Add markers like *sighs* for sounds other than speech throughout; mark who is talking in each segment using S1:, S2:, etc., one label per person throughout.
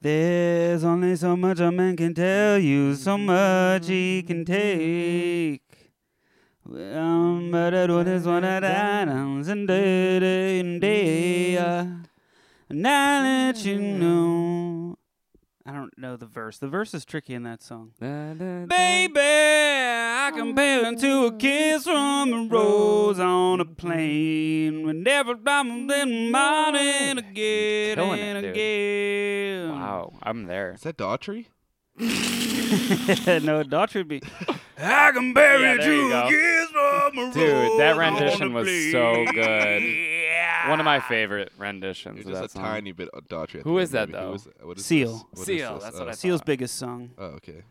S1: There's only so much a man can tell you, so much he can take. Um, but it was one of that downs and day, day, and day. uh, And I let you know. I don't know the verse. The verse is tricky in that song. Baby, I compare it to a kiss from a rose on a plane. Whenever I'm in mine and again
S2: Killing it,
S1: and
S2: dude.
S1: again.
S2: Wow, I'm there.
S3: Is that Daughtry?
S1: *laughs* no, Daughtry would be. I can bury
S2: Yeah, there you go.
S1: kiss from a
S2: Dude, that
S1: rose on a
S2: rendition was
S1: plane.
S2: so good.
S1: Yeah.
S2: One of my favorite renditions
S3: It's
S2: of
S3: just
S2: that
S3: a
S2: song.
S3: tiny bit of Daughtry. at
S2: Who
S3: the
S2: is
S3: end,
S2: that,
S3: maybe.
S2: though?
S3: Who is that? What is
S1: Seal.
S3: this? What is
S2: Seal,
S3: this?
S2: that's
S3: Oh,
S2: what I
S1: Seal's biggest song.
S3: Oh, okay.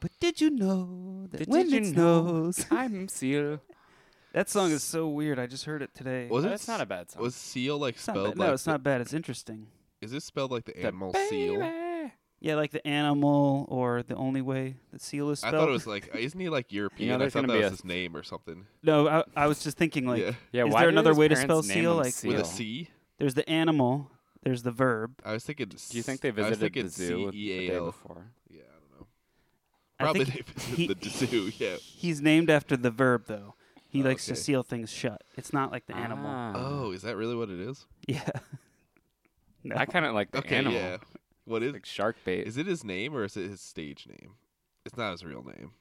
S1: But did you know that
S2: Did
S1: when
S2: you
S1: it
S2: know?
S1: snows?
S2: I'm Seal.
S1: *laughs* that song is so weird. I just heard it today.
S3: Was it?
S2: That's not a bad song.
S3: Was seal like
S1: It's not bad.
S3: spelled
S1: no,
S3: like?
S1: it's not bad. It's interesting.
S3: Is it spelled like the
S2: The
S3: animal seal?
S2: baby.
S1: Yeah, like the animal or the only way that seal is
S3: I
S1: spelled.
S3: thought it was like, isn't he
S2: *laughs*
S3: like European? I
S2: there's
S3: thought
S2: gonna
S3: that
S2: be
S3: was
S2: a-
S3: his name
S2: *laughs*
S3: or something.
S1: no, I, I was just thinking like
S3: yeah,
S2: Yeah,
S1: Is
S2: why
S1: there
S2: did
S1: another
S2: his
S1: way to
S2: parents
S1: spell
S2: name
S1: seal?
S2: him
S1: Like, with
S3: with
S2: seal?
S3: a C.
S1: there's the animal, there's the verb.
S3: I was thinking.
S2: Do you think they
S3: I was
S2: visited
S3: thinking
S2: the zoo
S1: E
S2: the day
S3: C-E-A-L.
S2: before?
S3: Yeah, I don't know.
S1: I
S3: Probably
S1: think
S3: they *laughs* visited
S1: he-
S3: the zoo.
S2: *laughs*
S3: Yeah.
S1: He's named after the verb though. He
S3: Oh,
S1: likes to
S3: okay.
S1: seal things shut. It's not like the animal.
S2: Ah.
S3: Oh, is that really what it is?
S1: Yeah. *laughs* no.
S2: I kind of like the
S3: Okay,
S2: animal.
S3: yeah. What is?
S2: Like shark bait.
S3: Is it his name or is it his stage name? It's not his real name,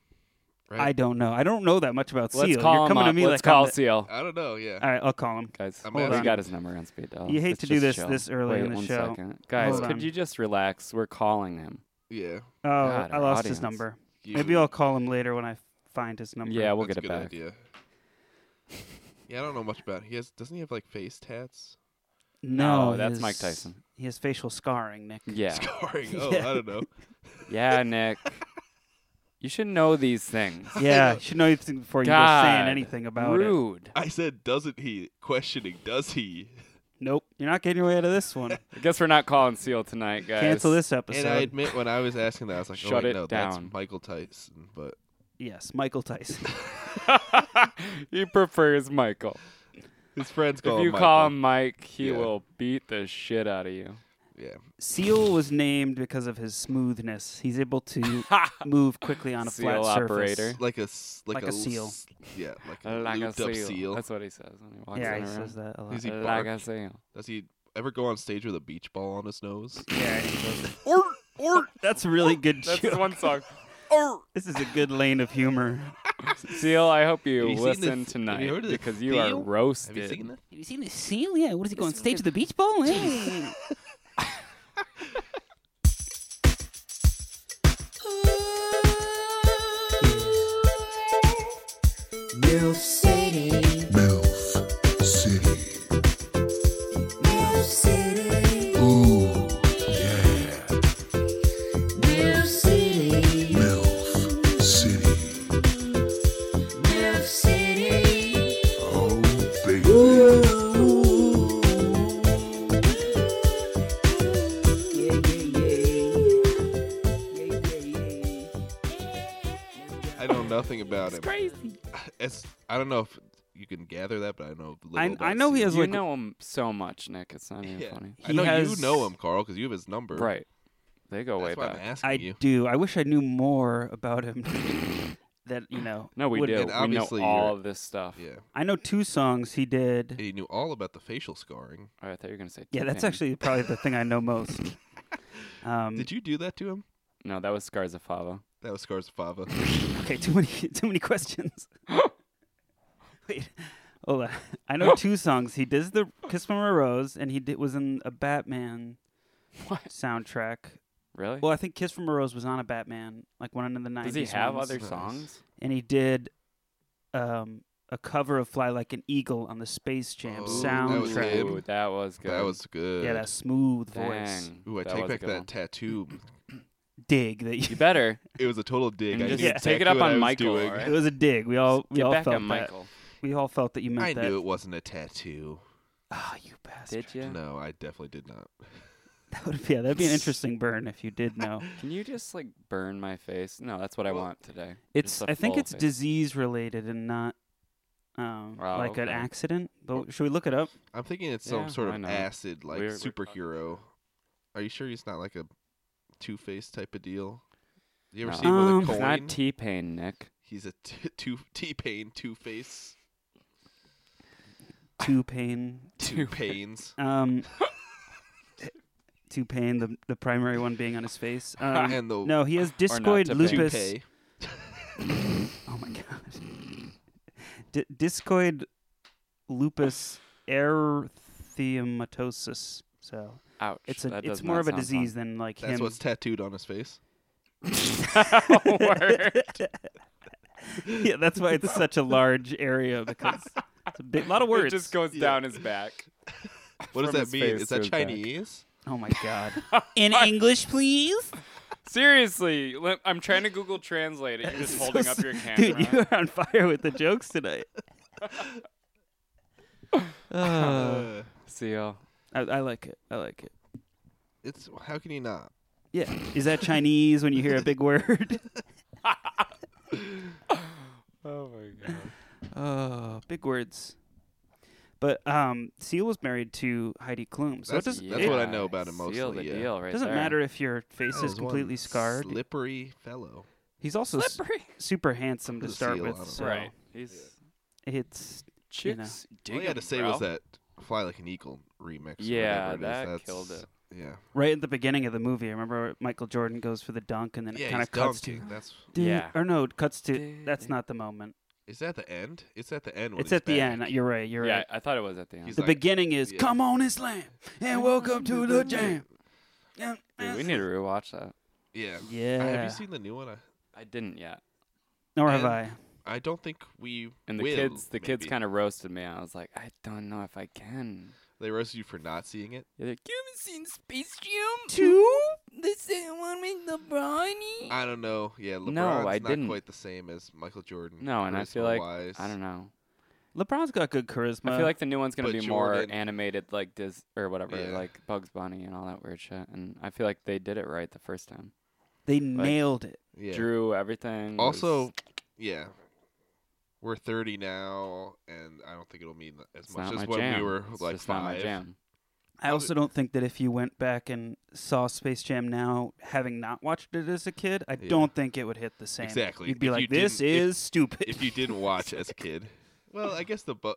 S3: right?
S1: I don't know. I don't know that much about
S2: Let's
S1: seal.
S2: call
S1: You're
S2: him
S1: coming to
S2: up.
S1: me
S2: Let's
S1: like I'm
S2: call
S1: the-
S2: Seal.
S3: I don't know. Yeah.
S1: All right, I'll call him.
S2: Guys,
S3: I'm
S2: we
S1: asking-
S2: got his number on speed dial.
S1: You hate
S2: It's
S1: to do
S2: just
S1: this
S2: chill.
S1: this early
S2: Wait
S1: in the
S2: one
S1: show.
S2: second. Guys,
S1: Hold on.
S2: could you just relax? We're calling him.
S3: Yeah.
S1: Oh,
S2: God,
S1: I
S2: our
S1: lost his
S2: audience.
S1: number.
S3: you-
S1: Maybe I'll call him later when I find his number.
S2: Yeah, we'll
S3: That's
S2: get it
S3: a good
S2: back.
S3: Idea. Yeah, I don't know much about. He has. Doesn't he have like face
S2: *laughs*
S3: tats? *laughs*
S1: No,
S2: No, that's
S1: his-
S2: Mike Tyson.
S1: He has facial scarring,
S2: *laughs*
S1: Nick.
S2: Yeah.
S3: Scoring. Oh,
S1: Yeah.
S3: I don't know.
S2: yeah, Nick. You should know these things.
S1: Yeah, you should know anything before you go saying
S2: God,
S1: anything about it.
S2: Rude.
S3: I said, doesn't he? Questioning, does he?
S1: Nope, you're not getting your way out of this
S2: *laughs*
S1: one.
S2: I guess we're not calling Seal tonight, guys.
S1: Cancel this episode.
S3: And I admit, when I was asking that, I was like,
S2: Shut
S3: oh, wait,
S2: it
S3: no,
S2: down.
S3: that's Michael Tyson. But
S1: yes, Michael Tyson.
S2: *laughs* he prefers Michael.
S3: his friends call
S2: if you
S3: him
S2: call
S3: Michael.
S2: him Mike, he
S3: Yeah.
S2: will beat the shit out of you.
S3: Yeah.
S1: Seal was named because of his smoothness. He's able
S2: *laughs*
S1: to move quickly on a
S2: Seal
S1: flat
S2: operator.
S1: surface.
S3: Like a s- like,
S1: Like a
S3: l-
S1: seal.
S3: s- Yeah, like a
S2: Like a
S3: looped
S2: seal.
S3: up seal.
S2: That's what he says when he walks
S1: Yeah,
S2: in
S1: he
S2: a room.
S1: says that a lot.
S3: Does he
S2: like
S3: bark?
S2: a
S3: *laughs*
S2: seal.
S3: Does he ever go on stage with a beach ball on his
S2: *laughs*
S3: nose?
S1: Yeah, or or that's a really good
S2: That's
S1: joke.
S2: his one
S3: *laughs*
S2: song.
S1: This is a good lane of humor.
S2: Seal, I hope you
S3: Have you seen
S2: listen
S3: this- have you
S2: tonight
S3: heard of this
S2: because you
S3: seal?
S2: are roasted.
S3: Have
S2: *laughs*
S3: you seen that?
S1: Have you seen this seal? Yeah, what is he going stage to the beach ball? *laughs* Hey.
S4: Milf City.
S5: MILF City.
S4: Milf City.
S5: Ooh, Oh, yeah.
S4: Milf City.
S5: MILF City.
S4: Milf City.
S5: Oh, baby.
S4: Ooh. Yeah, yeah, yeah. Yeah, yeah, yeah.
S3: I know nothing about him. It's I don't know if you can gather that, but I know. Little
S1: I-
S3: about
S1: I know he
S3: seal.
S1: has,
S2: You
S1: like-
S2: know him so much, Nick. It's not even
S3: Yeah.
S2: funny.
S3: I know
S1: He has-
S3: you know him, Carl, because you have his number.
S2: Right. They go
S3: That's
S2: way
S3: why I'm
S2: back.
S3: asking
S1: I
S3: you.
S1: do. I wish I knew more about him. *laughs* that you know.
S2: No, we
S1: would-
S2: do.
S3: And
S2: We know
S3: obviously
S2: all
S3: you're-
S2: of this stuff.
S3: Yeah.
S1: I know two songs he did.
S3: And he knew all about the facial scarring.
S2: All right, Oh, I thought you were gonna say.
S1: Yeah, that's
S2: T-Pain.
S1: actually probably the thing I know
S2: *laughs*
S1: most. Um,
S3: Did you do that to him?
S2: No, that was Scarzafava.
S3: That was Scars of
S2: *laughs*
S3: Fava.
S1: okay, too many *laughs* too many questions. Wait, hold on. I know two songs. He did the "Kiss from a Rose," and he did, was in a Batman
S2: What?
S1: soundtrack.
S2: Really?
S1: Well, I think "Kiss from a Rose" was on a Batman, like one in the nineties.
S2: Does he have
S1: ones.
S2: other
S3: Nice.
S2: songs?
S1: And he did um, a cover of "Fly Like an Eagle" on the Space Jam
S3: Oh, that was
S1: soundtrack.
S3: him.
S2: Ooh, that was good.
S3: *laughs* that was good.
S1: yeah, that smooth voice.
S2: Dang.
S3: Ooh, I
S2: that
S3: take
S2: was a
S3: back
S2: good
S3: that
S2: one.
S3: tattoo.
S1: Dig that
S3: *laughs*
S1: you.
S2: You better
S3: It was a
S2: *laughs*
S3: total dig.
S2: And
S3: I
S2: just
S3: knew
S1: take
S3: exactly
S2: it up
S3: what
S2: on
S3: I was
S2: Michael,
S3: doing.
S2: alright?
S1: *laughs* It was a dig. We all Oh, we
S2: get
S1: all
S2: back
S1: felt
S2: at
S1: that.
S2: Michael.
S1: We all felt that you meant
S3: I
S1: that.
S3: knew it wasn't a tattoo.
S1: Oh, you bastard.
S2: Did you?
S3: No, I definitely did not.
S1: *laughs* That would yeah, that'd be an
S2: *laughs*
S1: interesting burn if you did know.
S2: Can you *laughs* just like burn my face? No, that's what I
S3: Well,
S2: want today.
S1: It's
S2: I
S1: I think it's
S2: face.
S1: disease related and not um,
S2: Oh,
S1: like an
S2: okay. *laughs*
S1: accident. But should we look it up?
S3: I'm thinking it's
S2: Yeah,
S3: some sort
S2: why
S3: of
S2: not?
S3: acid, like
S2: We're- we're talking
S3: superhero Are you sure he's not like a two faced type of deal? You ever
S2: No.
S3: see him
S1: Um,
S3: with a
S2: It's
S3: coin?
S2: not T Pain, Nick.
S3: he's a t- two T pain two face
S1: Two Pain.
S3: two pains.
S2: *laughs*
S1: Um, Two Pain, the the primary one being on his
S2: *laughs*
S1: face. *laughs* Um,
S3: and the
S1: no, he has
S2: not
S1: discoid
S2: Two Pain.
S3: two
S1: lupus.
S3: pay.
S1: Oh my god. D- discoid lupus erythematosus. So
S2: Ouch.
S1: it's a
S2: that
S1: it's
S2: does
S1: more
S2: not
S1: of a
S2: sound
S1: disease
S2: *laughs*
S1: than like
S3: That's
S1: him. *laughs*
S3: what's *laughs* tattooed on his face.
S2: Fun. Word.
S1: yeah, that's why it's such a large
S3: *laughs*
S1: area because it's a big, lot of
S2: It
S1: words.
S2: just goes
S3: Yeah.
S2: down his back.
S3: What does
S2: From
S3: that
S2: his
S3: mean?
S2: face
S3: Is
S2: to
S3: that
S2: his back.
S3: Chinese?
S1: oh my
S2: *laughs*
S1: god. In English, please.
S2: Seriously, let- I'm trying to Google Translate it.
S1: *laughs*
S2: You're just holding up your camera.
S1: Dude, you are on fire with the jokes
S2: *laughs*
S1: tonight. Uh,
S3: Uh,
S2: Seal.
S1: I, I like it. I like it.
S3: it's how can you not?
S1: Yeah. Is that Chinese when you hear a big word? *laughs*
S2: Oh my god.
S1: Oh, big words. But um, Seal was married to Heidi Klum, so
S3: That's-
S1: it doesn't,
S3: that's
S1: it
S3: what I know about him
S2: Seal the
S3: mostly, yeah.
S2: deal right
S1: doesn't
S2: there.
S1: matter if your face
S3: That
S1: is
S3: was one
S1: completely scarred.
S3: Slippery fellow.
S1: He's also s-
S2: Slippery. *laughs*
S1: super handsome to
S3: Put a
S1: start
S3: seal on
S1: with,
S3: him.
S1: so
S2: Right. He's
S1: it's uh, You know.
S2: chicks.
S3: All you
S2: dig
S3: had to
S2: him,
S3: say
S2: bro.
S3: was that "Fly Like an Eagle" remix. or
S2: Yeah,
S3: whatever it is.
S2: that
S3: That's-
S2: killed it.
S3: Yeah,
S1: right at the beginning of the movie. I remember Michael Jordan goes for the dunk, and then
S3: yeah,
S1: it kind
S3: he's
S1: of cuts to.
S3: dunking. That's
S1: Dude,
S2: Yeah.
S1: Or no, it cuts to.
S2: Did
S1: That's
S2: it-
S1: not the moment.
S3: is that the end? It's at the end. When
S1: it's
S3: he's
S1: at the
S3: back.
S1: end. You're right. You're
S2: yeah,
S1: right.
S2: I thought it was at the end.
S3: He's
S1: The
S3: like-
S1: beginning is
S3: yeah.
S1: "Come on, Islam, and welcome to the jam."
S2: Dude, we need to rewatch that.
S3: Yeah. Uh, have
S1: Yeah.
S3: you seen the new one? I,
S2: I didn't yet.
S1: Nor have
S3: And-
S1: I.
S3: I don't think we.
S2: And the
S3: will,
S2: kids, the kids
S3: maybe.
S2: kind of roasted me. I was like, I don't know if I can.
S3: They roasted you for not seeing it.
S2: They're like, you haven't seen Space Jam?
S1: Two.
S2: The same one with LeBron?
S3: I don't know. Yeah, LeBron's
S2: I
S3: not
S2: didn't.
S3: quite the same as Michael Jordan.
S2: No, and I feel like
S3: charisma-wise.
S2: I don't know.
S1: LeBron's got good charisma.
S2: I feel like the new one's gonna
S3: but
S2: be more
S3: Jordan-
S2: animated, like Dis or whatever,
S3: Yeah.
S2: like Bugs Bunny and all that weird shit. And I feel like they did it right the first time.
S1: they nailed it.
S3: Yeah.
S2: Drew everything. was-
S3: also, yeah, we're 30 now, and I don't think it'll mean as
S2: it's
S3: much
S2: not
S3: as
S2: my
S3: when
S2: jam.
S3: we were
S2: It's
S3: like
S2: just not
S3: five.
S2: my jam.
S1: I also don't think that if you went back and saw Space Jam now, having not watched it as a kid, I
S3: Yeah.
S1: don't think it would hit the same.
S3: Exactly.
S1: You'd be
S3: If
S1: like,
S3: you
S1: "This
S3: didn't- if-
S1: is stupid."
S3: If you didn't watch as a kid, well, I guess the bu-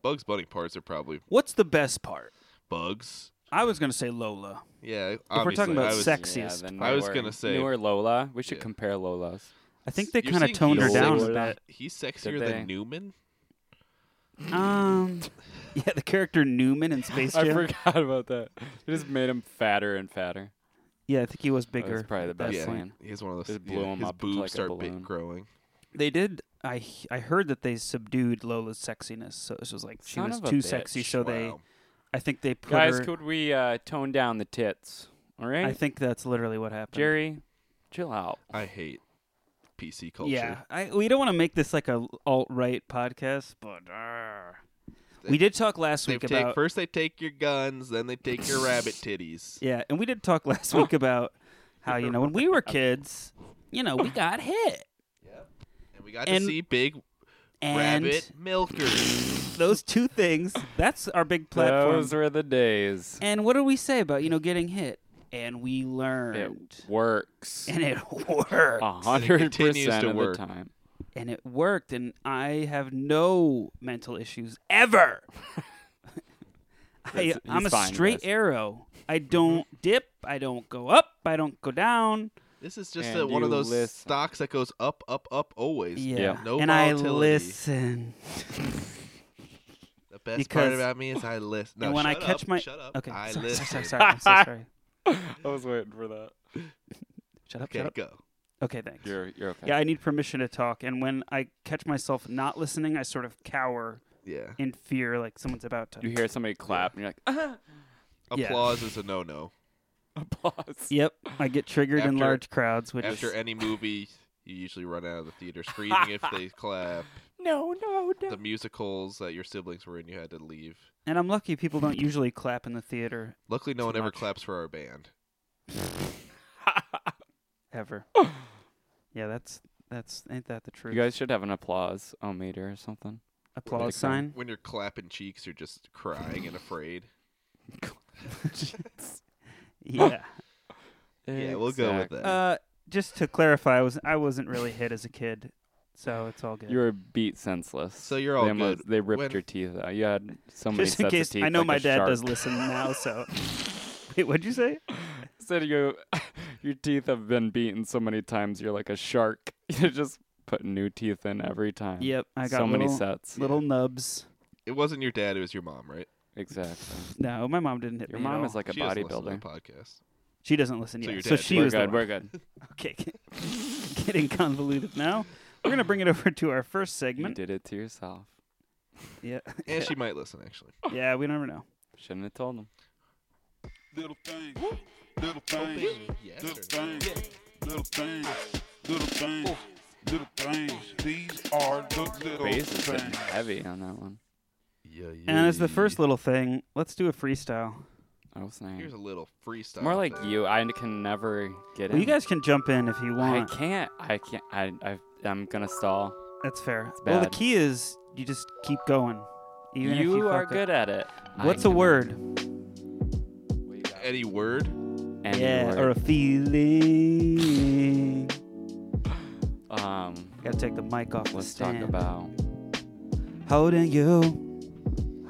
S3: Bugs Bunny parts are probably
S1: *laughs* What's the best part?
S3: bugs.
S1: I was gonna say Lola.
S3: Yeah, obviously.
S1: If we're talking about
S3: I was,
S1: sex- Sexiest
S2: Yeah, the
S3: I was
S2: newer-
S3: gonna say-
S2: newer Lola. We should
S3: Yeah.
S2: compare Lolas.
S1: I think they
S3: You're
S1: kind of
S3: saying
S1: toned her
S3: he's
S1: down
S3: sexy-
S1: a bit.
S3: He's sexier
S2: Did they?
S3: than Newman.
S1: Um, *laughs* yeah, the character Newman
S3: *laughs*
S1: in Space Jam.
S2: *laughs* I forgot about that. They just made him fatter and fatter.
S1: yeah, I think he was bigger.
S2: That's probably the
S1: at that
S2: best
S3: yeah,
S1: point.
S2: one.
S3: he has one of those.
S2: Just blew
S3: yeah,
S2: him
S3: his
S2: up into,
S3: boobs
S2: like, a
S3: start
S2: balloon.
S3: big growing.
S1: They did. I h- I heard that they subdued Lola's sexiness, so it was like she
S2: Son
S1: was
S2: of a
S1: too sexy.
S2: bitch.
S1: So they,
S3: Wow.
S1: I think they put
S2: Guys,
S1: her.
S2: could we uh, tone down the tits? All right,
S1: I think that's literally what happened.
S2: Jerry, chill out.
S3: I hate PC culture.
S1: Yeah, I, we don't want to make this like a alt right podcast, but uh, we did talk last
S3: They
S1: week
S3: take,
S1: about
S3: first they take your guns, then they take
S1: *laughs*
S3: your rabbit titties.
S1: yeah, and we did talk last
S2: *laughs*
S1: week about how you know when we were kids, you know we got hit
S3: And we got
S1: And-
S3: to see big
S1: and
S3: rabbit
S1: *laughs*
S3: milkers.
S1: those two things. That's our big platform.
S2: Those were the days.
S1: and what do we say about you know getting hit? And we learned,
S2: It works
S1: and it *laughs* worked.
S2: a hundred
S3: continues
S2: percent
S3: to
S2: of
S3: work.
S2: the
S3: *laughs*
S2: time.
S1: and it worked and i have no mental issues ever I,
S2: That's-
S1: i'm
S2: he's
S1: a
S2: fine, Mm-hmm.
S1: straight
S2: Chris.
S1: arrow i don't dip i don't go up i don't go down
S3: This is just
S2: And
S3: a, one of
S2: you
S3: those
S2: listen.
S3: stocks that goes up, up, up always.
S1: yeah
S3: No
S1: and i
S3: volatility.
S1: listen
S3: *laughs* The best
S1: Because-
S3: part about me is I
S1: *laughs*
S3: listen. No,
S1: and when i
S3: shut
S1: catch
S3: up,
S1: my
S3: shut up.
S1: okay
S3: I
S1: sorry,
S3: listen.
S1: sorry, sorry, sorry. i'm so sorry
S2: I was waiting for that.
S1: shut up
S3: *laughs* Okay,
S1: shut up
S3: go.
S1: okay thanks
S2: You're you're okay.
S1: yeah i need permission to talk and when i catch myself not listening i sort of cower
S3: Yeah.
S1: in fear like someone's about to
S2: you hear somebody clap and you're like, *laughs*
S1: *laughs*
S2: ah,
S1: *laughs* Yeah.
S3: Applause is a no-no.
S2: applause.
S1: yep i get triggered in
S3: After-
S1: large crowds which
S3: After any
S1: *laughs*
S3: movie, you usually run out of the theater screaming if they clap.
S2: No, no,
S3: The musicals that your siblings were in, you had to leave.
S1: and i'm lucky people don't usually clap in the theater
S3: Luckily, no
S1: Too
S3: one ever
S1: much.
S3: claps for our band.
S2: *gasps*
S1: ever. yeah, that's that's ain't that the truth?
S2: You guys should have an applause o meter or something.
S1: applause
S2: Like,
S1: sign.
S3: When you're clapping cheeks, you're just crying and afraid.
S2: *gasps*
S1: Yeah.
S3: *laughs* Yeah, we'll go with that.
S1: uh, just to clarify, I was I wasn't really hit as a kid, so it's all good.
S2: You were beat senseless.
S3: So you're all
S2: they almost-
S3: good.
S2: They ripped
S3: When-
S2: your teeth out. You had so many
S1: just
S2: sets
S1: in
S2: of
S1: case,
S2: teeth.
S1: I know
S2: like
S1: my
S2: a
S1: dad
S2: shark.
S1: does listen now.
S2: *laughs*
S1: So, wait, what'd you say?
S2: Said you, *laughs* your teeth have been beaten so many times. You're like a shark. *laughs* You're just putting new teeth in every time.
S1: Yep, I got
S2: so many
S1: little-
S2: sets.
S1: Little nubs.
S3: it wasn't your dad; it was your mom, right?
S2: Exactly.
S1: No, my mom didn't hit
S2: Your
S1: me. at
S2: mom
S1: all.
S2: is like a
S3: She doesn't listen to the
S2: bodybuilder.
S3: Podcast.
S1: she doesn't listen
S3: So
S1: yet.
S3: your
S1: So
S3: dad-
S1: she
S2: We're
S1: was the
S2: good.
S1: one. *laughs*
S2: We're good.
S1: Okay, getting convoluted now. We're gonna bring it over to our first
S2: You
S1: segment.
S2: did it to yourself.
S1: Yeah, *laughs*
S3: And she might listen, actually.
S1: yeah, we never know.
S2: *laughs* Shouldn't have told him.
S6: Little things, little things,
S3: Yeah,
S6: little
S3: sure.
S6: things, little things, little things, little things. These are the little
S2: Bass is hitting
S6: things.
S2: heavy on that one.
S3: Yeah, yeah.
S1: And as the first little thing, let's do a freestyle.
S2: Oh snap.
S3: Here's a little freestyle.
S2: More like
S3: thing.
S2: you. I can never get
S1: Well,
S2: in.
S1: you guys can jump in if you
S2: I
S1: want.
S2: can't. I can't. I. I I'm gonna stall.
S1: That's fair. Well, the
S2: bad.
S1: key is you just keep going. Even if
S2: you,
S1: you
S2: are
S1: fuck
S2: good
S1: Up.
S2: at it. I
S1: What's a
S2: can-
S1: word?
S2: What you got?
S3: any word.
S2: Any
S1: yeah,
S2: word.
S1: or a feeling.
S2: um.
S1: Gotta take the mic off
S2: Let's
S1: the stand.
S2: talk about
S1: Holding you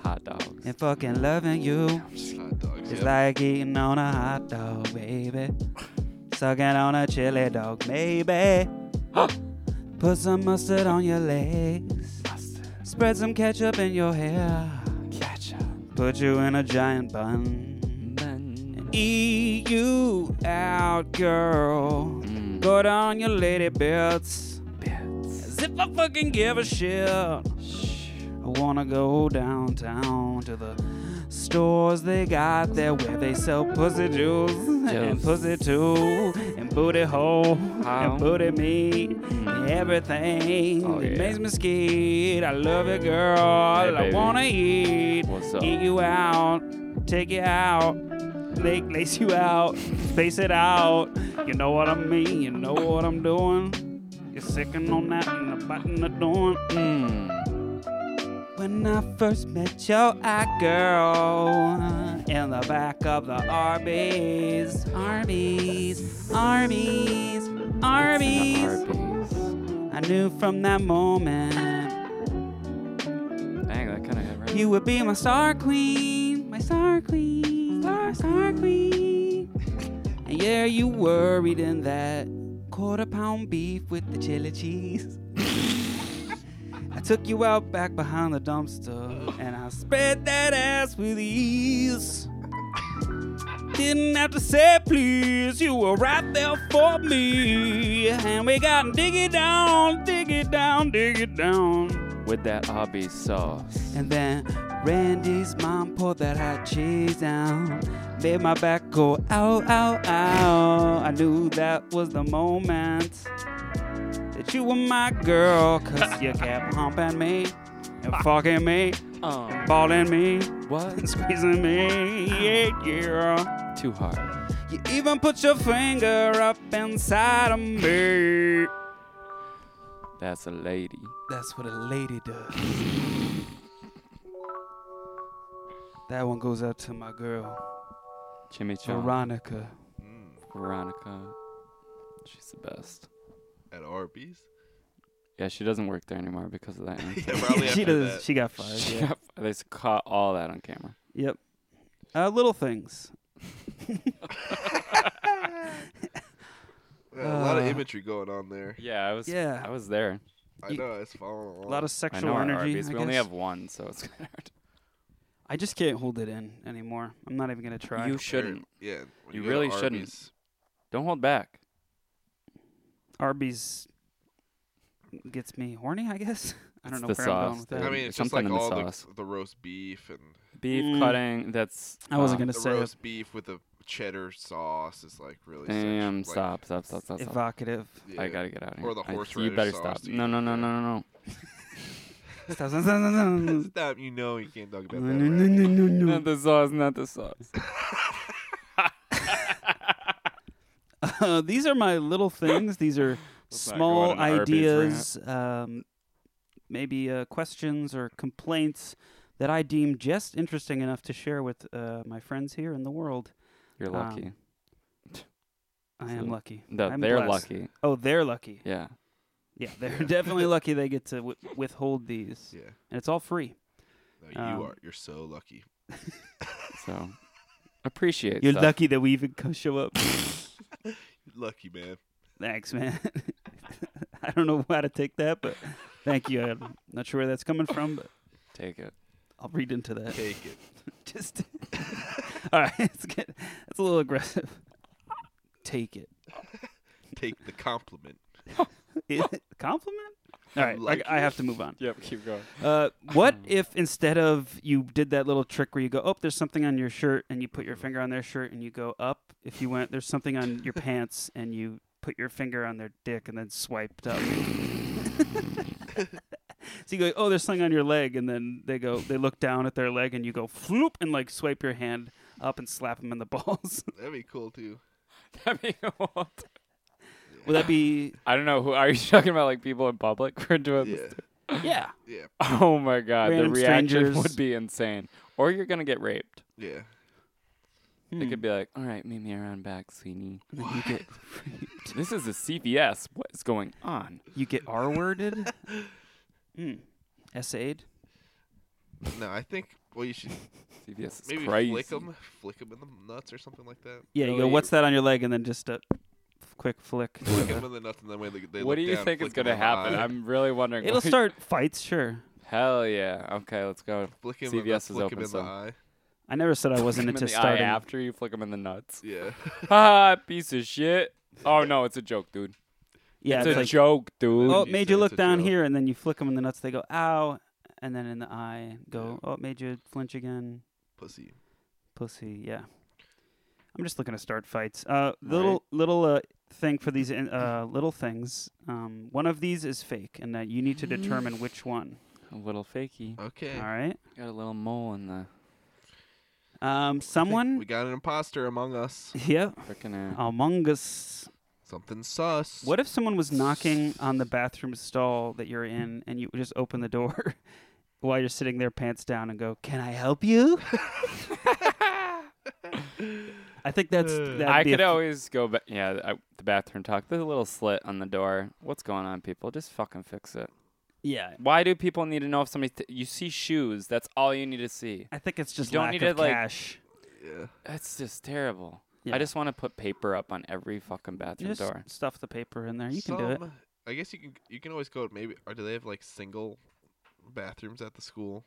S2: hot dogs.
S1: and fucking loving you
S3: Hot dogs.
S1: is
S3: yeah.
S1: like eating on a hot dog,
S2: *laughs*
S1: baby. Sucking on a chili dog,
S2: *gasps*
S1: maybe. Put some mustard on your legs. Spread some ketchup in your hair.
S2: Ketchup.
S1: Put you in a giant bun.
S2: Then-
S1: Eat you out, girl.
S2: Mm.
S1: Go down your lady bits.
S2: Bits.
S1: As if I fucking give a shit. I wanna go downtown to the stores they got there where they sell pussy juice and
S2: Juice.
S1: pussy too and booty hole
S2: How? Mm.
S1: and booty meat and everything
S2: Oh,
S1: that
S2: yeah.
S1: makes me scared. I love you, girl. I
S2: baby.
S1: wanna eat.
S2: What's up?
S1: Eat you out. Take you out. Lay, lace you out. Space it out. You know what I mean. You know what I'm doing. You're sicking on that and the button the doing.
S2: Mm.
S1: When I first met your eye girl in the back of the Arby's, Arby's, Arby's, Arby's.
S2: Arby's.
S1: I knew from that moment
S2: Dang, that kind of hit right.
S1: You would be my star queen, my star queen, star, star queen. and yeah, you were eating that quarter pound beef with the chili cheese. I took you out back behind the dumpster and I spread that ass with ease. Didn't have to say please, you were right there for me. And we got dig it down, dig it down, dig it down.
S2: With that Arby's sauce.
S1: And then Randy's mom poured that hot cheese down. Made my back go ow, ow, ow. I knew that was the moment that you were my girl. Cause you kept humping me and fucking me,
S2: Um,
S1: balling me,
S2: what?
S1: *laughs* and squeezing me. Yeah, yeah.
S2: Too hard.
S1: You even put your finger up inside of me.
S2: That's a lady.
S1: That's what a lady does. That one goes out to my girl.
S2: Chimichanga.
S1: Veronica.
S3: Mm,
S2: Veronica. She's the best.
S3: At Arby's. *laughs*
S2: Yeah, she doesn't work there anymore
S1: *laughs*
S2: because of that. incident. *laughs*
S3: Yeah, probably
S1: she
S3: after
S1: does.
S3: that.
S1: She got fired.
S2: She
S1: Yeah.
S2: got- they s- caught all that
S1: *laughs*
S2: on camera.
S1: Yep. *laughs* Uh, little things.
S2: Ah.
S3: Yeah, a lot of
S1: Uh,
S3: imagery going on there.
S2: Yeah, I
S1: *laughs*
S2: was.
S1: Yeah.
S2: I was there.
S3: I
S1: you-
S3: know it's following along.
S1: A lot of
S2: I
S1: sexual
S2: know our
S1: energy.
S2: Arby's.
S1: I,
S2: we only
S1: guess.
S2: have one, so it's kind of hard.
S1: I just can't hold it in anymore. I'm not even gonna try.
S2: You
S3: Very-
S2: shouldn't.
S3: Yeah. when
S2: You
S3: go to
S2: really shouldn't.
S3: Arby's,
S2: Don't hold back.
S1: Arby's gets me horny. I guess. I don't
S2: It's
S1: know
S2: the
S1: where I'm going
S2: sauce,
S1: with
S2: dude.
S1: that.
S3: I
S2: Yeah,
S3: mean, it's just
S2: Uh, something
S3: like
S2: in the
S3: all
S2: sauce.
S3: the, the roast beef and
S2: Beef
S1: Mm.
S2: cutting. That's.
S1: I wasn't
S2: um,
S1: gonna
S3: the
S1: say
S3: roast
S1: it.
S3: beef with the cheddar sauce is like really. sexual-
S2: Damn!
S3: like-
S2: stop! Stop! Stop! Stop! stop. *laughs*
S1: Evocative. *laughs*
S3: yeah.
S2: I gotta get out of here.
S3: Or the
S2: I-
S3: horseradish
S2: You better
S3: sauce
S2: stop.
S3: to
S2: No!
S3: eat
S2: No! No!
S3: that.
S2: No! No!
S1: Stop, stop, stop, stop, stop.
S3: Stop! You know you can't talk about
S1: Mm. No, no,
S3: that.
S1: no,
S3: right?
S1: no, no,
S2: No!
S1: no.
S2: Not the sauce. Not the sauce.
S1: Uh, *laughs* these are my little
S2: *laughs*
S1: things. These are
S2: Let's not go on
S1: small
S2: an Arby's
S1: ideas, um, maybe uh, questions or complaints that I deem just interesting enough to share with uh, my friends here in the world. Um,
S2: You're lucky.
S1: I am
S2: So-
S1: lucky.
S2: No,
S1: I'm
S2: they're
S1: blessed.
S2: lucky.
S1: Oh, they're lucky.
S2: Yeah.
S1: Yeah,
S2: *laughs*
S1: they're definitely lucky they get to w- withhold these.
S3: Yeah.
S1: And it's all free.
S3: No, you
S1: Um,
S3: are. You're so lucky.
S2: So appreciate.
S1: You're
S2: stuff.
S1: lucky that we even co- show up. *laughs*
S3: Lucky man.
S1: Thanks, man. *laughs* I don't know how to take that, but thank you. I'm not sure where that's coming from, but
S2: Take it.
S1: I'll read into that.
S2: *laughs*
S3: Take
S1: *laughs*
S3: it.
S1: Just *laughs* all right. It's good. That's a little aggressive. Take it.
S3: Take the compliment.
S1: It- compliment. All right,
S3: Like
S1: I, I
S3: it.
S1: have to move on.
S2: Yep. Keep *laughs* going.
S1: Uh, *laughs* what if instead of you did that little trick where you go, oh, there's something on your shirt, and you put your finger on their shirt, and you go up. If you went, there's something on *laughs* your pants, and you put your finger on their dick, and then swiped *laughs* up. so you go, oh, there's something on your leg, and then they go, they look down at their leg, and you go, floop, and like swipe your hand up and slap them in the balls.
S3: That'd be cool too.
S2: I mean, what?
S1: Would that be?
S2: I don't know who are you *laughs* talking about? Like people in public *laughs* who are doing
S3: Yeah.
S2: this?
S1: *laughs* Yeah.
S3: Yeah.
S2: Oh my god,
S1: Random
S2: the reaction
S1: strangers.
S2: would be insane. Or you're gonna get raped.
S3: Yeah. Hmm.
S2: They could be like, "All right, meet me around back, Sweeney." And then you get raped. This is a CVS. What is going on?
S1: You get R
S2: *laughs*
S1: worded. Hmm. Essayed.
S3: No, I think. Well, you should
S2: CVS is
S3: maybe
S2: crazy.
S3: flick them, flick them in the nuts or something
S1: *laughs*
S3: like that.
S1: Yeah, you go,
S2: Really?
S1: what's that on your leg? And then just a f- quick
S2: *laughs*
S1: flick.
S3: Flick them in the nuts, and then when they, they
S2: What do
S3: look
S2: you
S3: down,
S2: think is
S3: flick 'em
S2: gonna
S3: in the eye.
S2: happen? I'm really wondering.
S1: It'll
S2: what-
S1: start fights, sure.
S2: Hell yeah. Okay, let's go.
S3: Flick 'em in the,
S2: CVS is
S3: flick 'em
S2: open,
S3: in
S2: so-
S3: the eye.
S1: I never
S2: *laughs*
S1: said I wasn't
S2: Flick 'em
S1: into
S2: in the eye
S1: starting.
S2: after you flick them in the nuts. *laughs*
S3: Yeah. *laughs*
S2: ah, piece of shit. Oh no, it's a joke, dude.
S1: Yeah,
S2: it's,
S1: it's
S2: a
S1: like,
S2: joke, dude.
S1: oh,
S3: joke.
S1: it made
S3: It's
S1: you
S3: a-
S1: look
S3: it's a
S1: down
S3: joke.
S1: here, and then you flick them in the nuts. They go, ow, and then in the eye, go, oh, it made you flinch again,
S3: Pussy.
S1: pussy. Yeah, I'm just looking to start fights. Uh, little little uh, thing for these in- uh, little things. Um, one of these is fake, and that you need to
S2: Mm-hmm.
S1: determine which one.
S2: A little fakey.
S3: Okay.
S1: All right.
S2: Got a little mole in the
S1: Um,
S3: I think
S1: someone. *laughs*
S3: We got an imposter among us.
S1: Yeah.
S2: freaking.
S1: Among Us.
S3: Something sus.
S1: What if someone was knocking on the bathroom stall that you're in and you just open the door *laughs* while you're sitting there pants down and go, "Can I help you?" *laughs* I think that's
S3: Uh,
S1: that
S2: I could always go back. Yeah, I, the bathroom talk. There's a little slit on the door. What's going on, people? Just fucking fix it.
S1: yeah.
S2: Why do people need to know if somebody? T- you see shoes. That's all you need to see.
S1: I think it's just
S2: don't
S1: lack
S2: need
S1: of
S2: to, like-
S1: cash.
S3: Yeah.
S2: That's just terrible.
S1: Yeah.
S2: I just want to put paper up on every fucking
S1: You
S2: bathroom
S1: just
S2: door.
S1: stuff the paper in there. You can do it.
S3: Some- I guess you can. You can always go. Maybe or do they have like single bathrooms at the school?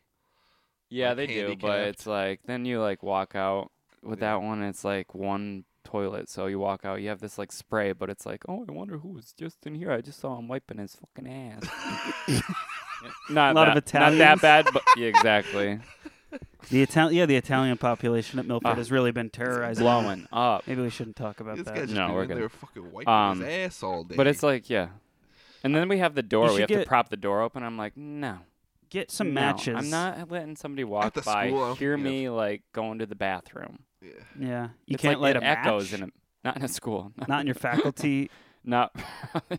S2: Yeah,
S3: like,
S2: they do, but
S3: handicapped.
S2: it's like then you like walk out with
S3: Yeah.
S2: that one. It's like one toilet. So you walk out, you have this like spray, but it's like, oh, I wonder who was just in here. I just saw him wiping his fucking ass.
S1: *laughs*
S2: not
S1: Lot of
S2: that, Not
S1: Italians.
S2: that bad, but yeah, exactly.
S1: The Italian, yeah, the Italian population at Milford
S2: Ah.
S1: has really been terrorized. *laughs*
S2: blowing up.
S1: Maybe we shouldn't talk about
S3: This
S1: that.
S3: guy's just
S2: No,
S3: been
S2: we're
S3: in
S2: good.
S3: there fucking wiping
S2: Um,
S3: his ass all day.
S2: But it's like, yeah. And then we have the door.
S1: should
S2: We have to
S1: get-
S2: prop the door open. I'm like, no.
S1: Get some
S2: no.
S1: matches.
S2: I'm not letting somebody walk
S3: the
S2: by,
S3: school, I don't
S2: hear
S3: think you
S2: me like going to the bathroom.
S3: yeah.
S1: Yeah, you
S2: It's
S1: can't
S2: like
S1: light
S2: it
S1: a
S2: echoes
S1: match.
S2: in a not in a school. *laughs* Not,
S1: Not in your
S2: *laughs*
S1: faculty
S2: not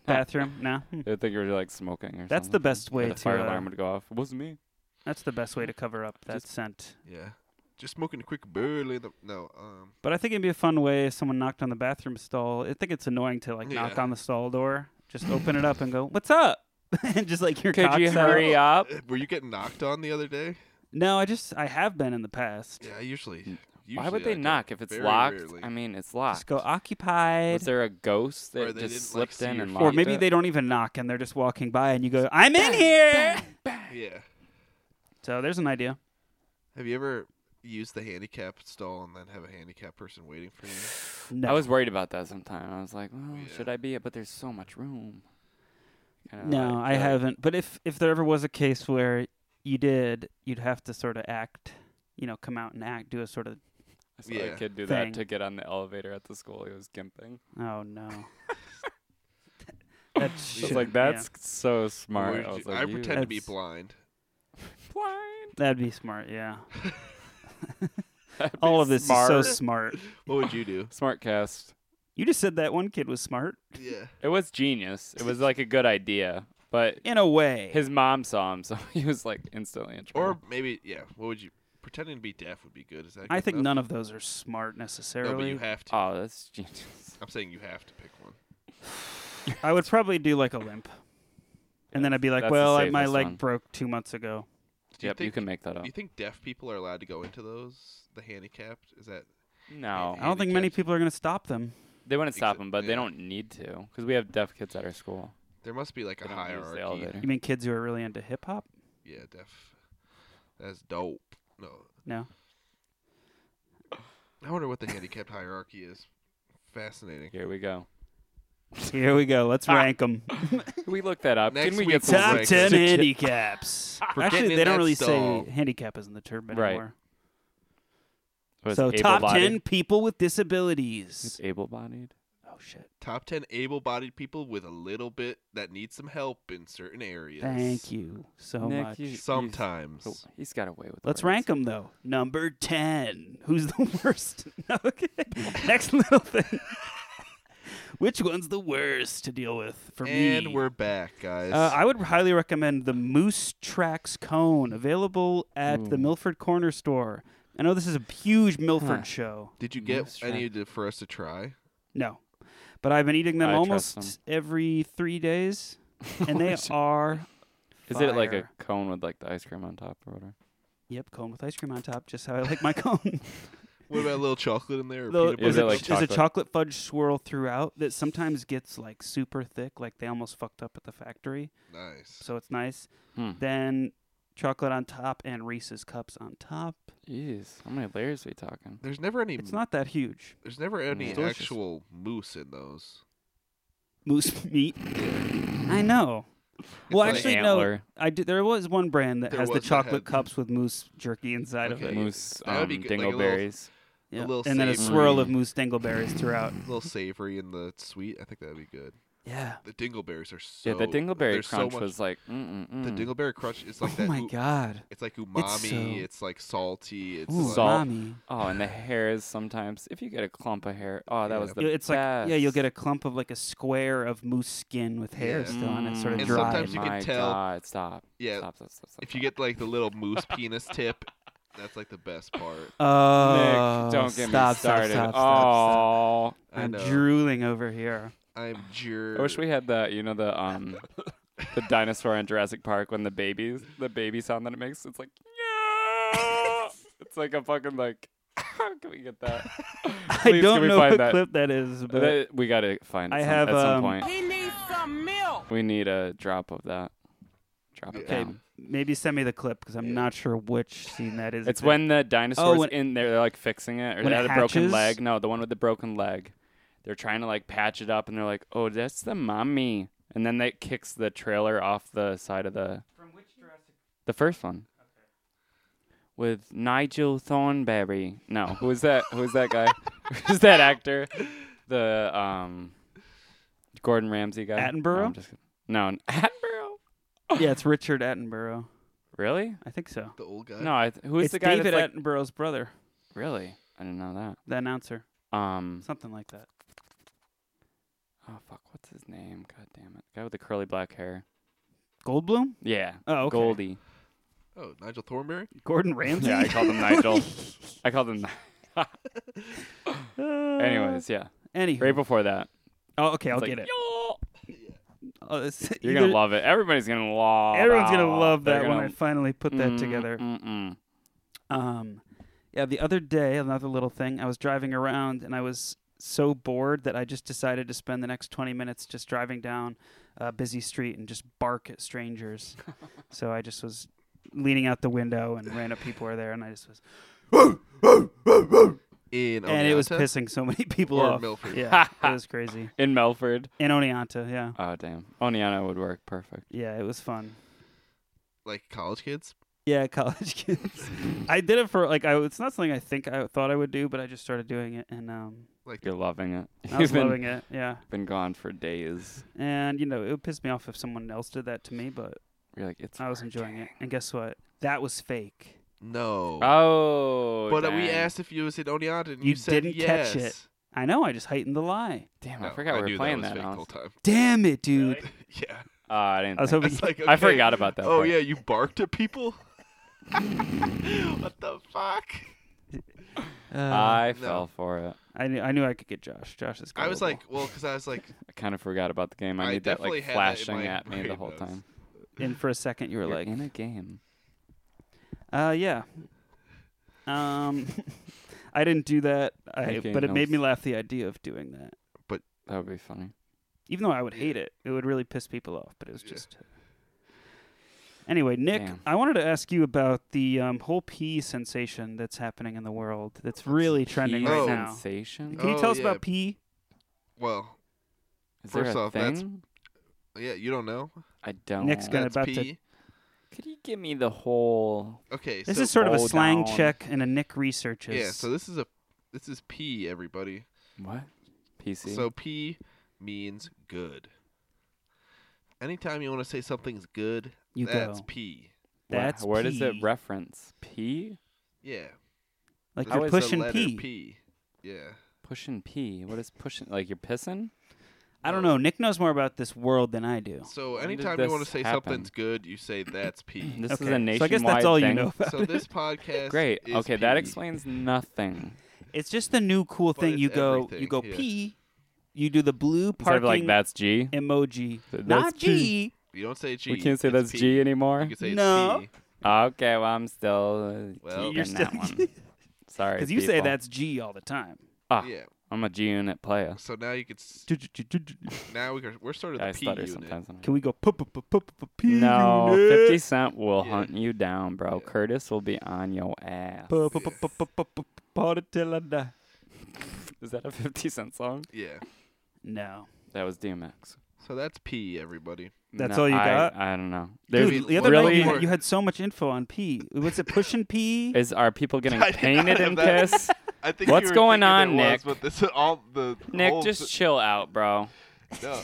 S1: bathroom. No. Hmm.
S2: They would think you were like smoking or something.
S1: That's the best
S2: Or
S1: way
S2: the
S1: to.
S2: fire
S1: uh,
S2: alarm would go off. It wasn't me.
S1: That's the best way to cover up that scent.
S3: Yeah. Just smoking a quick burl in the no. Um.
S1: But I think it'd be a fun way if someone knocked on the bathroom stall. I think it's annoying to like knock
S3: Yeah.
S1: on the stall door,
S2: *laughs*
S1: just open it up and go, "What's up?" *laughs* and just like your
S2: Could you
S1: cock's out.
S3: *laughs*
S2: hurry up?
S3: eh, Were you getting knocked on the other day?
S1: No, I just I have been in the past.
S3: Yeah, usually.
S2: Why
S3: usually
S2: would they
S3: I go
S2: knock if it's
S3: very
S2: locked?
S3: rarely.
S2: I mean, it's locked.
S1: Just go
S2: Was
S1: occupied.
S2: there a ghost
S3: Or
S2: that
S3: they
S2: just
S3: didn't, like,
S2: slipped
S3: see
S2: in
S3: your
S2: and
S3: face.
S1: or
S2: locked
S1: maybe
S2: it?
S1: they don't even knock and they're just walking by and you go, "I'm in here."
S3: Yeah.
S1: So there's an idea.
S3: Have you ever used the handicap stall and then have a handicap person waiting for you?
S1: No.
S2: I was worried about that sometime. I was like, well,
S3: Yeah.
S2: should I be it? But there's so much room. Kinda
S1: no,
S2: like,
S1: I
S2: uh,
S1: haven't. But if if there ever was a case where you did, you'd have to sort of act, you know, come out and act, do a sort of,
S2: I saw
S3: Yeah.
S2: a kid do that
S1: Thing.
S2: to get on the elevator at the school. He was gimping.
S1: "Oh
S2: *laughs*
S1: no." That
S2: I
S1: should,
S2: was like,
S1: yeah.
S2: that's so
S3: Or
S2: smart.
S3: did
S2: I
S3: you-
S2: was like,
S3: I
S2: you *laughs*
S3: pretend to be
S1: That's-
S3: blind.
S2: blind.
S1: That'd be smart,
S2: *laughs*
S1: yeah.
S2: That'd be
S1: All of this
S2: smart.
S1: is so smart.
S3: What would
S2: *laughs*
S3: you do?
S2: smart cast.
S1: You just said that one kid was smart
S3: yeah.
S2: It was genius. It was like a good idea, but
S1: in a way.
S2: his mom saw him, so *laughs* he was like instantly in trouble.
S3: Or maybe yeah. What would you? Pretending to be deaf would be good. Is that?
S1: I
S3: good
S1: think
S3: enough?
S1: none of those are smart
S3: No,
S1: necessarily.
S3: but you have to.
S2: Oh, that's genius.
S3: I'm saying you have to pick one.
S1: *laughs* I would probably do like a limp. And then I'd be like,
S2: That's the
S1: well, I, my
S2: safest
S1: leg
S2: one.
S1: broke two months ago.
S3: Do
S2: Yep, you
S3: think-
S2: can make that up.
S3: You think deaf people are allowed to go into those? The handicapped? Is that
S2: No,
S1: I don't think many
S3: Handicapped.
S1: people are going to stop them.
S2: they wouldn't stop
S3: Exa-
S2: them, but
S3: yeah.
S2: they don't need to because we have deaf kids at our school.
S3: there must be like
S2: They
S3: a
S2: don't use the elevator.
S3: hierarchy?
S1: You mean kids who are really into hip
S2: *laughs*
S1: hop?
S3: Yeah, deaf. That's dope. No,
S1: No.
S3: I wonder what the handicapped hierarchy is. Fascinating.
S2: Here we go.
S1: Here we go.
S2: Ah.
S1: Let's rank them.
S2: We looked that up.
S3: Next
S2: Can we
S3: week
S2: get some
S3: we'll
S1: Top
S3: rank
S2: links?
S1: 10
S3: 'em.
S1: handicaps.
S3: For
S1: Actually,
S3: getting in
S1: they don't
S3: that
S1: really
S3: stall.
S1: say handicap isn't the term
S2: Right.
S1: anymore.
S2: Was
S1: So, top
S2: able-bodied?
S1: 10 people with
S2: It's
S1: disabilities.
S2: able-bodied.
S1: Oh, shit.
S3: Top 10 able bodied people with a little bit that need some help in certain areas.
S1: Thank you so
S2: Nick,
S1: much.
S2: you-
S3: Sometimes.
S2: Oh, he's got away with.
S1: Let's
S2: words.
S1: rank them though. Number ten. Who's the *laughs* worst? No, okay. Next little thing. *laughs* Which one's the worst to deal with for me?
S3: and we're back, guys.
S1: Uh, I would highly recommend the Moose Tracks Cone, available at the
S2: Ooh.
S1: Milford Corner Store. I know this is a huge Milford
S2: Huh.
S1: show.
S3: Did you get
S2: Moose
S3: any to, for us to try?
S1: No, but I've been eating them
S2: I trust
S1: almost every three
S2: *laughs*
S1: days, and
S2: Oh,
S1: they are.
S2: Is it like a
S1: fire.
S2: cone with like the ice cream on top or whatever?
S1: Yep, cone with ice cream on top, just how I
S2: *laughs*
S1: like my *laughs* cone.
S3: What about a little chocolate in there? Or
S1: Though
S3: peanut
S1: there's
S2: Is
S3: butter?
S2: it
S1: a-
S2: like
S1: there's a
S2: chocolate?
S1: chocolate fudge swirl throughout that sometimes gets like super thick, like they almost fucked up at the factory.
S3: nice?
S1: So it's nice.
S2: Hmm.
S1: Then chocolate on top and Reese's cups on top.
S2: Jeez, how many layers are we talking?
S3: There's never any.
S1: It's not that huge.
S3: There's never any
S2: It's delicious.
S3: actual moose in those.
S1: Moose *laughs* meat. I
S3: Hmm.
S1: know. Well,
S3: like
S1: actually, no.
S2: antler.
S1: I did, there was one brand that
S3: There
S1: has the
S3: was that
S1: chocolate
S3: had-
S1: cups with moose jerky inside
S3: Okay.
S1: of it,
S2: Moose,
S3: That would
S2: um,
S3: be good, like a little-
S2: dingleberries.
S1: Yeah.
S3: little
S1: and then a
S3: savory.
S1: swirl of moose dingleberries throughout.
S3: A little savory in the sweet. I think that'd be good.
S1: Yeah.
S3: The dingleberries are so.
S2: yeah, the dingleberry
S3: there's so
S2: crunch
S3: much-
S2: was like. Mm-mm, mm.
S3: The dingleberry crunch is like
S1: oh
S3: that.
S1: my
S3: u-
S1: god.
S3: It's like umami. It's,
S1: so-
S3: like salty. It's
S1: Ooh,
S3: like,
S2: Salt.
S1: mommy.
S2: Oh, and the hairs sometimes. If you get a clump of hair, oh, that
S3: Yeah.
S2: was the
S1: Yeah, it's
S2: best.
S1: like yeah, you'll get a clump of like a square of moose skin with hair
S3: Yeah.
S1: still on it, sort of
S3: And
S1: dry.
S3: sometimes you can
S2: My
S3: tell-
S2: God, stop.
S3: Yeah,
S2: Stop, stop, stop, stop,
S3: if you
S2: stop.
S3: get like the little moose penis tip, that's like the
S1: *laughs*
S3: best part.
S1: oh,
S2: Nick, don't get
S1: stop,
S2: me started.
S1: Stop, stop, stop,
S2: oh,
S1: stop.
S3: I
S1: I'm
S3: know.
S1: drooling over here.
S3: I'm jur.
S2: I wish we had the you know the um the dinosaur in Jurassic Park when the babies the baby sound that it makes. It's like yeah. it's like a fucking like. *laughs* can we get that? *laughs* Please,
S1: *laughs* I
S2: can
S1: don't
S2: we
S1: know
S2: find
S1: what
S2: that? Uh,
S1: clip that is, but
S2: That- we gotta find.
S1: I
S2: some-
S1: have,
S2: at some
S1: um,
S2: point. He needs some milk. We need a drop of that. Drop it
S1: okay,
S2: down.
S1: maybe send me the clip because I'm not sure which scene that is.
S2: It's when the dinosaurs
S1: when-
S2: in there, they're like fixing it, or
S1: when
S2: they
S1: it
S2: had a broken
S1: hatches?
S2: leg. No, the one with the broken leg. They're trying to like patch it up, and they're like, "Oh, that's the mommy," and then that kicks the trailer off the side of the. From which Jurassic? The first one. With Nigel Thornberry. No, who was that? Who was
S1: *laughs*
S2: that
S3: *laughs*
S2: guy? *laughs* Who's that actor? The um, Gordon Ramsay guy. No,
S1: Attenborough?
S2: I'm just kidding. no *laughs* Attenborough.
S1: yeah, it's Richard Attenborough.
S2: Really?
S1: I think so.
S3: the old guy.
S2: No, I th- who is
S1: it's
S2: the guy
S1: David
S2: that's like
S1: Attenborough's brother,
S2: really? I didn't know
S1: the announcer,
S2: that. Um,
S1: something like that.
S2: Oh fuck, what's his name? God damn it. Guy with the curly black hair.
S1: Goldblum?
S2: Yeah.
S1: Oh, okay.
S2: Goldie.
S3: Oh, Nigel Thornberry.
S1: Gordon Ramsay.
S2: Yeah, I called him Nigel. *laughs* I called him Ni-
S1: *laughs* Uh,
S2: Anyways, yeah.
S1: anywho.
S2: Right before that.
S1: Oh, okay, I'll
S2: it's like,
S1: get it.
S2: "Yo!"
S1: Oh, it's *laughs*
S2: You're
S1: either-
S2: gonna love it. Everybody's gonna love
S1: Everyone's gonna love
S2: They're
S1: that when I
S2: gonna-
S1: finally put that
S2: Mm,
S1: together.
S2: Mm-mm.
S1: Um, yeah, the other day, another little thing. I was driving around and I was so bored that I just decided to spend the next 20 minutes just driving down a busy street and just bark at
S2: *laughs*
S1: strangers. so I just was leaning out the window and random people were there and I just was,
S3: In
S1: and it was
S3: Oneonta?
S1: pissing so many *laughs* people
S3: Or
S1: off.
S3: Milford.
S1: Yeah,
S2: *laughs*
S1: it was crazy.
S2: In Melford.
S1: In Oneonta, yeah,
S2: Oh damn. Oniana would work perfect.
S1: yeah, it was fun.
S3: Like college kids.
S1: Yeah, *laughs* college kids. I did it for like I. It's not something I think I thought I would do, but I just started doing it, and um,
S3: Like
S2: You're loving it. *laughs*
S1: I was
S2: You've been,
S1: loving it. Yeah,
S2: been gone for days.
S1: and you know it would piss me off if someone else did that to me, but
S2: You're like, it's
S1: I was enjoying it. And guess what? That was fake.
S3: no.
S2: Oh
S3: but uh, we
S2: dang.
S3: asked if you was in Oneonta, and
S1: You
S3: you, said
S1: didn't
S3: yes.
S1: catch it. I know. I just heightened the lie.
S2: Damn,
S3: No,
S2: I forgot we
S3: knew
S2: were playing
S3: that.
S2: that.
S3: Was fake the
S2: now.
S3: whole time.
S1: Damn it, dude.
S3: *laughs* yeah.
S2: Oh, I
S1: *laughs*
S2: didn't
S1: I was
S2: think- *laughs*
S1: hoping. *laughs*
S3: It's like
S2: I
S3: okay,
S2: forgot about that.
S3: Oh
S2: part.
S3: yeah, you barked
S2: *laughs*
S3: at people. what the fuck?
S1: Uh,
S2: I
S3: No.
S2: fell for it.
S1: I knew I knew I could get Josh. Josh is.
S3: I was
S1: gullible.
S3: like, well, because I was like,
S2: I kind of forgot about the game. I,
S3: I
S2: need that
S3: definitely
S2: like
S3: had that in
S2: flashing
S3: my
S2: at me the
S3: brain
S2: whole
S3: notes.
S2: time.
S1: and for a second you were
S2: You're
S1: like,
S2: in a game.
S1: uh, yeah. Um, *laughs* I didn't do that. I
S2: Okay,
S1: but it
S2: no.
S1: made me laugh the idea of doing that.
S2: That would be funny.
S1: Even though I would hate it, it would really piss people off. But it was just. uh, Anyway, Nick,
S2: Damn.
S1: I wanted to ask you about the um, whole pee sensation that's happening in the world. That's really trending
S2: Pee
S1: right
S3: Oh.
S1: now.
S2: Sensation.
S1: Can you
S3: Oh,
S1: tell us
S3: yeah.
S1: about pee?
S3: well,
S2: Is there
S3: First
S2: a
S3: off, that's-
S2: thing?
S3: yeah, you don't know.
S2: I don't.
S1: Nick's gonna-
S3: That's
S1: about
S3: P.
S1: to-
S2: Could you give me the whole?
S3: Okay,
S1: This
S3: so
S1: is sort of a
S2: Slow
S1: slang
S2: down.
S1: check and a Nick researches.
S3: yeah. So this is a this is P. Everybody.
S2: What? PC.
S3: So P means good. Anytime you want to say something's good,
S1: You
S3: that's
S1: go.
S3: P.
S2: Wha-
S1: that's
S2: Where does it
S1: P.
S2: reference? P.
S3: Yeah.
S1: like
S3: That's
S1: you're
S3: always the
S1: pushing
S3: letter
S1: pee.
S3: P. Yeah.
S2: Pushing P. What is pushing? Like you're pissing?
S1: I don't know. Nick knows more about this world than I do.
S3: So
S2: When did
S3: anytime you want
S2: this
S3: to say
S2: happen?
S3: something's good, you say that's
S1: *clears throat*
S3: P.
S2: This is
S1: Okay,
S2: a nationwide
S1: so I guess that's all
S2: thing.
S1: you know about *laughs*
S3: so
S1: it.
S3: this podcast.
S2: Great.
S3: is
S2: Okay, that
S3: P.
S2: explains nothing.
S1: It's just the new cool
S3: But
S1: thing.
S3: it's
S1: You go, you
S3: everything,
S1: go
S3: yeah.
S1: pee. You do the blue
S2: Instead
S1: parking
S2: of like that's G.
S1: emoji,
S2: Th-
S1: not
S2: that's P.
S1: G.
S3: You don't say G.
S2: We can't say
S3: it's
S2: that's
S3: P.
S2: G
S3: You
S2: anymore.
S3: can say
S1: No.
S3: it's P.
S2: Okay, well I'm still uh,
S3: Well,
S2: keeping
S1: You're
S2: that
S1: still- *laughs*
S2: one. Sorry,
S1: because you say
S2: people.
S1: that's G all the time.
S2: Ah,
S3: Yeah.
S2: I'm a G unit player.
S3: So now you could. s-
S1: Can
S3: Now we can, we're sort of the
S2: I
S3: P
S2: stutter
S3: unit.
S2: sometimes.
S1: we go pu- pu- pu- pu- pu- pu- pee?
S2: No,
S1: unit?
S2: Fifty Cent will
S3: Yeah.
S2: hunt you down, bro. Curtis will be on your ass.
S1: Pu- pu- pu- pu- pu- pu- pu- party till I die.
S2: Is that a Fifty Cent song?
S3: Yeah.
S1: No,
S2: That was DMX.
S3: So that's P. Everybody.
S1: That's
S2: No,
S1: all you
S2: I-
S1: got?
S2: I don't know. There's
S1: dude. The other night
S2: really
S1: you had, you had so much info on pee. What's *laughs* it pushing pee?
S2: is are people *laughs* getting
S3: I did not
S2: painted
S3: have
S2: in *laughs*
S3: that.
S2: piss?
S3: I think
S2: What's
S3: you were
S2: going
S3: thinking
S2: on,
S3: it
S2: Nick?
S3: Was, but this all the
S2: Nick,
S3: whole
S2: just
S3: s-
S2: chill out, bro. *laughs*
S3: no.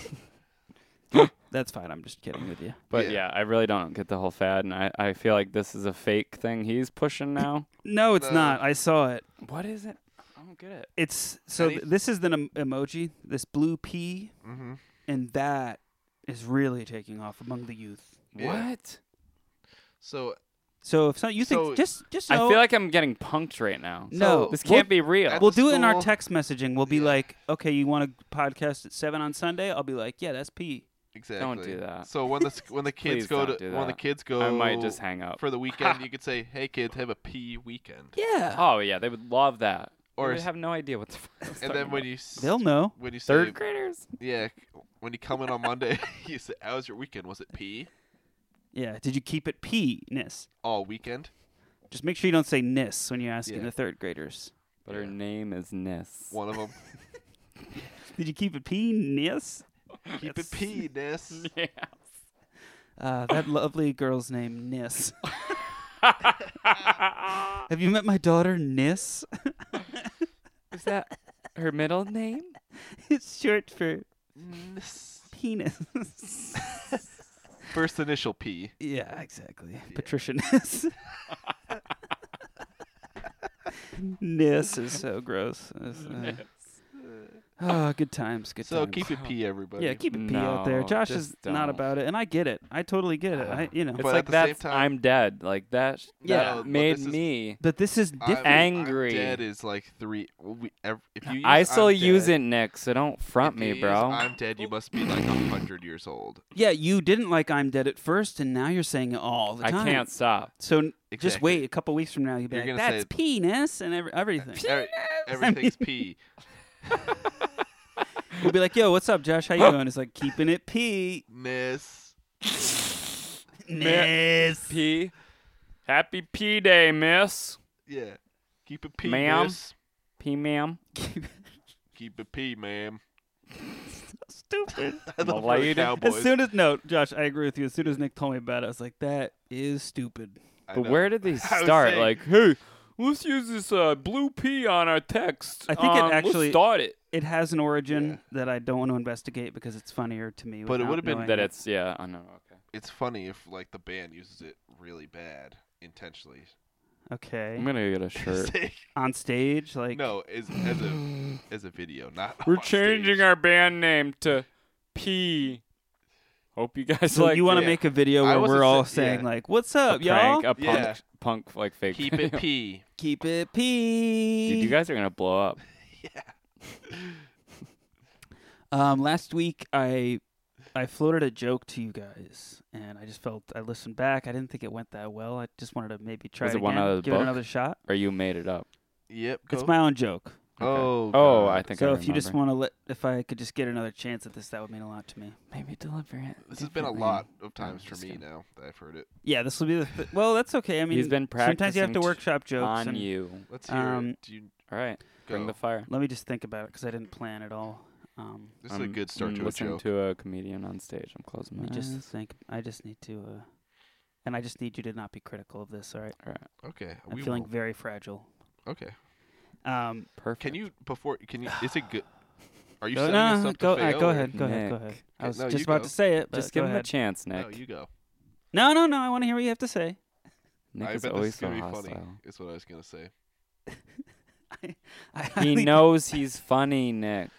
S1: That's fine. I'm just kidding with you.
S2: But
S3: Yeah.
S2: yeah, I really don't get the whole fad, and I, I feel like this is a fake thing he's pushing now.
S1: No, it's
S3: No.
S1: not. I saw it.
S2: *coughs* what is it? I don't get it.
S1: It's so
S3: Any-
S1: th- this is the em- emoji, this blue pea,
S3: Mm-hmm.
S1: and that is really taking off among the youth.
S3: Yeah.
S2: What?
S3: So
S1: So if so, you think
S3: So-
S1: just just
S2: I
S1: know-
S2: feel like I'm getting punked right now.
S1: no,
S3: so
S2: This
S1: We'll-
S2: can't be real.
S3: at
S1: We'll
S3: the
S1: do it in our
S3: school-
S1: text messaging. We'll be
S3: Yeah.
S1: like, okay, you want a podcast at seven on Sunday? I'll be like, yeah, that's P.
S3: exactly.
S2: do that.
S3: So when the s- when the kids
S2: Please
S3: go
S2: don't
S3: to
S2: do
S3: when the
S2: that.
S3: kids go
S2: I might just hang up.
S3: for
S2: *laughs*
S3: the weekend, you could say, "Hey kids, have a P weekend."
S1: Yeah,
S2: Oh yeah, they would love that. Or
S3: Or
S2: they
S3: s-
S2: would have no idea what the. Fuck I was
S3: And
S2: talking
S3: then when
S2: about.
S3: you s-
S1: they'll know.
S3: when you say
S2: third graders,
S3: yeah, c- when you come in on Monday, *laughs* you say, "How was your weekend? Was it P
S1: Yeah, did you keep it P ness?
S3: all weekend?"
S1: Just make sure you don't say nis when you're asking
S3: Yeah.
S1: the third graders.
S2: but her name is Nis. *laughs*
S3: One of them,
S1: Did you keep it P nis?
S3: keep it P,
S2: *laughs*
S3: Ness.
S2: Yeah.
S1: Uh,
S3: *laughs*
S1: that lovely girl's name Nis. Have you met my daughter Nis?
S2: Is that her middle name?
S1: *laughs* it's short for
S3: Ness.
S1: penis.
S3: *laughs* First initial P.
S1: yeah, exactly. Patricia
S2: *laughs*
S1: Niss. Niss is so gross. It's, uh, oh, good times, good
S3: So
S1: times.
S3: keep it P, everybody.
S1: yeah, keep it pee out there.
S2: No,
S1: Josh is
S2: just
S1: not
S2: don't. Ah.
S1: about it, and I get it. I totally get it. I, you know,
S2: It's
S3: But at
S2: like
S3: the same
S2: that's
S3: time-
S2: I'm dead. Like that. sh-
S1: Yeah.
S3: No,
S2: that
S3: but
S2: made
S3: this is-
S2: me.
S1: but this is
S3: I'm-
S1: different.
S3: I'm
S2: Angry.
S3: dead is like three. We, ev if you use
S2: I still
S3: I'm
S2: use
S3: dead,
S2: it, Nick. So don't front
S3: if
S2: me,
S3: you use
S2: bro.
S3: I'm dead. You must be
S2: *laughs*
S3: like a hundred years old.
S1: yeah, you didn't like I'm dead at first, and now you're saying it all the
S2: I
S1: time.
S2: can't stop.
S1: *laughs* So n- just
S3: Exactly.
S1: wait a couple weeks from now. You'll be
S3: You're
S1: like,
S3: gonna say
S1: that's
S3: it-
S1: penis and every, everything.
S3: *laughs* Every- everything's P.
S1: we'll be like, yo, what's up, Josh? How you doing? It's like keeping it P.
S3: Miss.
S1: Miss. *laughs*
S2: P. Happy P Day, Miss.
S3: Yeah. Keep it P,
S2: Ma'am?
S3: miss.
S2: P, ma'am.
S3: Keep it P, ma'am.
S1: Stupid.
S3: I *laughs* love
S2: Malay *laughs*
S3: the
S2: dude.
S3: Cowboys.
S1: As soon as no, Josh, I agree with you. As soon as Nick told me about it, I was like, that is stupid.
S3: I
S2: But
S3: know. *laughs*
S2: where did they
S3: I was
S2: start?
S3: saying-
S2: like, hey, let's use this uh, blue P on our text.
S1: I think it
S2: Um, let's
S1: actually-
S2: start it.
S1: It has an origin that I don't want to investigate because it's funnier to me.
S3: But it
S1: without
S3: would've been
S1: knowing
S2: That
S1: it.
S2: it's yeah. I know. Okay.
S3: it's funny if like the band uses it really bad intentionally. *laughs*
S1: okay
S2: I'm gonna get
S1: *laughs*
S2: a shirt.
S3: Say-
S1: on stage, like
S3: no, as as
S1: *gasps*
S3: a as a video, not.
S2: We're
S3: on
S2: changing
S3: stage.
S2: our band name to P. Hope you guys
S1: So
S2: like
S1: you want to
S3: yeah.
S1: make a video
S3: I
S1: where
S3: wasn't
S1: we're all
S3: say-
S1: saying
S3: yeah.
S1: like, "What's up,
S2: a
S1: y'all?
S2: prank, a punk,
S3: Yeah.
S2: punk like fake. *laughs*
S3: Keep it P. *laughs*
S1: Keep it P."
S2: Dude, you guys are gonna blow up.
S3: yeah.
S1: *laughs* Um, last week I I floated a joke to you guys, and I just felt I listened back. I didn't think it went that well. I just wanted to maybe try
S2: Was
S1: it
S2: it one
S1: again,
S2: out of the
S1: give it
S2: book?
S1: another shot.
S2: Or you made it up.
S7: Yep.
S1: It's my own joke.
S7: Oh.
S2: Oh,
S7: God.
S2: I think I
S1: so if you just
S2: remember.
S1: want to let, if I could just get another chance at this, that would mean a lot to me.
S2: maybe deliver it.
S3: This has been a
S2: differently.
S3: lot of times for
S2: just
S3: me
S2: kidding.
S3: now that I've heard it.
S1: Yeah, this will be the. *laughs* Th- well, that's okay. I mean,
S2: He's been
S1: sometimes you have
S2: practicing
S1: to
S2: t-
S1: workshop jokes.
S2: on
S1: and
S2: you.
S3: *laughs* Let's hear
S1: Um,
S3: it. Do you,
S2: All right, bring
S3: Go.
S2: the fire.
S1: Let me just think about it because I didn't plan at all. Um,
S3: this is a good start
S2: I'm
S3: to a
S2: listening
S3: joke.
S2: to a comedian on stage. I'm closing
S1: let
S2: my
S1: me just
S2: eyes.
S1: think. I just need to, uh, and I just need you to not be critical of this. All right,
S3: okay,
S1: I'm
S3: we
S1: feeling
S3: will.
S1: very fragile.
S3: Okay,
S1: Um,
S2: Perfect.
S3: can you before? Can you? Is it good?
S1: *sighs*
S3: Are you
S1: go,
S3: setting
S1: no,
S3: us
S1: no,
S3: up
S1: go,
S3: to
S1: all right,
S3: fail,
S1: go
S3: or-
S1: ahead, go ahead, go
S2: Nick.
S1: ahead. I
S3: Okay,
S1: was
S3: no,
S1: just
S3: you
S1: about
S3: go.
S1: to say it, but
S2: just give
S1: go
S2: him a
S1: ahead.
S2: chance, Nick?
S3: No, you go.
S1: No, no, no. I want to hear what you have to say.
S2: Nick
S3: I
S2: is
S3: bet this
S2: always
S3: is
S2: so
S3: gonna be
S2: hostile.
S3: funny.
S1: *laughs*
S3: Is what I was gonna say.
S1: I *laughs*
S2: He
S1: highly-
S2: knows he's
S1: *laughs*
S2: funny, Nick.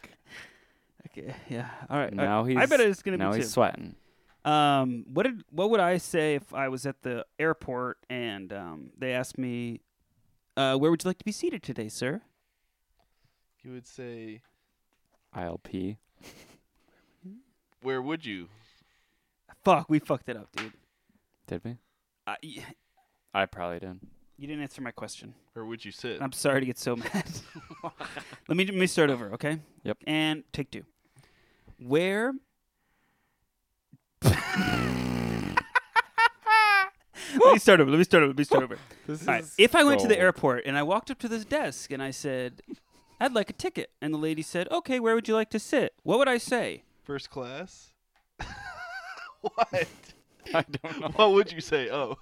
S1: Okay, yeah. All right. all right.
S2: Now he's
S1: I bet it's gonna
S2: now
S1: be
S2: he's
S1: two.
S2: sweating.
S1: Um, what did what would I say if I was at the airport and um, they asked me, uh, "Where would you like to be seated today, sir?"
S3: You would say,
S2: ILP.
S3: "Where would you?"
S1: Fuck, we fucked it up, dude.
S2: Did we?
S1: I, y-
S2: I probably did.
S1: you didn't answer my question.
S3: Where would you sit?
S1: I'm sorry to get so *laughs* mad. let me let me start over, okay?
S2: Yep.
S1: And take two. Where? *laughs* let me start over. Let me start over. Let me start over.
S2: This
S1: All right. If I went to the airport and I walked up to this desk and I said, "I'd like a ticket," and the lady said, "Okay, where would you like to sit?" What would I say?
S3: First class. *laughs* what?
S2: *laughs* I don't know.
S3: What would you say? Oh.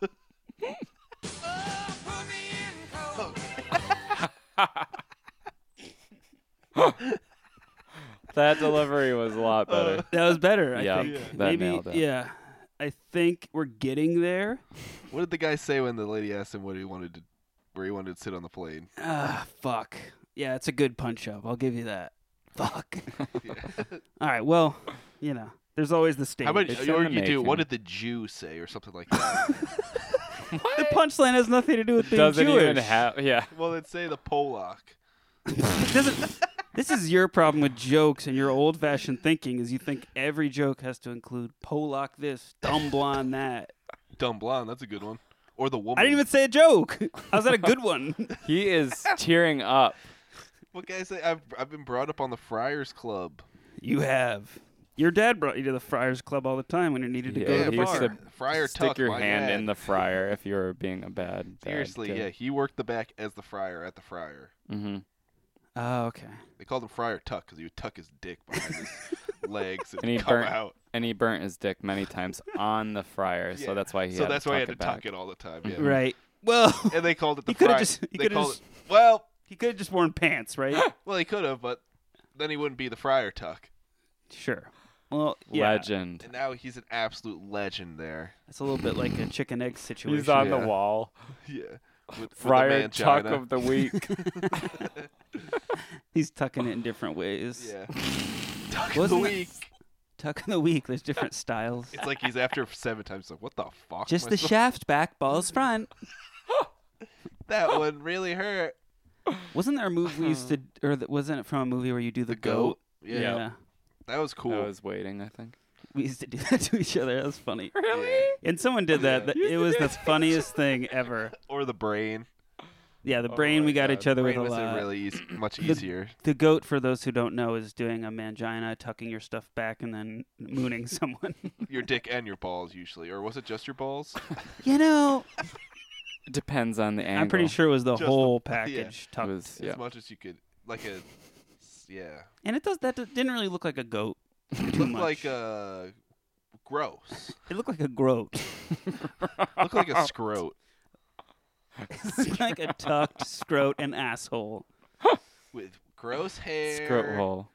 S2: That delivery was a lot better.
S1: That was better. Uh, I
S2: Yeah,
S1: think.
S2: that
S1: Maybe.
S2: nailed it.
S1: Yeah. I think we're getting there.
S3: What did the guy say when the lady asked him what he wanted to, where he wanted to sit on the plane?
S1: Ah, fuck. Yeah, it's a good punch up. I'll give you that.
S2: *laughs*
S1: Fuck. All right. Well, you know, there's always the stage.
S3: How about
S2: It's
S3: you- or
S2: in the
S3: you do? What
S2: making.
S3: did the Jew say, or something like that?
S1: the punchline has nothing to do with being
S2: Doesn't
S1: Jewish.
S2: even have. Yeah.
S3: well, let's say the Polak.
S1: It doesn't- This is your problem with jokes and your old-fashioned thinking is you think every joke has to include Polak this, dumb blonde that.
S3: Dumb blonde. That's a good one. Or the woman.
S1: I didn't even say a joke. How's that a good one?
S2: *laughs*
S1: *laughs*
S2: He is tearing up.
S3: What guy say? I've I've been brought up on the Friars Club.
S1: you have. Your dad brought you to the Friars Club all the time when you needed to
S2: Yeah,
S1: go to
S2: he
S1: the
S2: used
S1: bar.
S2: to
S3: Friar
S2: Stick
S3: Tuck,
S2: your
S3: my
S2: hand
S3: dad.
S2: in the fryer if you're being a bad.
S3: Seriously, yeah, he worked the back as the friar at the friar.
S2: Mm-hmm.
S1: Oh, okay.
S3: They called him Friar Tuck because he would tuck his dick behind
S2: *laughs*
S3: his legs and,
S2: And he
S3: come
S2: burnt-
S3: out.
S2: And he burnt his dick
S3: *laughs*
S2: many times on the fryer,
S3: Yeah.
S2: so that's why he.
S3: So
S2: had
S3: that's
S2: to
S3: why he
S2: tuck
S3: had to tuck
S2: back.
S3: it all
S2: *laughs*
S3: the time. Yeah.
S1: Right. Well, *laughs*
S3: And they called it the
S1: He coulda
S3: Friar.
S1: just- he
S3: they
S1: coulda
S3: called
S1: just-
S3: it, well,
S1: he could have just worn pants, right?
S2: *laughs*
S3: well, he could have, but then he wouldn't be the Friar Tuck.
S1: sure. Well, yeah.
S2: Legend.
S3: And now he's an absolute legend there. *laughs*
S1: It's a little bit like a chicken egg situation.
S2: He's on the
S3: Yeah.
S2: wall.
S3: Yeah. With- With,
S2: Friar Tuck
S3: mangina.
S2: of the week.
S1: *laughs* He's tucking it in different ways.
S2: *laughs*
S3: *laughs* Yeah. Tuck of the
S1: Wasn't it-
S3: week.
S1: Tucking the week. There's different styles.
S3: It's like he's after seven times. Like, what the fuck?
S1: Just
S3: My
S1: the
S3: son-
S1: shaft back, balls front.
S3: *laughs* That one really hurt.
S1: Wasn't there a move we *laughs* used to, or th- wasn't it from a movie where you do the, goat?
S3: Yeah. That was cool.
S2: I was waiting. I think.
S1: We used to do *laughs* that to each other. That was *laughs* funny.
S3: Really?
S1: And someone did that. That- It was the funniest thing ever.
S3: Or the brain.
S1: Yeah, the
S2: Oh
S1: brain
S2: my
S1: we got
S2: God.
S1: each other
S3: brain
S1: with a
S3: was
S1: lot.
S3: really
S1: *clears throat*
S3: easy, much
S1: uh, The-
S3: easier.
S1: The goat, for those who don't know, is doing a mangina, tucking your stuff back, and then mooning *laughs* someone.
S3: your dick and your balls usually, or was it just
S1: *laughs*
S3: your balls?
S1: you know,
S2: Depends on the angle.
S1: I'm pretty sure it was the
S3: Just the-
S1: whole
S3: yeah.
S1: package
S2: It
S1: tucked.
S2: was, yeah.
S3: As much as you could, like a, s- yeah,
S1: And it does that d- didn't really look like a goat. *clears throat* Too
S2: *laughs*
S3: looked
S1: much.
S3: like a gross,
S1: It looked like a groat. *laughs*
S3: looked like a scrote.
S1: It's like a tucked scrote and asshole.
S3: with gross hair,
S2: Scrot hole.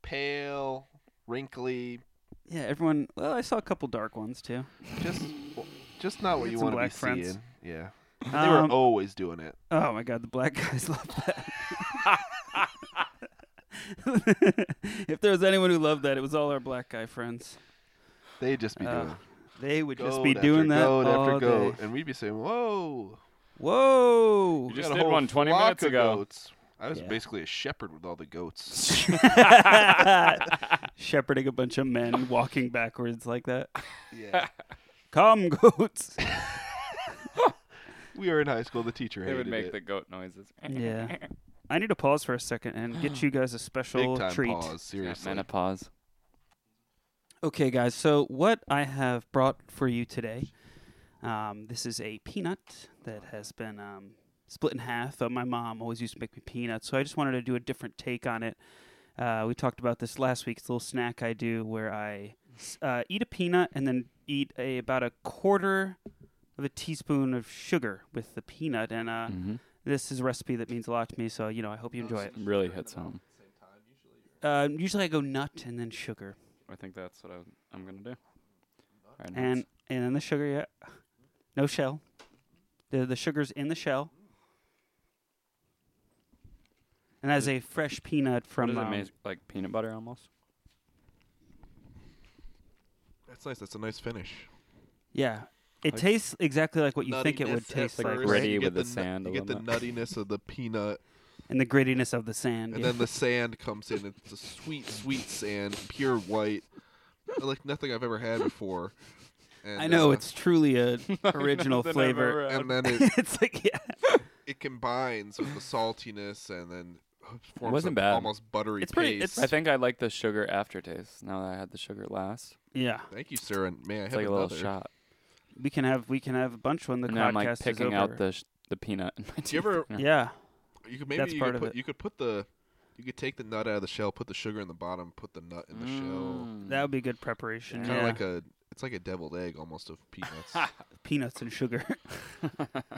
S3: pale, wrinkly,
S1: Yeah, everyone. Well, I saw a couple dark ones too.
S3: just well, just not what
S1: Had
S3: you
S1: some
S3: want to be
S1: black friends.
S3: seeing. Yeah, they
S1: Um,
S3: were always doing it.
S1: Oh my god, the black *laughs* guys love
S3: *laughs*
S1: that. if there was anyone who loved that, it was all our black guy friends.
S3: They'd just be
S1: uh,
S3: doing
S1: They would just
S3: goat
S1: be
S3: after
S1: doing that
S3: goat
S1: all
S3: after goat,
S1: day.
S3: and we'd be saying, "Whoa,
S1: Whoa!
S2: just
S3: got a
S2: did
S3: whole
S2: one 20
S3: flock
S2: minutes
S3: of
S2: ago.
S3: goats." I was
S1: Yeah.
S3: basically a shepherd with all the
S2: *laughs*
S3: goats.
S1: *laughs*
S3: *laughs*
S1: Shepherding a bunch of men walking backwards like that.
S3: yeah.
S1: Come, goats.
S3: *laughs* We were in high school. The teacher
S2: They
S3: hated
S2: would make
S3: it.
S2: the goat noises. *laughs*
S1: yeah. I need to pause for a second and get you guys a special
S3: big time
S1: treat.
S3: pause. Seriously.
S2: Menopause.
S1: Okay, guys. So what I have brought for you today, um, this is a peanut that has been um, split in half. Uh, my mom always used to make me peanuts, so I just wanted to do a different take on it. Uh, we talked about this last week. It's a little snack I do where I s- uh, eat a peanut and then eat a, about a quarter of a teaspoon of sugar with the peanut. And uh,
S2: Mm.
S3: Mm-hmm.
S1: this is a recipe that means a lot to me. So you know, I hope you enjoy it.
S2: Really hits home.
S1: Uh, usually, I go nut and then sugar.
S2: I think that's what I, I'm gonna do. Right now
S1: and and then the sugar yeah no shell the the sugar's in the shell and that's a fresh peanut
S2: What
S1: from
S2: is it
S1: um,
S2: mas- like peanut butter almost? *laughs*
S3: That's nice. That's a nice finish.
S1: yeah it
S2: Like-
S1: tastes exactly like what you think it would
S3: Nuttiness at
S1: taste like
S3: first,
S1: right?
S2: gritty
S3: you get
S2: with the
S3: nu-
S2: sand a
S3: You get the
S2: little
S3: nuttiness of the peanut,
S1: and the grittiness of the sand
S3: and
S1: yeah.
S3: then the sand comes in. It's a sweet, sweet sand, pure white, like nothing I've ever had before. And,
S1: i know
S3: uh,
S1: it's truly a *laughs* *laughs* original flavor
S3: And
S1: *laughs*
S3: then it,
S1: it's like yeah
S3: it combines with the saltiness, and then uh, forms
S2: wasn't
S3: a
S2: bad.
S3: almost buttery
S1: It's pretty-
S3: paste.
S2: I think I like the sugar aftertaste. Now that I had the sugar last,
S1: yeah
S3: Thank you, sir. And may I
S2: it's
S3: have
S2: like a
S3: another?
S2: little shot.
S1: we can have we can have a bunch when the
S2: and
S1: podcast
S2: now I'm like
S1: is
S2: picking
S1: over
S2: out the sh- the peanut. In my teeth
S3: Do
S2: *laughs*
S3: you ever?
S2: right now.
S1: yeah
S3: You could maybe
S1: That's
S3: you
S1: part
S3: could
S1: of
S3: put
S1: it.
S3: you could put the you could take the nut out of the shell, put the sugar in the bottom, put the nut in the shell.
S2: Mm.
S1: that would be good preparation
S3: Kind of
S1: yeah.
S3: like a it's like a deviled egg almost of
S1: *laughs*
S3: peanuts.
S1: peanuts and sugar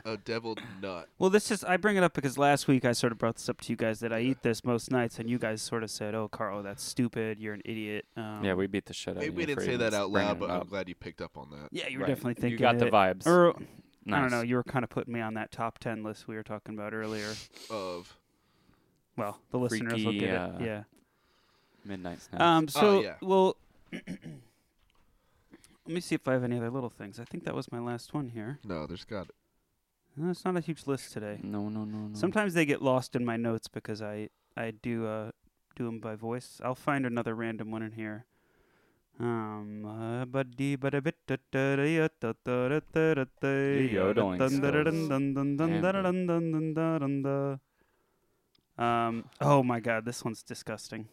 S3: a deviled nut.
S1: Well, this is I bring it up because last week I sort of brought this up to you guys that I eat this most nights, and you guys sort of said, "Oh, Carl, that's stupid. You're an idiot." Um,
S2: *laughs* Yeah, we beat the shit out.
S3: Maybe
S2: of
S3: we
S2: you
S3: didn't
S2: for
S3: say
S2: even
S3: that out
S2: bringing
S3: loud,
S2: it
S3: but I'm
S2: up.
S3: glad you picked up on that.
S1: yeah, you were
S2: Right.
S1: definitely thinking
S2: you got the
S1: it.
S2: vibes.
S1: Or I
S2: Nice.
S1: don't know, you were kind of putting me on that top ten list we were talking about earlier.
S3: Of
S1: Well, the listeners will
S2: Freaky,
S1: get
S2: uh,
S1: it. Yeah.
S2: Midnight snacks.
S1: Um. So
S3: yeah.
S1: well, *clears throat* let me see if I have any other little things. I think that was my last one here.
S3: no, there's got *laughs* it.
S1: No, it's not a huge list today.
S2: no, no, no, no.
S1: Sometimes they get lost in my notes because I I do uh do them by voice. I'll find another random one in here. Um, uh, buddy, buddy, bit, da, da, da, ya, da, da, da, da, da, da, ya, da,
S2: yodeling
S1: dun, da, da, dun,
S2: skills.
S1: dun, dun, dun, da, da, dun, dun, dun, da, dun, da. Um. Oh my God, this one's disgusting.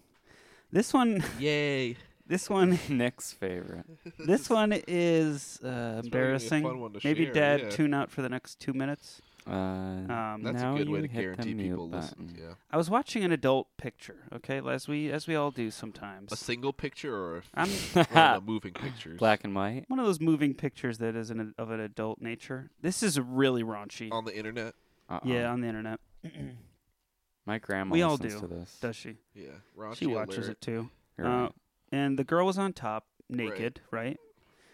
S1: This one, *laughs*
S3: Yay!
S1: this one,
S2: *laughs* Nick's favorite.
S1: this one is uh, embarrassing.
S3: fun one to
S1: Maybe
S3: share,
S1: Dad,
S3: yeah.
S1: tune out for the next two minutes.
S2: Uh,
S1: Um,
S3: That's
S2: now
S3: a good
S2: you
S3: way to
S2: hit the
S3: guarantee
S2: mute
S3: people listen.
S2: button.
S3: Yeah.
S1: I was watching an adult picture, okay, as we as we all do sometimes.
S3: A single picture or
S1: *laughs*
S3: a
S2: *laughs*
S1: I'm
S3: one of the moving pictures.
S2: Black and white.
S1: one of those moving pictures that is an, of an adult nature. This is really raunchy.
S3: on the internet.
S2: Uh-uh.
S1: yeah, on the internet,
S2: My grandma
S1: We all do.
S2: listens to this.
S1: does she?
S3: Yeah. Raunchy
S1: she watches
S3: alert,
S1: it too.
S2: You're
S1: Uh,
S2: right. *laughs*
S1: And the girl was on top, naked, right?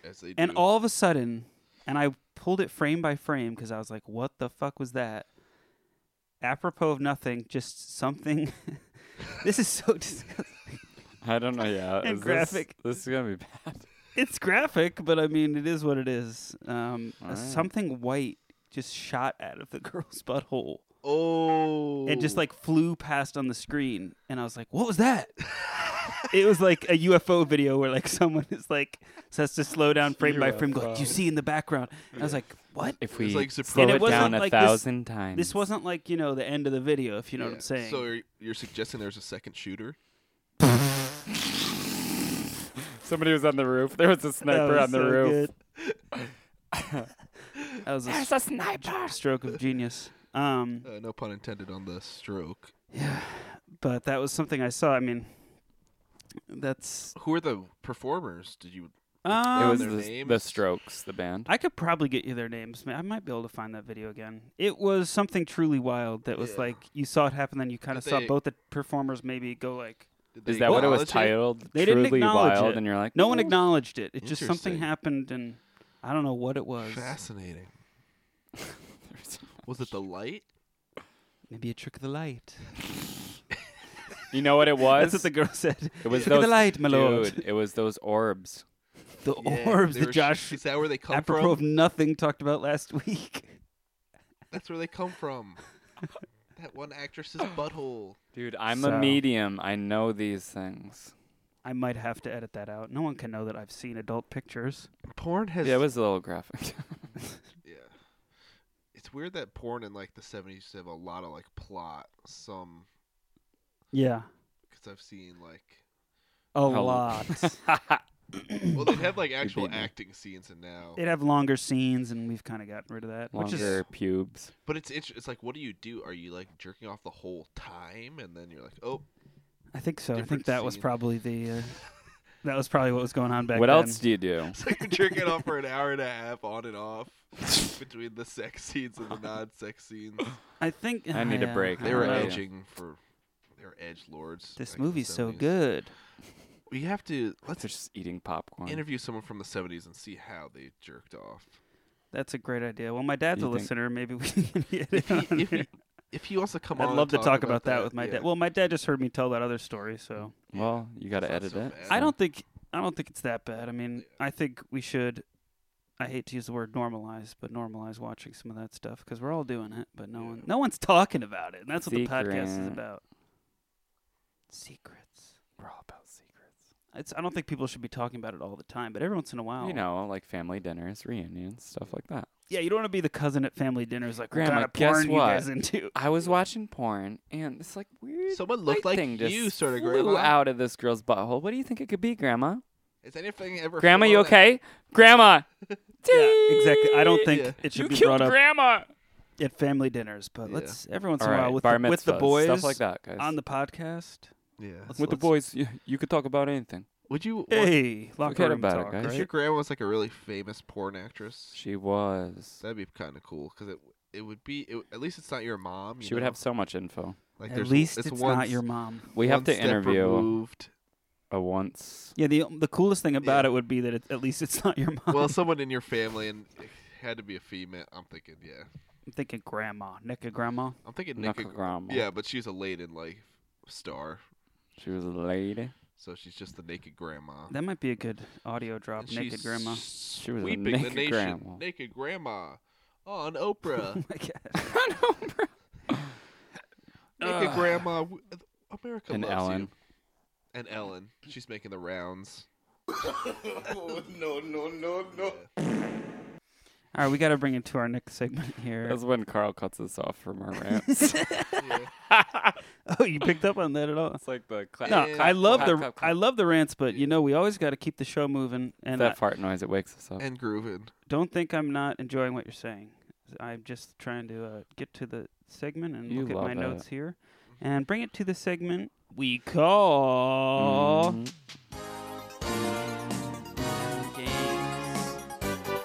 S3: as they
S1: And
S3: do.
S1: all of a sudden, and I pulled it frame by frame because I was like, "What the fuck was that?" Apropos of nothing, just something. *laughs* this is so *laughs* disgusting.
S2: I don't
S1: *laughs*
S2: know. Yeah,
S1: And
S2: is
S1: graphic.
S2: This, this is gonna be bad.
S1: it's graphic, but I mean, it is what it is. Um,
S2: All right.
S1: Something white just shot out of the *laughs* girl's butthole.
S3: oh,
S1: It just like flew past on the screen, and I was like, "What was
S2: *laughs*
S1: that?" it was like a UFO video where like someone is like says to slow
S2: *laughs*
S1: down frame by frame, going, "Do you see in the background?" And I was like, "What?"
S2: If
S3: was
S2: we
S3: like surprise.
S2: slow
S1: And it
S2: it, down
S1: wasn't
S2: a
S1: like this-
S2: thousand times,
S1: This wasn't *laughs* like you know the end of the video, if you know what I'm
S3: Yeah.
S1: saying. *laughs*
S3: So you're, you're suggesting there's a second shooter?
S2: *laughs* Somebody was on the roof. There was a sniper
S1: was
S2: on the
S1: so
S2: roof. *laughs*
S1: good. *laughs* that was a s-
S2: There's a sniper.
S1: stroke of genius. Um,
S3: Uh, no pun intended on the stroke.
S1: but that was something I saw. I mean, that's
S3: Who are the performers? Did you?
S2: it
S1: um,
S2: was
S3: their
S2: the,
S3: names?
S2: the Strokes, the band.
S1: I could probably get you their names. man. I might be able to find that video again. It was something truly wild that was
S3: Yeah.
S1: like you saw it happen, then you kind of
S3: Did
S1: saw
S3: they-
S1: both the performers maybe go like.
S3: Did
S2: Is
S3: they
S2: that what it was
S3: acknowledge
S2: titled?
S1: They didn't
S2: Truly
S1: acknowledge
S2: wild,
S1: it.
S2: and you're like,
S1: No one
S2: "Ooh."
S1: acknowledged it. It just something
S3: Oh, Interesting.
S1: happened, and I don't know what it was.
S3: Fascinating. Was it the light?
S1: Maybe a trick of the light.
S2: *laughs* You know what it
S1: *laughs*
S2: was?
S1: That's what the girl said.
S2: it was
S1: trick of the
S2: those
S1: light, my lord.
S2: Dude, it was those orbs.
S1: The
S3: Yeah,
S1: orbs
S3: they
S1: that
S3: were sh-
S1: Josh,
S3: Is that where they come
S1: apropos of *laughs*
S3: from?
S1: nothing, talked about last week. *laughs*
S3: That's where they come from. That one actress's butthole.
S2: Dude, I'm
S1: So-
S2: a medium. I know these things.
S1: I might have to edit that out. No one can know that I've seen adult pictures. *laughs*
S3: Porn has.
S2: Yeah, it was a little graphic.
S3: Yeah. It's weird that porn in like the 70s used to have a lot of like plot. Some
S1: Yeah,
S3: because I've seen like
S1: a
S2: *laughs* How-
S1: lot. *coughs*
S3: well they'd have like actual
S2: beat me.
S3: acting scenes and now.
S1: It'd have longer scenes, and we've kind of gotten rid of that, which
S2: Longer
S1: is
S2: pubes.
S3: But it's inter- it's like what do you do? Are you like jerking off the whole time and then you're like oh *laughs*
S1: I think so. I think
S3: Different
S1: that was
S3: scene.
S1: probably the
S2: *laughs*
S1: uh, that was probably what was going on back
S2: What
S1: then.
S2: else do you do?
S3: it's like you're jerking off for an hour and a half on
S1: *laughs*
S3: and off between the sex scenes and the non-sex scenes.
S1: I think
S2: I need a
S1: yeah, *laughs*
S2: break.
S1: I
S3: They
S1: don't
S3: were
S1: know.
S2: Right.
S3: edging for they were edge lords.
S1: This
S3: back in the
S1: movie's so
S3: 70s.
S1: good.
S3: We have to let's
S2: They're just eating popcorn.
S3: interview someone from the 70s and see how they jerked
S1: *laughs*
S3: off.
S1: That's a great idea. Well, my dad's
S2: You
S1: a
S2: think-
S1: listener. Maybe
S2: *laughs*
S1: we can get
S3: if
S1: it.
S3: he,
S1: on
S3: if
S1: here.
S3: he, *laughs* if he wants to come
S1: I'd
S3: on, and
S1: love to talk about
S3: that,
S1: with my
S3: yeah.
S1: dad. Well, my dad just heard me tell that other story, so
S2: well, you got to
S3: It's not
S2: edit
S3: so
S2: it.
S3: bad.
S1: I
S2: so-
S1: don't think I don't think it's that bad. I mean, I think we should. I hate to use the word normalize, but normalize watching some of that stuff because we're all doing it, but no one no one's talking about it, and that's what the podcast is
S2: Secret.
S1: about. Secrets.
S2: We're all about secrets.
S1: It's, I don't think people should be talking about it all the time, but every once in a while,
S2: You know, like family dinners, reunions,
S1: Mm.
S2: stuff like that.
S1: yeah, you don't want to be the cousin at family dinners like
S2: Grandma,
S1: what kind of
S2: guess
S1: porn
S2: what?
S1: you guys
S2: *laughs*
S1: into.
S2: I was watching porn, and this like weird
S3: Someone
S2: white
S3: looked like
S2: thing just
S3: you, sort of
S2: flew
S3: grandma.
S2: out of this girl's butthole. What do you think it could be, Grandma?
S3: Is anything ever?
S2: Grandma,
S3: full
S2: you
S3: of that?
S2: okay? Grandma.
S1: *laughs* Yeah, exactly. I don't think
S3: Yeah.
S1: it should
S2: you
S1: be
S2: killed
S1: brought up
S2: Grandma.
S1: at family dinners, but
S3: Yeah.
S1: let's every once
S2: All
S1: in a
S2: right,
S1: while with
S2: bar
S1: the, with the
S2: mitzvahs,
S1: boys
S2: stuff like that, guys.
S1: on the podcast.
S3: Yeah.
S1: Let's-
S3: So
S2: with the
S3: let's-
S2: boys, you, you could talk about anything.
S3: Would you? Hey.
S1: Hey, locker
S2: Forget
S1: room
S2: about it,
S1: talk,
S2: guys.
S3: If
S1: right?
S3: your grandma was like a really famous porn actress,
S2: She was.
S3: that'd be kind of cool because it it would be it, at least it's not your mom. you
S2: She would
S3: know?
S2: have so much info.
S3: like
S1: At
S3: there's-
S1: least it's,
S3: one
S1: not your
S3: s-
S1: mom.
S2: We have
S3: one
S2: to
S3: step
S2: interview *laughs*
S3: removed.
S2: a once.
S1: Yeah, the the coolest thing about
S3: Yeah.
S1: it would be that it, at least it's *laughs* not your mom.
S3: well, someone in your family and it had to be a female. I'm thinking, yeah,
S1: I'm thinking grandma, Nika grandma.
S3: I'm thinking
S2: Not
S3: Nika.
S2: a grandma.
S3: Yeah, but she's a late in life star,
S2: She was a lady.
S3: so she's just the naked grandma.
S1: That might be a good audio drop.
S3: And
S1: Naked
S3: she's
S1: grandma. *laughs*
S2: She was a
S3: sweeping
S2: naked
S3: the nation.
S2: grandma.
S3: Naked grandma
S2: *laughs*
S3: on
S1: Oh
S3: Oprah.
S1: my god.
S3: naked grandma. w- America
S2: And
S3: loves
S2: Ellen.
S3: you. And Ellen. She's making the rounds. no, no, no, no.
S1: All right, we got to bring it to our next segment here.
S2: That's when Carl cuts us off from
S3: *laughs*
S2: our rants.
S1: *laughs* Oh, you picked up on that at all?
S2: it's like the clap.
S1: No,
S3: Yeah.
S1: I love
S2: Clap,
S1: the
S2: clap, clap.
S1: I love the rants, but you know we always got to keep the show moving. And
S2: that
S1: I
S2: fart noise. It wakes us up.
S3: *laughs* And grooving.
S1: don't think I'm not enjoying what you're saying. I'm just trying to uh, get to the segment and
S2: You
S1: look at
S2: love
S1: my
S2: it.
S1: notes here, and bring it to the segment we call.
S2: Mm.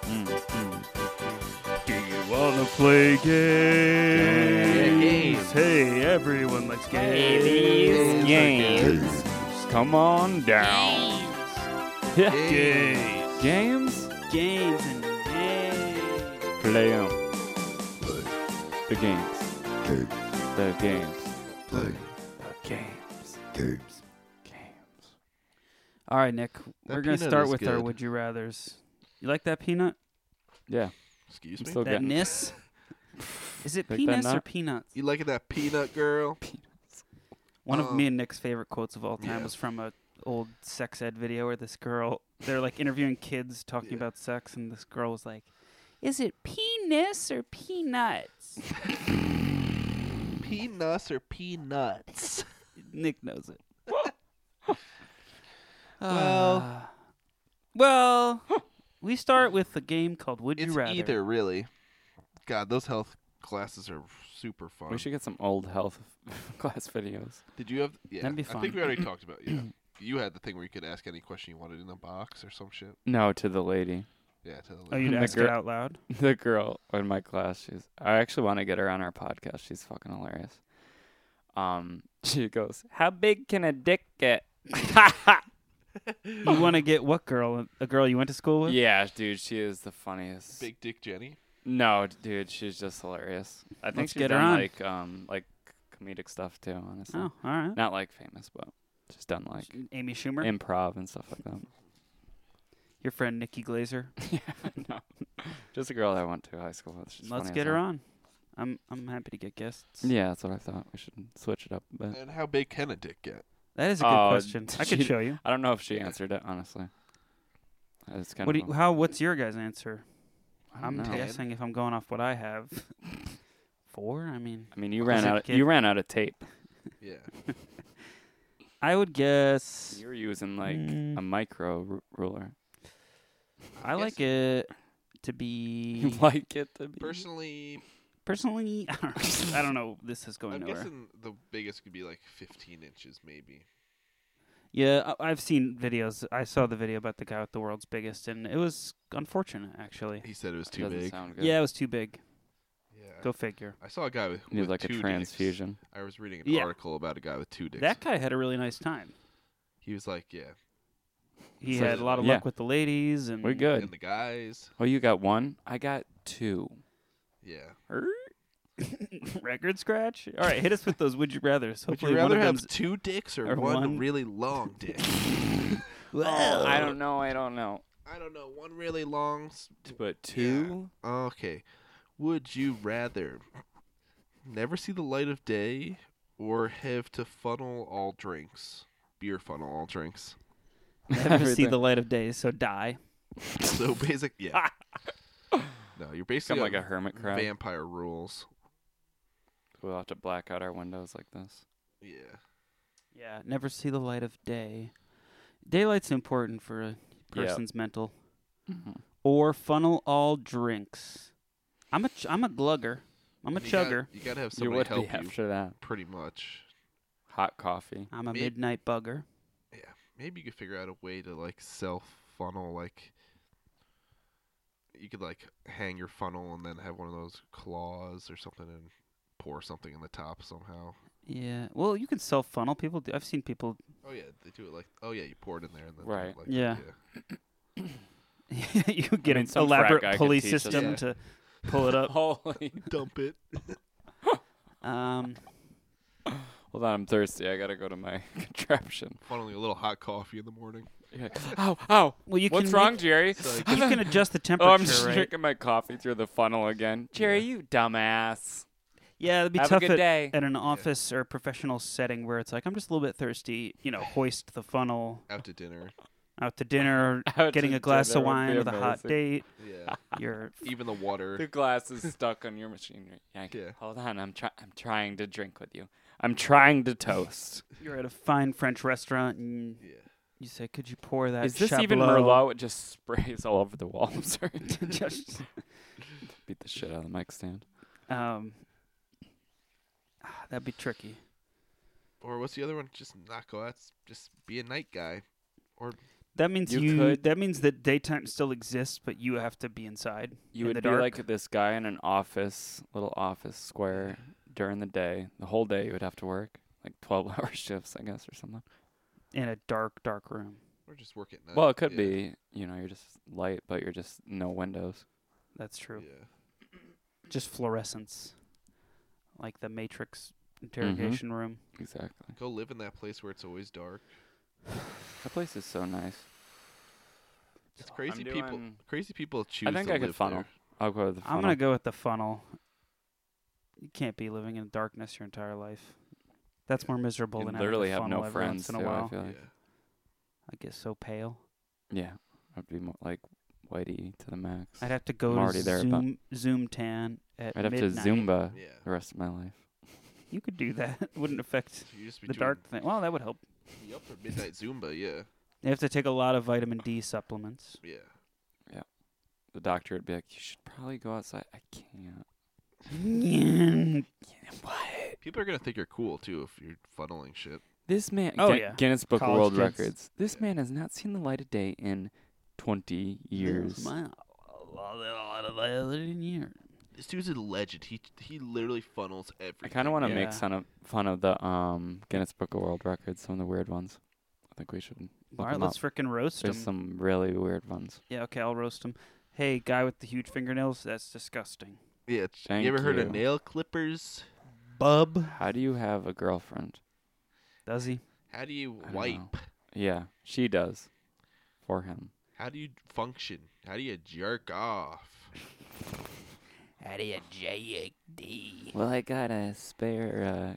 S2: Mm, mm.
S1: Do you wanna play games?
S3: games.
S1: Hey, everyone, let's
S2: Games. Games. Come on down. Yeah.
S1: Games.
S2: Games.
S1: Games and games.
S2: Play 'em. The games.
S5: Game.
S2: The games.
S5: Play.
S2: The games.
S5: Games.
S2: Games.
S1: All right, Nick,
S3: That
S1: we're gonna
S3: peanut
S1: start
S3: is
S1: with our
S3: good.
S1: would you rather's. You like that peanut?
S2: Yeah.
S3: Excuse
S2: I'm
S3: me?
S2: still
S1: That
S2: getting *laughs*
S1: nis? Is it
S2: Like that
S1: penis or
S2: nut?
S1: peanuts?
S3: You liking that peanut girl?
S1: One of
S3: Um,
S1: me and Nick's favorite quotes of all time
S3: yeah.
S1: was from a old sex ed video where this girl they're like interviewing kids talking
S3: Yeah.
S1: about sex and this girl was like, "Is it penis or peanuts?"
S3: *laughs* Peanuts or peanuts?
S1: Nick knows it.
S3: Well-
S1: Ah. well, we start with a game called Would You
S3: It's
S1: Rather.
S3: either, really. God, those health classes are super fun.
S2: We should get some old health *laughs* class videos.
S3: Did you have? Yeah,
S1: That'd be
S3: I think
S1: fun.
S3: we already talked about. Yeah, you had the thing where you could ask any question you wanted in the box or some shit.
S2: No, to the lady, *laughs*
S3: Yeah, to the
S1: Oh,
S3: lady. *laughs*
S1: you'd
S2: The
S1: ask it
S2: gir-
S1: out loud.
S2: the girl in my class. She's. I actually want to get her on our podcast. She's fucking hilarious. Um, *laughs* she goes, "How big can a dick get?" *laughs*
S1: You want to get what girl? A girl you went to school with?
S2: yeah, dude, she is the funniest.
S3: Big Dick Jenny.
S2: No, d- dude, she's just hilarious. I think
S1: Let's
S2: she's
S1: get her
S2: done
S1: on.
S2: like um like comedic stuff too. Honestly,
S1: Oh, all right.
S2: not like famous, but she's done like
S1: Amy Schumer,
S2: improv and stuff like
S1: *laughs*
S2: that.
S1: your friend Nikki Glazer.
S2: *laughs* yeah, no, just a girl that I went to high school with. She's
S1: Let's
S2: funny as
S1: get her
S2: hell.
S1: on. I'm I'm happy to get guests.
S2: Yeah, that's what I thought. We should switch it up. But
S3: And how big can a dick get?
S1: That is a good
S2: Oh,
S1: question. I could
S2: gee.
S1: show you.
S2: I don't know if she answered it honestly. It's kind
S1: What do
S2: of.
S1: you, how? What's your guys' answer?
S2: I
S1: I'm
S2: don't know.
S3: Ten.
S1: guessing if I'm going off what I
S3: *laughs*
S1: have, four. I mean,
S2: I mean, you
S1: Was
S2: ran
S1: it
S2: out. Of,
S1: kid-
S2: you ran out of tape.
S3: Yeah.
S1: I would guess.
S2: You were using like
S1: Mm.
S2: a micro r- ruler. *laughs*
S1: I like it to be
S3: *laughs*
S2: You like it to be
S3: Personally,
S1: personally. *laughs* I don't, know, I don't know. if This is going
S3: I'm
S1: nowhere.
S3: guessing the biggest could be like 15 inches, maybe.
S1: Yeah, I- I've seen videos. I saw the video about the guy with the world's biggest, and it was unfortunate actually.
S3: He said it was
S2: It
S3: too
S2: doesn't
S3: big.
S2: Sound good.
S1: Yeah, it was too big.
S3: Yeah.
S1: Go figure.
S3: I saw a guy with,
S2: You need
S3: with
S2: like
S3: two
S2: a
S3: dicks.
S2: transfusion.
S3: I was reading an
S1: Yeah.
S3: article about a guy with two dicks.
S1: That guy had a really nice time.
S3: he was like, yeah,
S1: He
S3: So-
S1: had a lot of
S2: Yeah.
S1: luck with the ladies,
S3: Mm,
S1: and
S2: We're good.
S3: and the guys,
S2: Oh, you got one. I got two.
S3: yeah.
S1: er, *laughs* record scratch. All right, hit us with those would you rather's.
S3: Would
S1: Hopefully,
S3: you rather
S1: one of
S3: have
S1: them's
S3: two dicks or,
S1: or
S3: one,
S1: one-
S3: really long dick? *laughs*
S2: Oh, I don't know. I don't know.
S3: I don't know. One really long. s-
S2: But two.
S3: Okay. Would you rather never see the light of day or have to funnel all drinks? Beer funnel all drinks. *laughs*
S1: *laughs* never see the light of day, so die.
S3: So basic,
S1: *laughs*
S3: yeah. No, you're basically
S2: Become like a
S3: on
S2: hermit crab.
S3: vampire rules.
S2: We'll have to black out our windows like this.
S3: Yeah.
S1: Yeah, never see the light of day. Daylight's important for a person's mental. Mm-hmm.
S2: Mm-hmm.
S1: Or funnel all drinks. I'm a ch- I'm a glugger. I'm a
S3: You gotta-
S1: chugger.
S3: you gotta have
S2: you would
S3: somebody
S2: be
S3: help you,
S2: after that.
S3: pretty much.
S2: Hot coffee.
S1: I'm a
S3: Me-
S1: midnight bugger.
S3: Yeah, maybe you could figure out a way to like self funnel like you could like hang your funnel and then have one of those claws or something and pour something in the top somehow.
S1: Yeah. Well, you can self funnel. People do. I've seen people. *laughs*
S3: Oh yeah, they do it like oh yeah, you pour it in there and then
S2: Right.
S3: Like,
S1: Yeah. you get
S2: mean,
S1: an
S2: some frat guy
S1: elaborate
S2: could
S1: pulley
S2: teach us
S1: system
S3: that.
S1: to pull it up.
S2: *laughs* Holy.
S3: dump it.
S2: *laughs*
S1: Um,
S2: Hold on, I'm thirsty. I gotta go to my *laughs* contraption.
S3: Funneling a little hot coffee in the morning.
S2: You're like, ow, ow.
S1: well, you
S2: What's
S1: can
S2: wrong, Jerry?
S3: So you
S1: *laughs* You
S2: *laughs*
S3: can-
S1: can adjust the
S2: Oh,
S1: temperature,
S2: I'm just
S1: right?
S2: drinking my coffee through the funnel again. Jerry, you dumbass.
S1: Yeah, it'd be
S2: Have
S1: tough
S2: a good
S1: at,
S2: day.
S1: at an office or professional setting where it's like I'm just a little bit thirsty. You know, hoist the funnel
S3: out
S2: *laughs*
S3: to dinner.
S1: out to dinner,
S2: Out
S1: getting
S2: to
S1: a glass
S2: dinner
S1: of
S2: would
S1: wine
S2: be
S1: with a hot
S2: amazing.
S1: date.
S3: Yeah.
S1: You're
S3: Even the water.
S2: The
S1: *laughs*
S2: glass is stuck on your machinery. Yeah. I can-
S3: Yeah.
S2: Hold on, I'm trying. I'm trying to drink with you. I'm trying to toast.
S1: you're at a fine French restaurant and
S3: Yeah.
S1: you say, "Could you pour that?"
S2: is this even
S1: Chablis?"
S2: Merlot? It just *laughs* sprays all over the wall. I'm *laughs* sorry.
S1: *laughs* Just-
S2: Beat the shit out of the mic stand.
S1: um, ah, that'd be tricky.
S3: Or what's the other one? Just not go out. s- Just be a night guy. Or
S1: That means
S2: You
S1: you.
S2: could-
S1: That means that daytime still exists, but you have to be inside. in
S2: You would
S1: the
S2: be
S1: dark.
S2: like this guy in an office, little office square during the day. The whole day you would have to work, like *laughs* 12 hour shifts, I guess, or something.
S1: in a dark, dark room.
S3: or just work at night.
S2: Well, it could
S3: Uh, Yeah.
S2: be, you know, you're just light, but you're just no windows.
S1: That's true.
S3: Yeah.
S1: Just fluorescence, like the Matrix
S2: Mm-hmm.
S1: interrogation room.
S2: Exactly.
S3: Go live in that place where it's always dark.
S2: That place is so nice.
S3: It's crazy
S2: I'm
S3: people.
S2: doing-
S3: Crazy people choose.
S2: think
S3: to
S2: I could
S3: live
S2: funnel.
S3: there.
S2: I'll go to the funnel.
S1: I'm gonna go with the funnel. You can't be living in darkness your entire life. That's more miserable
S2: You
S1: than
S2: literally have
S1: having a funnel
S2: no
S1: every
S2: friends,
S1: once in
S2: too,
S1: a
S2: I
S1: while.
S2: feel like.
S3: Yeah.
S1: I get so pale.
S2: Yeah. I'd be more like Whitey to the max.
S1: I'd have to go
S2: I'm already
S1: to
S2: there, but-
S1: Zoom Zoom tan at
S2: I'd have to
S1: midnight.
S2: Zumba
S3: Yeah.
S2: the rest of my life.
S1: You could do that. *laughs* It wouldn't affect
S3: So you just be
S1: the
S3: doing
S1: dark thing. Well, that would help.
S3: Yup, or midnight Zumba. Yeah.
S1: They have to take a lot of vitamin D
S2: *laughs*
S1: supplements.
S3: Yeah.
S2: The doctor would be like, you should probably go outside. I can't.
S1: Guinness
S2: What?
S3: People are gonna think you're cool too if you're funneling shit.
S2: This man,
S1: Oh,
S2: Guin-
S1: yeah.
S2: Guinness Book of
S1: College
S2: World
S1: kids.
S2: Records. This man has not seen the light of day in 20 years.
S1: Wow. A lot of- a lot of vitamin years.
S3: This dude's a legend. He he literally funnels everything.
S2: I kind of want to
S1: Yeah.
S2: make fun of fun of the um, Guinness Book of World Records, some of the weird ones. I think we should. Look
S1: All right,
S2: them
S1: let's
S2: up.
S1: frickin' roast them.
S2: There's some really weird ones.
S1: Yeah, okay, I'll roast him. Hey, guy with the huge fingernails, that's disgusting.
S3: Yeah. it's-
S2: Thank
S3: you ever heard
S2: you.
S3: of nail clippers?
S1: Bub.
S2: How do you have a girlfriend?
S1: Does he?
S3: How do you
S2: I don't
S3: wipe?
S2: Yeah, she does. For him.
S3: How do you function? How do you jerk off?
S1: How do you J-A-D?
S2: Well, I got a spare uh,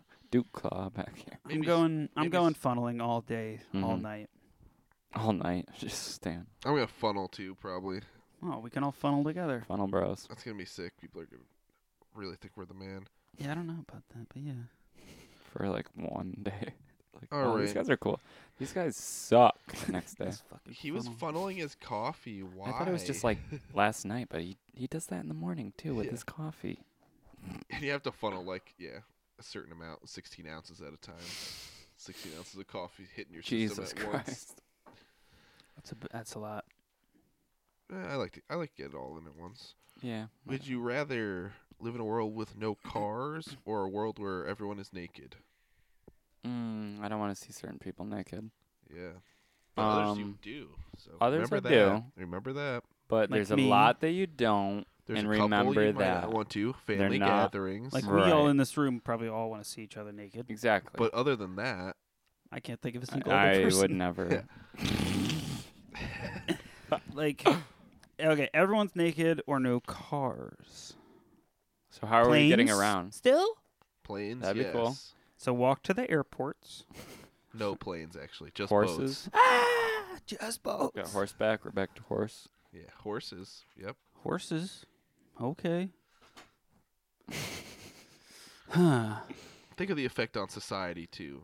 S2: *laughs* Duke Claw back here
S1: I'm
S3: Maybe s-
S1: going. I'm
S3: maybe
S1: going
S3: s-
S1: funneling all day, all
S2: Mhm.
S1: night.
S2: all night. *laughs* Just stand.
S3: I'm gonna funnel too, probably.
S1: Oh, we can all funnel together.
S2: Funnel Bros.
S3: That's gonna be sick. People are gonna really think we're the man.
S1: Yeah, I don't know about that, but yeah.
S2: for like one day. *laughs* Like,
S3: All
S2: oh, these
S3: right.
S2: guys are cool. These guys suck. *laughs* the Next day,
S1: Just fucking
S3: He was
S1: funnel.
S3: funneling his coffee. Why?
S2: I thought it was just like
S3: *laughs*
S2: last night, but he he does that in the morning too with
S3: Yeah.
S2: his coffee.
S3: And *laughs* you have to funnel like yeah, a certain amount, 16 ounces at a time. 16 ounces of coffee hitting your
S2: Jesus
S3: system at once.
S2: Christ!
S1: That's a b- that's a lot.
S3: *laughs* Eh, I like to, I like to get it all in at once.
S2: Yeah.
S3: Would you rather live in a world with no cars or a world where everyone is naked?
S2: Mm, I don't want to see certain people naked,
S3: Yeah. But others you
S2: Um,
S3: do. So
S2: others
S3: remember
S2: I
S3: that.
S2: do.
S3: Remember that.
S2: but
S1: Like
S2: there's
S1: me.
S2: a lot that you don't.
S3: There's
S2: And
S3: a couple
S2: remember
S3: you might not
S2: that
S3: want to family
S2: not-
S3: gatherings.
S1: Like we all
S2: Right.
S1: in this room probably all want to see each other naked.
S2: Exactly.
S3: but other than that,
S1: I can't think of a single other
S2: I, I
S1: person.
S3: *laughs*
S2: would never.
S1: *laughs* Like, okay, everyone's naked or no cars.
S2: So how are we getting
S1: Planes?
S2: around?
S1: Still?
S3: planes.
S2: That'd be cool.
S3: yes.
S1: So walk to the airports.
S3: No planes actually. Just boats.
S2: Horses.
S1: Ah, just boats.
S2: Got horseback. We're back to horse.
S3: Yeah, horses. Yep.
S1: Horses. Okay. Huh.
S3: Think of the effect on society too.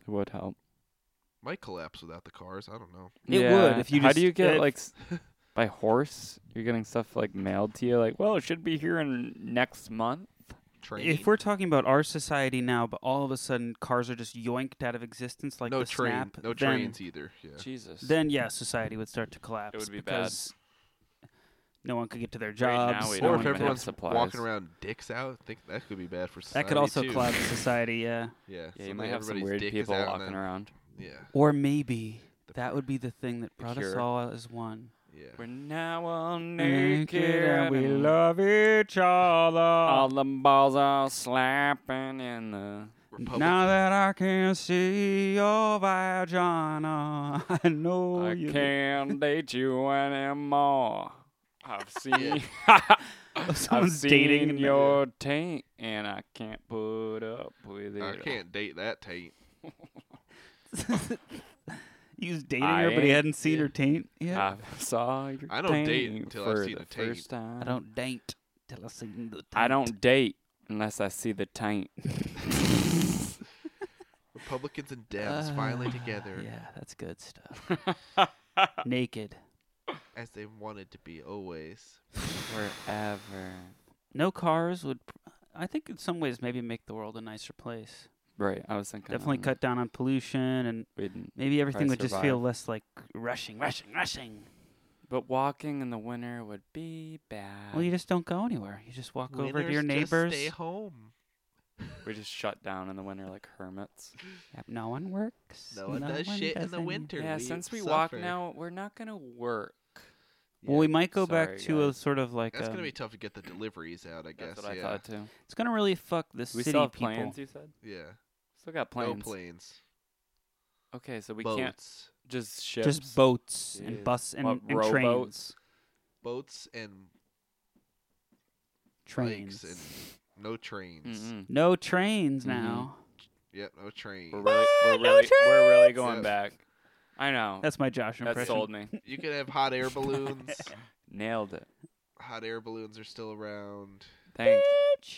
S2: It would help.
S3: Might collapse without the cars. I don't know.
S1: It would if you
S2: How
S1: just-
S2: do you get
S1: it-
S2: like
S3: *laughs*
S2: s- by horse? You're getting stuff like mailed to you. Like, well, it should be here in next month.
S3: Train.
S1: If we're talking about our society now, but all of a sudden cars are just yoinked out of existence like
S3: no
S1: the
S3: train,
S1: snap,
S3: no
S1: then,
S3: trains either. Yeah.
S2: Jesus.
S1: then yeah, society would start to collapse.
S2: would be bad.
S1: because No one could get to their
S2: now
S1: jobs.
S2: we
S1: no
S2: don't
S3: Or
S1: one
S2: even
S3: if
S2: have
S1: could-
S3: everyone's
S2: supplies.
S3: walking around dicks out, think that could be bad for society
S1: that could also
S2: *laughs*
S3: too.
S1: collapse society. Yeah.
S3: *laughs* Yeah,
S2: yeah,
S3: so
S2: you might
S3: then
S2: have some
S3: everybody's
S2: weird
S3: dick is
S2: people
S3: out and
S2: walking
S3: then-
S2: around.
S3: Yeah,
S1: Or maybe
S3: The
S1: that would be the thing that brought us
S2: cure.
S1: all as one.
S2: We're
S3: yeah.
S2: now all naked
S1: Naked and we
S2: and
S1: love each other.
S2: all the balls are slapping in the.
S3: Republic-
S1: Now that I can see your vagina, *laughs* I know
S2: I
S1: Oh, you. *laughs*
S2: can't date you anymore.
S1: *laughs*
S2: I've seen. *laughs* I've
S1: Someone's
S2: seen
S1: dating in the-
S2: your taint, and I can't put up with it.
S3: I can't date that taint.
S1: *laughs* He was dating
S2: I
S1: her, but he
S2: ain't-
S1: hadn't seen her taint yet.
S3: Uh,
S2: I saw your
S3: I don't date
S2: taint
S3: until I've
S2: for
S3: seen
S2: the
S3: a taint.
S2: first time.
S1: I don't date till I see the taint.
S2: I don't date unless I see
S1: *laughs*
S2: the taint.
S3: Republicans and Dems
S1: *sighs*
S3: finally together
S1: Uh, Yeah, that's good stuff.
S3: *laughs*
S1: Naked,
S3: as they wanted to be always.
S2: Wherever.
S1: no cars would. pr- I think in some ways maybe make the world a nicer place.
S2: Right. I was thinking.
S1: Definitely
S2: um,
S1: cut down on pollution, and
S2: we didn't-
S1: maybe everything would just feel
S2: survive.
S1: less like rushing, rushing, rushing.
S2: But walking in the winter would be bad.
S1: Well, you just don't go anywhere. You just walk over to
S3: Winners
S1: your
S3: just
S1: neighbors.
S3: Stay home.
S2: we just shut down in the winter like hermits.
S1: Yep, no one works.
S3: *laughs* No one does shit in the
S1: any-
S3: winter.
S2: yeah.
S3: we
S2: Since we
S3: suffer.
S2: walk now, we're not gonna work.
S1: Well, we might go back
S2: Sorry,
S1: to a
S2: guys.
S1: sort of like.
S3: That's
S1: um,
S3: gonna be tough to get the deliveries out. I guess.
S2: That's what
S3: yeah.
S2: I thought too.
S1: it's gonna really fuck the
S2: We
S1: city
S2: still have
S1: people.
S2: planes. You said
S3: Yeah.
S2: still got planes.
S3: No planes.
S2: Okay, so we
S3: boats.
S2: can't just ships.
S1: Just boats
S2: Yeah.
S1: and bus and,
S2: What,
S1: and trains.
S2: rowboats?
S3: Boats and
S1: Trains.
S3: bikes and no trains.
S2: Mm-mm.
S1: No trains
S2: Mhm.
S1: now.
S3: Yep, no trains.
S2: We're really,
S1: no
S2: we're, really, we're really
S3: trains!
S2: going
S3: Yeah.
S2: back. I know.
S1: That's my Josh
S2: That
S1: impression.
S2: sold me.
S1: *laughs*
S3: You could have hot air
S2: *laughs*
S3: balloons.
S2: Nailed it.
S3: hot air balloons are still around.
S2: Thank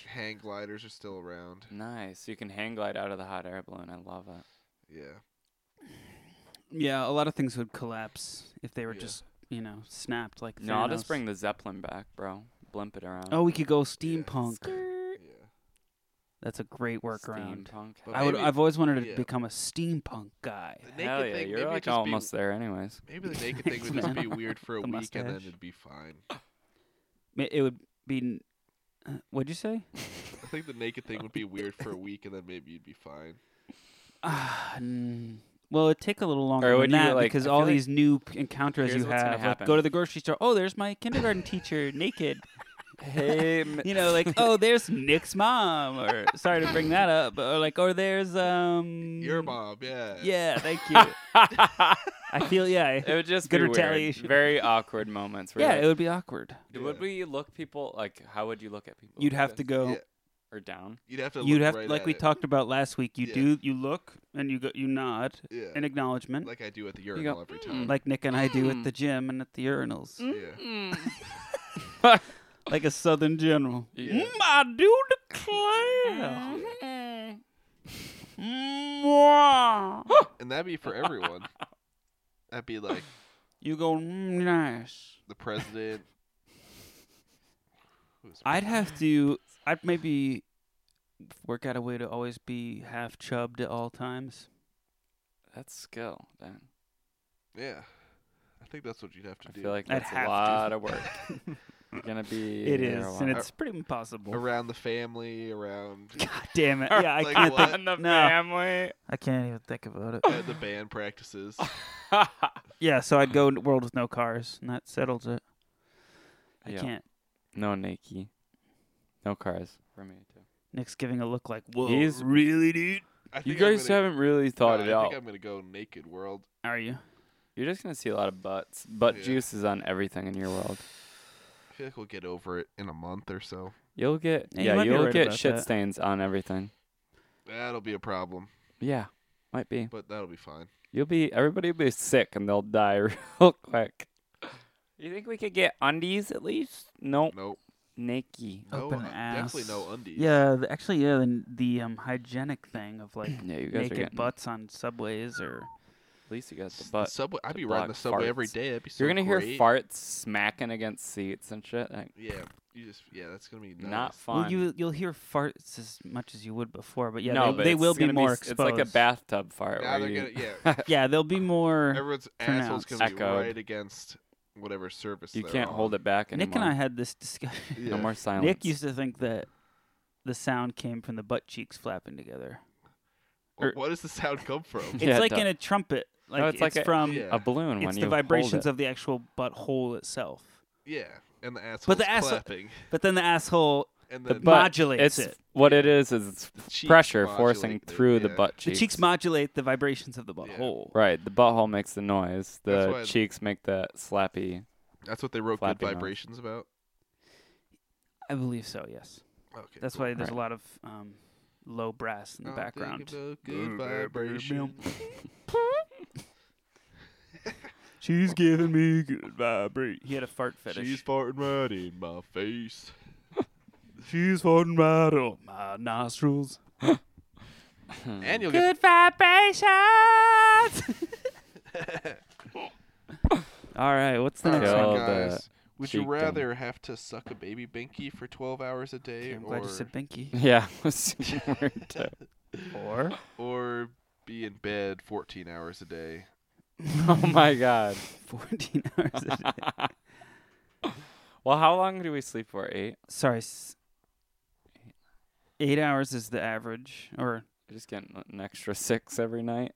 S3: Hang gliders are still around.
S2: you. Nice. You can hang glide out of the hot air balloon. I love it.
S3: Yeah.
S1: Yeah, a lot of things would collapse if they were
S3: Yeah.
S1: just you know snapped like.
S2: No, I'll just
S1: Thanos.
S2: bring the Zeppelin back, bro. Blimp it around.
S1: Oh, we could go steampunk.
S3: Yeah.
S1: That's a great workaround.
S2: Steampunk.
S3: But
S1: I would.
S3: Maybe-
S1: I've always wanted to
S3: yeah.
S1: become a steampunk guy.
S3: The
S2: Hell
S3: naked
S2: yeah,
S3: thing,
S2: you're
S3: maybe it'd
S2: like
S3: just
S2: almost
S3: be,
S2: there, anyways.
S3: Maybe
S1: *laughs*
S3: the naked thing would
S1: Thanks,
S3: just
S1: man.
S3: be weird for a
S1: The
S3: week and then
S1: mustache.
S3: it'd be fine.
S1: Ma- It would be. n- uh, What'd you
S3: *laughs*
S1: say?
S3: I think the naked thing
S1: *laughs*
S3: would be weird for a week and then maybe you'd be fine.
S1: Ah, *sighs* n- well, it'd take a little longer
S2: Or
S1: than
S2: would you,
S1: that
S2: like-
S1: because
S2: I
S1: all
S2: feel like-
S1: these new p- encounters
S2: Here's
S1: you
S2: what's gonna
S1: have. Like, go
S2: happen.
S1: to the grocery store. Oh, there's my kindergarten teacher
S2: *laughs*
S1: naked.
S2: Hey, m-
S1: *laughs* You know,
S2: *laughs*
S1: like oh, there's Nick's mom. Or sorry to bring that up, or like or there's um
S3: *laughs* Your mom, yeah.
S1: Yeah, thank you. I I feel yeah.
S2: It would just
S1: Good
S2: be weird.
S1: retaliation.
S2: Very awkward moments. Where
S1: yeah,
S2: you're
S1: it would be awkward.
S2: like, would we look people like? How would you look at people?
S1: You'd
S2: like
S1: have to
S2: this?
S1: go.
S3: Yeah.
S2: or down.
S3: You'd have to.
S1: You'd
S3: look
S1: have
S3: right
S1: like
S3: at
S1: we
S3: it.
S1: talked about last week. You
S3: Yeah.
S1: do you look and you go you nod
S3: Yeah.
S1: in acknowledgement, like,
S3: like I do at the urinal
S2: go,
S3: every
S2: "Mm."
S3: time.
S1: Nick and I do at
S2: Mm.
S1: the gym and at the urinals,
S3: Yeah.
S1: like a Southern general.
S2: *laughs* Yeah.
S1: Mm, I do declare. Mwah.
S3: And that'd be for everyone. That'd be like
S1: you go mm, nice.
S3: the president. Who's the
S1: I'd have to. I'd maybe work out a way to always be half chubbed at all times.
S2: That's skill. Then
S3: president? Yeah. I think that's what you'd have to
S2: I
S3: do. *laughs*
S2: feel like
S1: I'd
S2: that's
S1: have
S2: a
S1: to.
S2: lot of work. You're gonna be.
S1: *laughs* It
S2: there
S1: is,
S2: a
S1: and
S2: *laughs* while.
S1: it's pretty impossible.
S3: around the
S2: *laughs*
S3: family, around
S1: *laughs* God damn it! Yeah, I
S3: Like
S1: can't.
S3: what?
S1: Think,
S2: and the
S1: no,
S2: family. *laughs*
S1: I can't even think about it. *laughs*
S3: at the band practices.
S2: Ah,
S1: Yeah, so I'd go n- world with no cars, and that settles it. I
S2: Yeah.
S1: can't.
S2: no Nikki. No cars for me too.
S1: Nick's giving a look like, "Whoa,
S2: He's-
S1: really, dude?
S3: I
S2: You
S3: think I'm
S2: guys
S3: gonna-
S2: haven't really
S3: no,
S2: thought
S3: I
S2: it out.
S3: think I'm gonna go naked world.
S1: Are you?"
S2: You're just gonna see a lot of butts. Butt
S3: Yeah.
S2: juice is on everything in your world.
S3: I feel like we'll get over it in a month or so.
S2: You'll get
S1: Yeah, you
S2: yeah,
S1: might be
S2: you will
S1: right
S2: get
S1: about
S2: shit
S1: that.
S2: stains on everything.
S3: That'll be a problem,
S2: Yeah, might be.
S3: but that'll be fine.
S2: You'll be everybody will be sick and they'll die *laughs* real quick. You think we could get undies at least? Nope.
S3: Nope.
S2: Nikki.
S3: No,
S1: Open
S3: uh, definitely no
S1: ass.
S3: undies.
S1: Yeah, the, actually, yeah. The, the um, hygienic thing of like
S2: *clears throat* Yeah, you guys are
S1: naked
S2: getting
S1: butts on subways or
S2: at least you got the
S3: S-
S2: butt.
S3: subway. I'd
S2: to
S3: be riding the
S2: block
S3: subway every
S2: farts.
S3: day. That'd be so
S2: You're gonna hear
S3: great.
S2: farts smacking against seats and shit. Like,
S3: Yeah, you just yeah, that's gonna be nice.
S2: Not fun.
S1: well, you you'll hear farts as much as you would before, but yeah,
S2: no,
S1: they,
S2: but
S1: they
S2: it's
S1: will be
S2: gonna
S1: more
S2: s-
S1: exposed.
S2: It's like a bathtub fart.
S3: Now
S2: where
S3: they're
S2: you-
S3: gonna
S2: *laughs*
S3: yeah.
S1: Yeah, they'll be more.
S3: Everyone's asshole's
S1: pronounced.
S3: gonna be
S2: Echoed.
S3: right against whatever service.
S2: you
S3: they're
S2: can't
S3: on.
S2: hold it back anymore.
S1: Nick and I had this discussion.
S3: Yeah.
S2: No more silence.
S1: Nick used to think that the sound came from the butt cheeks flapping
S2: *laughs*
S1: together.
S3: Well,
S1: or-
S3: what does the sound come from?
S1: It's
S2: Yeah, it
S1: like
S2: does.
S1: in a trumpet. Like
S2: it's like a-
S1: from
S3: Yeah.
S2: a balloon when
S1: it's
S2: you
S1: the
S2: hold
S1: vibrations
S2: it.
S1: of the actual butthole itself.
S3: yeah, and the asshole's
S1: asshole-
S3: clapping,
S1: But then the asshole,
S3: and
S2: the
S3: then
S2: butt.
S1: modulates
S2: It's
S1: it.
S2: what it is is it's
S3: cheeks
S2: pressure
S3: modulate
S2: forcing
S3: the-
S2: through the
S3: yeah.
S2: butt
S1: the
S2: cheeks.
S1: cheeks modulate the vibrations of the butthole.
S2: Right, the butthole makes the noise.
S3: That's
S2: The
S3: why-
S2: cheeks make the slappy. *laughs*
S3: That's what they wrote good
S2: Flapping mouth.
S3: vibrations about.
S1: I believe so. Yes,
S3: Okay,
S1: that's
S3: cool.
S1: why there's
S2: Right.
S1: a lot of um, low brass in the
S3: I'll think
S1: background. Mm,
S3: about good vibrations.
S1: She's giving me good vibrations. He had a fart mm. fetish.
S3: *laughs* She's farting right in my face.
S1: She's farting right up my nostrils.
S3: And you'll
S1: Good
S3: get
S1: vibrations. *laughs* All right, what's the
S3: All right,
S1: next
S2: Kill
S1: one?
S2: the
S3: guys. Would you
S2: cheekbone.
S3: rather have to suck a baby binky for 12 hours a day,
S1: I'm
S3: or
S1: glad you said binky.
S2: Yeah, *laughs* it was super weird too.
S1: *laughs* Or
S3: or be in bed 14 hours a day?
S2: Oh my god.
S1: 14 hours a day.
S2: Well, how long do we sleep for? Eight.
S1: Sorry. s- Eight hours is the average, or
S2: I just get an- an extra six every night.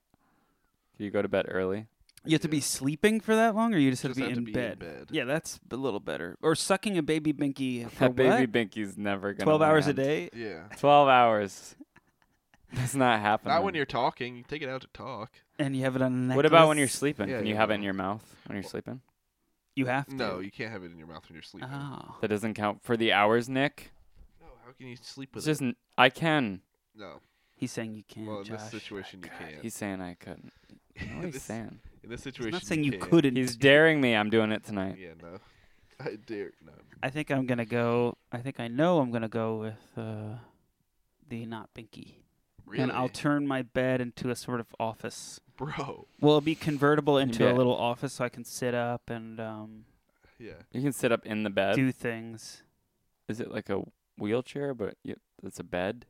S2: Do you go to bed early?
S1: you have to be
S3: Yeah.
S1: sleeping for that long, or you just have
S3: Just
S1: to be,
S3: have
S1: in,
S3: to be in
S1: bed.
S3: bed.
S1: Yeah, that's a little better. Or sucking a baby
S2: *laughs*
S1: binky for
S2: That baby
S1: what?
S2: binky's never gonna.
S1: Twelve hours a
S2: land.
S1: day.
S3: Yeah.
S2: Twelve hours. That's not happening.
S3: Not when you're talking. You take it out to talk.
S1: and you have it on a necklace.
S2: What about when you're sleeping?
S3: Yeah,
S2: Can you
S3: yeah.
S2: have it in your mouth when you're sleeping?
S1: You have to.
S3: No, you can't have it in your mouth when you're sleeping.
S1: Oh.
S2: That doesn't count for the hours, Nick.
S3: No, how can you sleep
S2: It's
S3: with
S2: just
S3: it?
S2: n- I can.
S3: No.
S1: He's saying you can't.
S3: Well, in
S1: Josh.
S3: this situation, you
S2: God,
S3: can't.
S2: He's saying I
S3: *laughs*
S2: couldn't. What he's
S3: This-
S2: saying.
S3: in this
S1: He's
S3: situation,
S1: not saying you
S3: can't.
S1: couldn't.
S2: He's daring me. I'm doing it tonight.
S3: Yeah, no. *laughs* I dare no.
S1: I think I'm gonna go. I think I know I'm gonna go with uh, the not binky,
S3: Really,
S1: and I'll turn my bed into a sort of office.
S3: *laughs* bro.
S1: Well, it'll be convertible into a
S2: Yeah.
S1: little office so I can sit up and um,
S3: Yeah.
S2: You can sit up in the bed.
S1: do things.
S2: Is it like a wheelchair, but y it's a bed?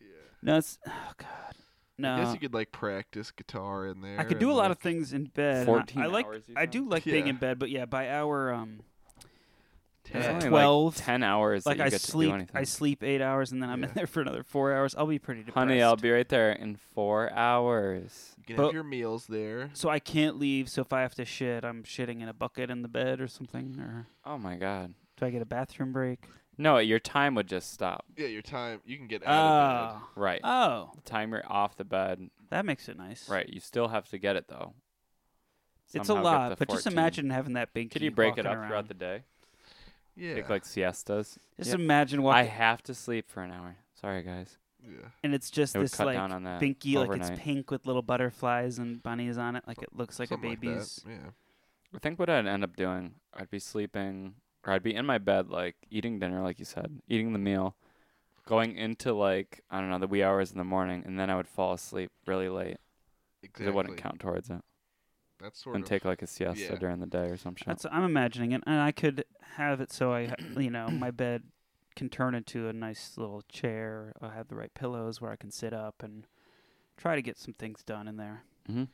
S3: Yeah.
S1: No, it's oh god, no.
S3: I guess you could like practice guitar in there.
S1: I could do a
S3: and,
S1: lot of
S3: like-
S1: things in bed. and I-
S2: 14
S1: I like.
S2: hours. you
S1: I
S2: said?
S1: do like being
S3: Yeah.
S1: in bed, but yeah, by hour um,
S2: There's
S1: uh,
S2: only
S3: *laughs*
S2: like
S1: twelve,
S2: Ten hours.
S1: like
S2: that you
S1: I
S2: get
S1: sleep.
S2: To do anything.
S1: I sleep eight hours, and then I'm in
S3: Yeah.
S1: there for another four hours. I'll be pretty depressed.
S2: Honey, I'll be right there in four hours.
S3: You can
S1: but-
S3: have your meals there.
S1: So I can't leave. So if I have to shit, I'm shitting in a bucket in the bed or something. Or
S2: Oh my god.
S1: do I get a bathroom break?
S2: No, your time would just stop.
S3: Yeah, your time. You can get out of
S1: Oh,
S2: Right.
S1: oh,
S2: Timer off the bed.
S1: that makes it nice.
S2: Right. You still have to get it though.
S1: It's a
S2: somehow get to
S1: lot, but just
S2: 14.
S1: imagine having that big.
S2: Could you
S1: key
S2: break
S1: walking
S2: it up
S1: around.
S2: throughout the day?
S3: Yeah.
S2: Take like siestas.
S1: Just
S2: Yeah.
S1: imagine
S2: I
S1: walking,
S2: have to sleep for an hour. Sorry, guys.
S3: yeah.
S1: and it's just
S2: It would
S1: this
S2: cut
S1: like
S2: down on that
S1: binky, like
S2: overnight.
S1: it's pink with little butterflies and bunnies on it, like it looks like
S3: Something
S1: a
S3: like that,
S1: baby's.
S3: yeah.
S2: I think what I'd end up doing, I'd be sleeping, or I'd be in my bed, like eating dinner, like you said, eating the meal, going into like I don't know the wee hours in the morning, and then I would fall asleep really late because
S3: Exactly.
S2: it wouldn't count towards it,
S3: That's sort
S2: and
S3: of
S2: take like a siesta
S3: Yeah.
S2: during the day or some shit.
S1: That's I'm imagining it, and I could have it so I, you know, my bed can turn into a nice little chair. I have the right pillows where I can sit up and try to get some things done in there.
S2: hmm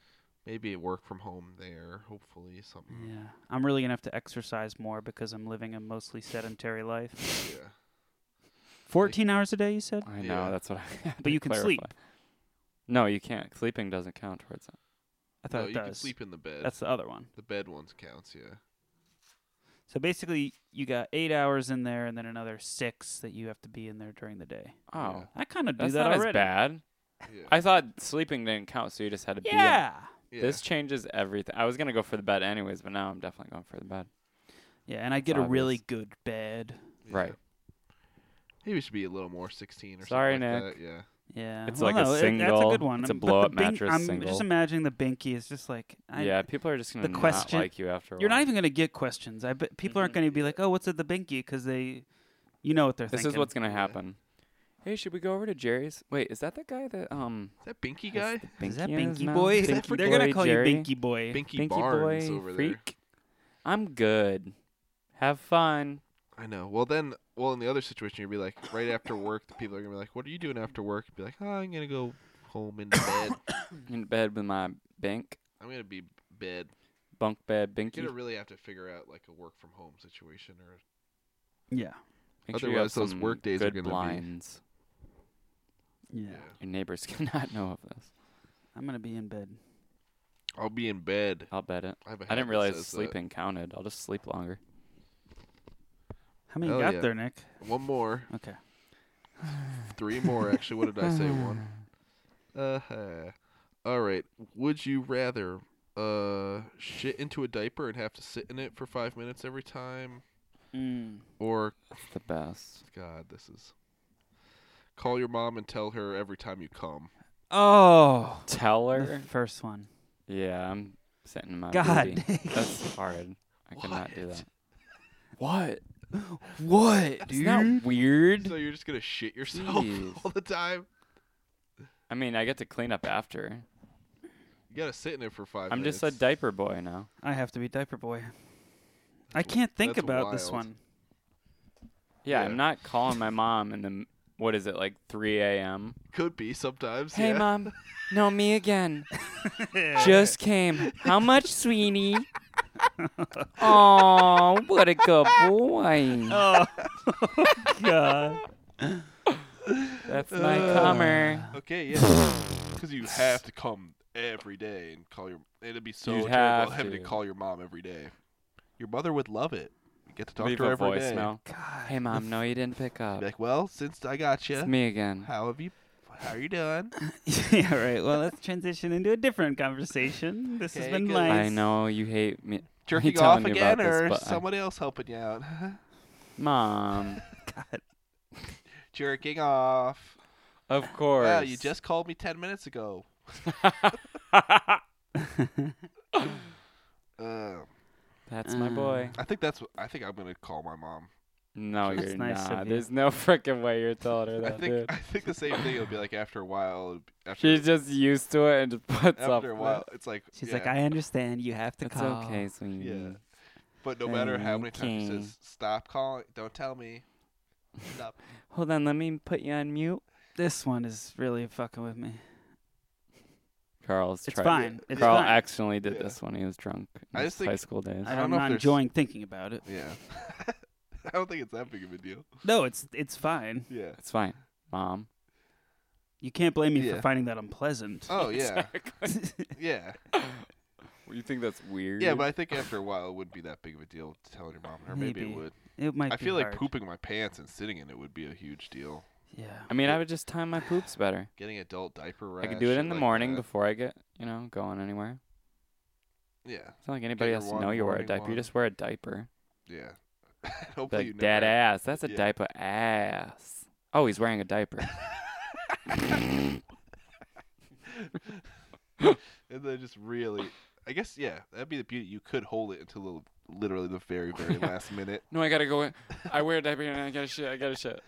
S3: maybe a work from home there. Hopefully something.
S1: Yeah, I'm really gonna have to exercise more because I'm living a mostly sedentary life.
S3: *laughs* Yeah.
S1: 14 hours a day, you said.
S2: I know
S3: Yeah.
S2: that's what I. *laughs* had
S1: But
S2: to
S1: you can sleep.
S2: clarify. No, you can't. Sleeping doesn't count towards it.
S1: I
S3: No,
S1: thought
S3: Oh, you
S1: it
S3: can
S1: does.
S3: sleep in the bed.
S1: That's the other one.
S3: the bed ones counts. Yeah.
S1: So basically, you got eight hours in there, and then another six that you have to be in there during the day.
S2: Oh,
S3: Yeah.
S1: I kind of do
S2: that's
S1: that
S2: not
S1: already.
S2: as bad.
S3: Yeah.
S2: I thought sleeping didn't count, so you just had to be. in-
S1: Yeah.
S3: yeah.
S2: This changes everything. I was gonna go for the bed anyways, but now I'm definitely going for the bed.
S1: Yeah, and I get a
S2: It's
S1: really
S2: obvious.
S1: good bed.
S3: yeah.
S2: Right.
S3: Maybe it should be a little more 16 or
S2: Sorry,
S3: something like
S2: Nick.
S3: that. Yeah.
S1: Yeah.
S2: It's
S1: well,
S2: like a
S1: no, it- that's a
S2: single.
S1: good one.
S2: It's a
S1: But the
S2: blow-up
S1: bink-
S2: mattress
S1: I'm
S2: single.
S1: just imagining the binky is just like. I,
S2: yeah, people are just gonna
S1: the
S2: not
S1: question-
S2: like you after. A
S1: You're
S2: while.
S1: not even going to get questions. I bet people aren't
S2: Mhm.
S1: going to be like, "Oh, what's at the binky?" Because they, you know what they're
S2: This
S1: thinking.
S2: is what's gonna
S3: Yeah.
S2: happen. Hey, should we go over to Jerry's? Wait, is that the guy that um?
S3: Is that Binky
S2: has
S3: guy?
S2: the
S1: Is that
S2: in his
S1: Binky
S2: mouth?
S1: Boy? *laughs*
S3: Is that
S2: Binky
S3: for-
S1: They're gonna
S2: Boy
S1: call
S2: Jerry?
S1: you Binky Boy.
S3: Binky,
S2: Binky
S3: Barnes
S2: Boy,
S3: over there.
S2: freak. I'm good. Have fun.
S3: I know. Well, then, well, in the other situation, you'd be like, right after work, the people are gonna be like, "What are you doing after work?" Be like, "Oh, I'm gonna go home into
S2: *coughs*
S3: bed.
S2: In bed with my bink,
S3: I'm gonna be bed."
S2: bunk bed,
S3: You're
S2: binky.
S3: gonna really have to figure out like a work from home situation, or
S1: Yeah.
S2: Make sure you have
S3: otherwise those
S2: some
S3: work days are
S2: good
S3: gonna be-
S2: blinds.
S1: Yeah.
S3: yeah.
S2: Your neighbors *laughs* cannot know of this.
S1: I'm going to be in bed.
S3: I'll be in bed.
S2: I'll bet it.
S3: I, have a
S2: I
S3: hat that
S2: didn't realize
S3: says uh, that.
S2: sleeping counted. I'll just sleep longer.
S1: How many you
S3: Hell
S1: got
S3: yeah.
S1: there, Nick?
S3: One more,
S1: Okay.
S3: *sighs* three more. Actually, what did I say? One.
S1: *sighs*
S3: Uh huh. All right. Would you rather uh shit into a diaper and have to sit in it for five minutes every time,
S1: Mm.
S3: or
S2: That's the best.
S3: God, this is. Call your mom and tell her every time you come.
S1: Oh.
S2: Tell
S1: The
S2: her.
S1: *laughs* first one.
S2: Yeah, I'm sitting in my
S1: God.
S2: booty. That's hard. I cannot do that. What?
S1: What,
S2: Isn't that
S3: So
S2: weird?
S3: you're just gonna shit yourself *laughs*
S2: Jeez.
S3: all the time.
S2: I mean, I get to clean up after.
S3: You gotta sit in it for 5
S2: I'm
S3: minutes.
S2: just a diaper boy now.
S1: I have to be diaper boy. I
S3: That's w-
S1: can't think
S3: that's
S1: about this
S3: wild.
S1: one.
S2: Yeah,
S3: Yeah.
S2: I'm not calling my mom in the m- what is it like 3
S3: *laughs*
S2: a.m.
S3: Could be sometimes.
S7: Hey,
S3: yeah. *laughs*
S7: mom. No, me again. Just came. How much, Sweeney? Oh, what a good boy.
S1: Oh, *laughs* God.
S2: That's my
S3: Uh.
S2: comer.
S3: Okay, *laughs* yeah. Because you have to come every day and call your. It'd be so
S2: You'd
S3: terrible
S2: have
S3: having to
S2: to.
S3: call your mom every day. Your mother would love it. You get to talk
S2: Leave
S3: to her
S2: a
S3: every day.
S2: voicemail. Hey mom, no, you didn't pick up.
S3: Be like, well, since I got
S2: It's
S3: you,
S2: me again.
S3: how have you? How are you doing?
S2: *laughs*
S1: *laughs* yeah, right. Well, let's transition into a different conversation. This has
S3: Okay,
S1: been
S3: good.
S1: nice.
S2: I know you hate me,
S3: Jerking
S2: telling
S3: off
S2: me
S3: again,
S2: about this,
S3: or
S2: but I-
S3: someone else helping you out? *laughs*
S2: mom.
S3: Jerking off.
S2: Of course.
S3: *laughs* Wow, you just called me ten minutes *sighs* ago. Uh,
S2: *laughs* That's my boy.
S3: I think that's. What, I think I'm gonna call my mom.
S2: No,
S1: That's
S2: you're
S1: nice of
S2: not.
S1: you.
S2: There's no freaking way you're telling her
S3: *laughs* I
S2: that,
S3: think.
S2: dude.
S3: I think the same thing. It'll be like after a while. it'll be- After,
S2: She's just used to it and just puts up.
S3: after a
S2: with
S3: while,
S2: it.
S3: it's like.
S1: *laughs* She's
S3: yeah,
S1: like, I understand. You have to
S2: It's
S1: call.
S2: okay, sweetie.
S3: Yeah. But no matter how many times she
S2: Okay.
S3: says, "Stop calling! Don't tell me." Stop.
S2: *laughs* Hold on, let me put you on mute.
S1: This one is really fucking with me.
S2: Carl's
S1: It's
S2: tried-
S1: fine. It's
S2: Carl
S1: fine.
S2: accidentally did
S3: Yeah.
S2: this when he was drunk in
S3: I
S2: his
S3: just think-
S2: high school days.
S3: I
S1: I
S3: don't
S1: am
S3: know if
S1: not
S3: there's-
S1: enjoying thinking about it.
S3: yeah. *laughs* I don't think it's that big of a deal.
S1: No, it's it's fine.
S3: Yeah.
S2: It's fine, mom.
S1: You can't blame me
S3: Yeah.
S1: for finding that unpleasant.
S3: *laughs*
S2: *laughs*
S3: Oh yeah. yeah.
S2: you think that's weird?
S3: Yeah, but I think after a while it wouldn't be that big of a deal to tell your mom, or maybe,
S1: Maybe.
S3: it would.
S1: *laughs* It might
S3: I
S1: be
S3: feel like
S1: hard.
S3: pooping my pants and sitting in it would be a huge deal.
S1: Yeah.
S2: I mean, I would just time my poops better.
S3: Getting adult diaper rash.
S2: I could do it
S3: shit
S2: in the
S3: like
S2: morning
S3: that.
S2: before I get, you know, going anywhere.
S3: Yeah,
S2: It's not like anybody
S3: your
S2: has to
S3: one
S2: know you wear a
S3: morning
S2: diaper. You
S3: one.
S2: just wear a diaper.
S3: yeah. *laughs*
S2: Be
S3: Hopefully you
S2: Like
S3: never
S2: dead
S3: have-
S2: ass. That's a
S3: Yeah.
S2: diaper ass. Oh, he's wearing a
S3: *laughs*
S2: diaper.
S3: And then just really, I guess yeah, that'd be the beauty. You could hold it until the, literally the very
S2: *laughs*
S3: very last minute.
S7: No, I gotta go. In. I wear a diaper and I gotta shit. I gotta shit.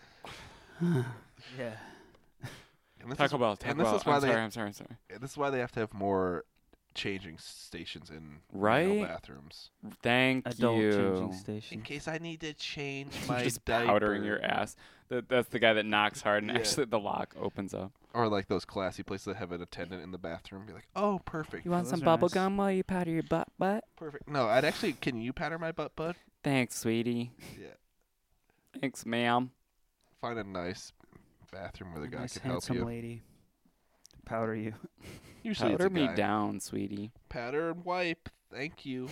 S1: Yeah.
S3: And this, is,
S7: Taco Bell.
S3: and
S7: Taco
S3: this
S7: Bell.
S3: is why
S7: I'm
S3: they-
S7: sorry. I'm sorry. I'm sorry.
S3: and this is why they have to have more changing stations in male
S2: Right?
S3: bathrooms
S2: Thank
S1: Adult
S2: you.
S1: changing station.
S3: in case I need to change
S2: *laughs* You're
S3: my
S2: just
S3: diaper.
S2: powdering your ass. That, that's the guy that knocks hard and
S3: Yeah.
S2: actually the lock opens up.
S3: Or like those classy places that have an attendant in the bathroom. Be like, oh, perfect,
S7: You want
S1: Those
S7: some
S1: are
S7: bubble
S1: nice.
S7: gum while you powder your butt? Butt.
S3: perfect. No, I'd actually. Can you powder my butt, bud?
S2: Thanks, sweetie.
S3: Yeah.
S2: Thanks, ma'am.
S3: Find a nice bathroom where the guy
S1: nice
S3: can help
S1: handsome
S3: you.
S1: lady. Powder
S3: *laughs*
S1: you.
S3: Usually it's
S2: Powder
S3: a
S2: me
S3: guy.
S2: down, sweetie.
S3: Powder and wipe. Thank you.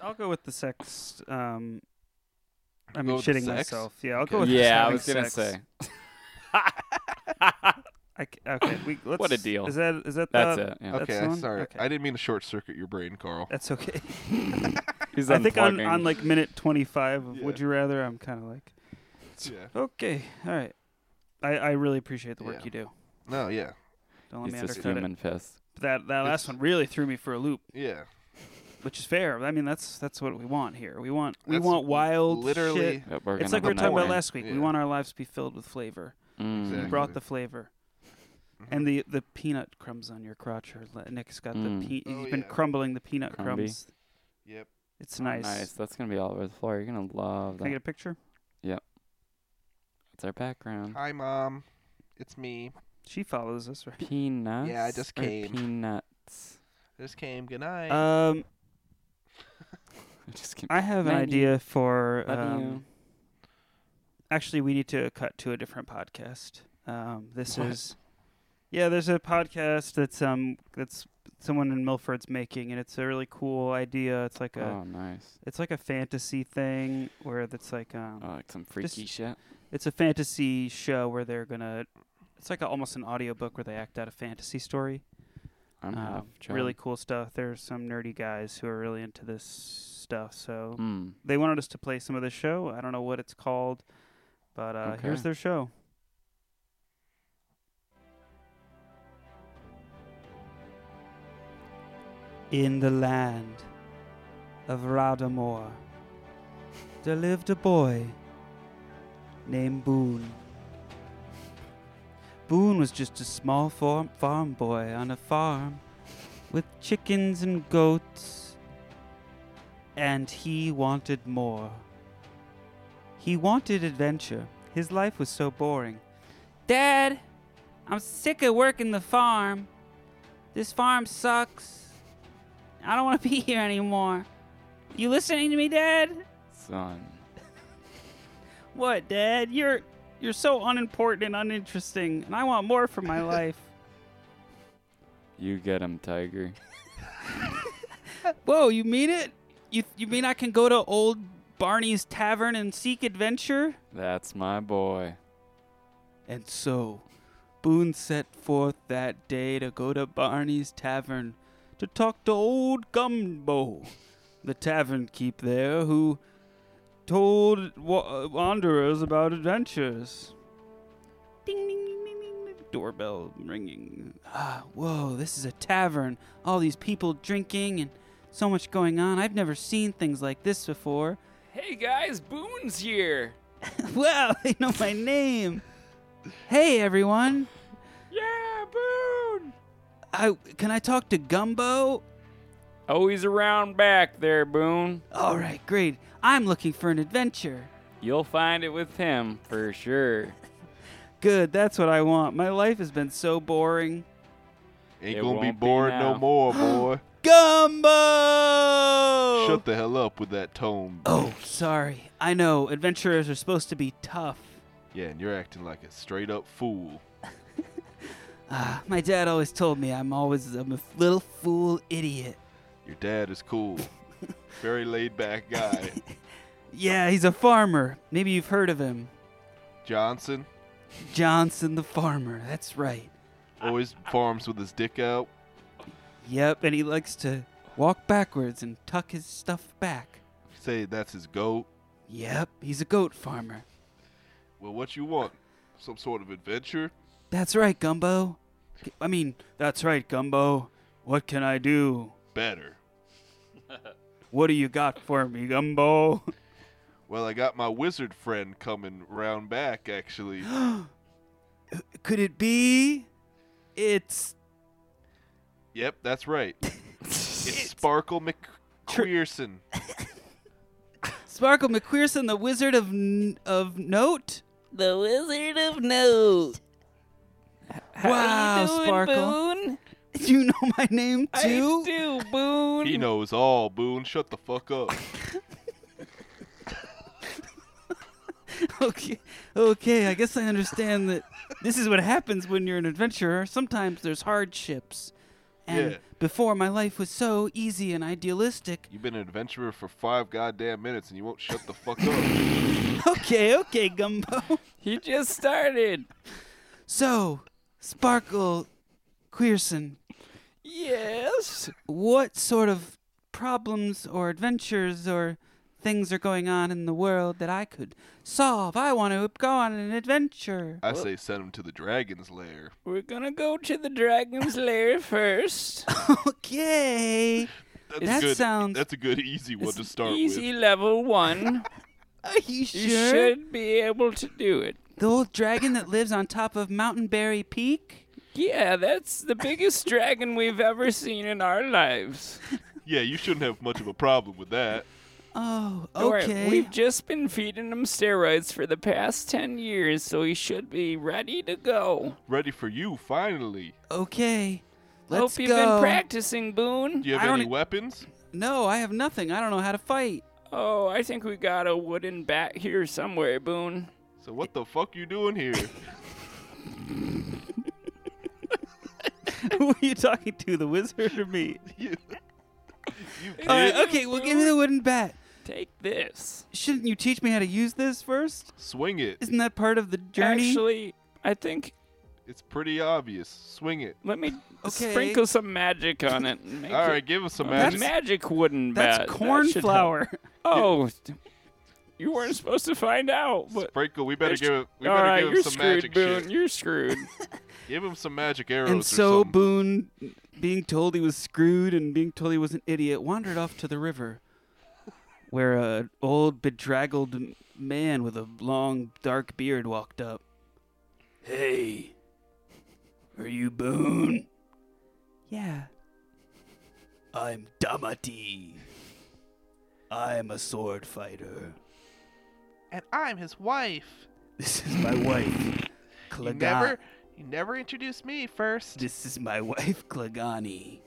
S1: I'll go with the sex. Um, I
S3: Go
S1: mean,
S3: with the
S1: shitting
S3: sex?
S1: myself. Yeah, I'll
S3: Okay.
S1: go with just
S2: yeah, I
S1: having
S2: was gonna
S1: sex.
S2: say.
S1: I c okay, we, let's,
S2: *laughs* What a deal.
S1: Is that is that
S2: That's
S1: the,
S2: it. Yeah.
S1: That's
S3: Okay,
S1: the one?
S3: sorry.
S1: Okay.
S3: I didn't mean to short circuit your brain, Carl.
S1: That's
S3: *laughs*
S1: okay.
S2: *laughs* He's
S1: I think on,
S2: unplugging.
S1: on like minute twenty five of
S3: Yeah.
S1: Would You Rather, I'm kind of like,
S3: Yeah.
S1: okay, all right. I, I really appreciate the work
S3: Yeah.
S1: you do.
S3: No, yeah.
S1: Don't let
S2: He's
S1: me
S2: just
S1: undercut it.
S2: human fist.
S1: That that
S3: It's-
S1: last one really threw me for a loop,
S3: Yeah.
S1: which is fair. I mean, that's that's what we want here. We want we
S3: That's
S1: want wild
S3: literally
S1: shit.
S2: But we're
S1: It's
S2: gonna
S1: like we were
S2: put
S1: talking
S2: more
S1: about
S2: in.
S1: last week.
S3: Yeah.
S1: We want our lives to be filled with flavor.
S2: Mm.
S1: You
S3: Exactly.
S1: brought the flavor.
S3: Mhm.
S1: And the, the peanut crumbs on your crotch. Or le- Nick's got
S2: Mm.
S1: the pe-
S3: Oh,
S1: he's been
S3: yeah.
S1: crumbling the peanut
S2: Crumby.
S1: crumbs.
S3: Yep.
S1: It's
S2: Oh,
S1: nice.
S2: Nice. That's gonna be all over the floor. You're gonna love
S1: Can I get
S2: that.
S1: a picture?
S2: It's our background.
S3: Hi, mom. It's me.
S1: She follows us, right?
S2: Peanuts.
S3: just
S2: or
S3: came.
S2: Peanuts. *laughs*
S3: I just came. Good night.
S1: Um,
S2: I just came.
S1: I have an
S2: Love you.
S1: idea for.
S2: Love
S1: Um,
S2: you.
S1: actually, we need to cut to a different podcast. Um, this
S2: What?
S1: is, Yeah, there's a podcast that's um that's someone in Milford's making, and it's a really cool idea. It's like a
S2: Oh, nice.
S1: it's like a fantasy thing where that's like um
S2: Oh, like some freaky
S1: Just-
S2: shit.
S1: it's a fantasy show where they're gonna it's like a, almost an audiobook where they act out a fantasy story.
S2: I'm half
S1: Um, really cool stuff. There's some nerdy guys who are really into this stuff, so
S2: Mm.
S1: they wanted us to play some of the show. I don't know what it's called, but uh,
S2: Okay.
S1: here's their show. In the land of Radamore, there lived a boy named Boone. Boone was just a small farm, farm boy on a farm with chickens and goats and he wanted more. He wanted adventure. His life was so boring. Dad, I'm sick of working the farm. This farm sucks. I don't want to be *laughs* here anymore. You listening to me, Dad?
S2: Son.
S1: What, Dad? You're you're so unimportant and uninteresting, and I want more from my life.
S2: You get him, Tiger.
S1: Whoa, you mean it? You you mean I can go to old Barney's tavern and seek adventure?
S2: That's my boy.
S1: And so, Boone set forth that day to go to Barney's tavern to talk to old Gumbo, the tavern keep there, who told wa- wanderers about adventures. Ding, ding, ding, ding, ding, ding, doorbell ringing. Ah, whoa, this is a tavern. All these people drinking and so much going on. I've never seen things like this before. *laughs*
S7: Hey guys, Boone's here.
S1: Wow, *laughs* they know my name. Hey, everyone.
S7: Yeah, Boone.
S1: I can I talk to Gumbo?
S2: Oh, he's around back there, Boone.
S1: All right, great. I'm looking for an adventure.
S2: You'll find it with him for sure.
S1: Good, that's what I want. My life has been so boring.
S3: Ain't
S2: It
S3: gonna be
S2: won't be
S3: bored
S2: now.
S3: no
S1: *gasps*
S3: more, boy.
S1: Gumbo!
S3: Shut the hell up with that tone.
S1: oh, sorry. I know adventurers are supposed to be tough.
S3: Yeah, and you're acting like a straight up fool.
S1: Ah, my dad always told me I'm always I'm a f- little fool idiot.
S3: Your dad
S1: *laughs*
S3: is cool. Very laid back guy.
S1: Yeah, he's a farmer. Maybe you've heard of him.
S3: Johnson
S1: Johnson the farmer. That's right.
S3: always farms with his dick out.
S1: Yep, and he likes to walk backwards and tuck his stuff back.
S3: Say that's his goat.
S1: Yep, he's a goat farmer.
S3: Well, what you want? Some sort of adventure?
S1: That's right, Gumbo. G- I mean, that's right, Gumbo. What can I do?
S3: Better.
S1: What do you got for me, Gumbo?
S3: Well, I got my wizard friend coming round back, actually.
S1: Could it be? It's
S3: yep, that's right. It's Sparkle McQueerson.
S1: Sparkle McQueerson, the Wizard of N- of Note.
S4: The Wizard of Note.
S1: wow, Sparkle,
S4: Boone?
S1: you know my name too.
S4: do, Boone.
S3: He knows all, Boone. Shut the fuck up.
S1: okay, okay. I guess I understand that this is what happens when you're an adventurer. Sometimes there's hardships, and
S3: Yeah.
S1: before my life was so easy and
S3: *laughs*
S1: idealistic.
S3: You've been an adventurer for five goddamn minutes and you won't shut the fuck up.
S1: Okay, okay, Gumbo.
S7: He just started.
S1: So, Sparkle, Queerson,
S7: Yes.
S1: what sort of problems or adventures or things are going on in the world that I could solve? I want to go on an *laughs* adventure.
S3: I say send him to the dragon's lair.
S7: We're gonna go to the dragon's lair first.
S1: Okay.
S3: That's
S1: That
S3: a good,
S1: sounds-
S3: That's a good easy one to start
S7: Easy
S3: with.
S7: level
S1: *laughs*
S7: one.
S1: Are you
S7: You
S1: sure?
S7: should be able to do it.
S1: The old dragon that lives on top of Mountain Berry Peak?
S7: Yeah, that's the
S1: *laughs*
S7: biggest dragon we've ever seen in our lives.
S3: Yeah, you shouldn't have much of a problem with that.
S1: Oh,
S7: Don't worry,
S1: okay.
S7: We've just been feeding him steroids for the past 10 years, so he should be ready to go.
S3: Ready for you, finally.
S1: okay. Let's
S7: Hope you've
S1: go.
S7: been practicing, Boone.
S3: Do you
S1: I
S3: have
S1: don't
S3: any
S1: e-
S3: weapons?
S1: No, I have nothing. I don't know how to fight.
S7: Oh, I think we got a wooden bat here somewhere, Boone.
S3: So what the fuck you doing here?
S1: *laughs* Who are you talking to, the wizard or me?
S3: you, you
S1: All right,
S3: bitch.
S1: okay, well, give me the wooden bat.
S7: Take this.
S1: Shouldn't you teach me how to use this first?
S3: swing it.
S1: Isn't that part of the journey?
S7: Actually, I think
S3: It's pretty obvious. Swing it.
S7: let me
S1: Okay.
S7: sprinkle some magic on it. And make
S3: All
S7: it
S3: right, give us some
S2: Uh,
S7: a
S3: magic.
S7: magic wooden
S1: That's
S7: bat. That
S1: corn
S7: should help.
S1: flour.
S7: Oh, you weren't supposed to find out. But
S3: Sprinkle, we better
S7: There's-
S3: give it. We
S7: all
S3: better
S7: right,
S3: give
S7: you're
S3: him some
S7: screwed,
S3: magic
S7: Boone.
S3: shit.
S7: You're screwed.
S3: Give him some magic arrows
S1: and
S3: or
S1: so
S3: something.
S1: Boone, being told he was screwed and being told he was an idiot, wandered off to the river, where an old bedraggled m- man with a long dark beard walked up. Hey, are you Boone? Yeah. I'm Damati. I'm a sword fighter.
S3: and I'm his wife.
S1: This is my wife, Clagan.
S3: you never introduced me first.
S1: This is my wife, Clagani.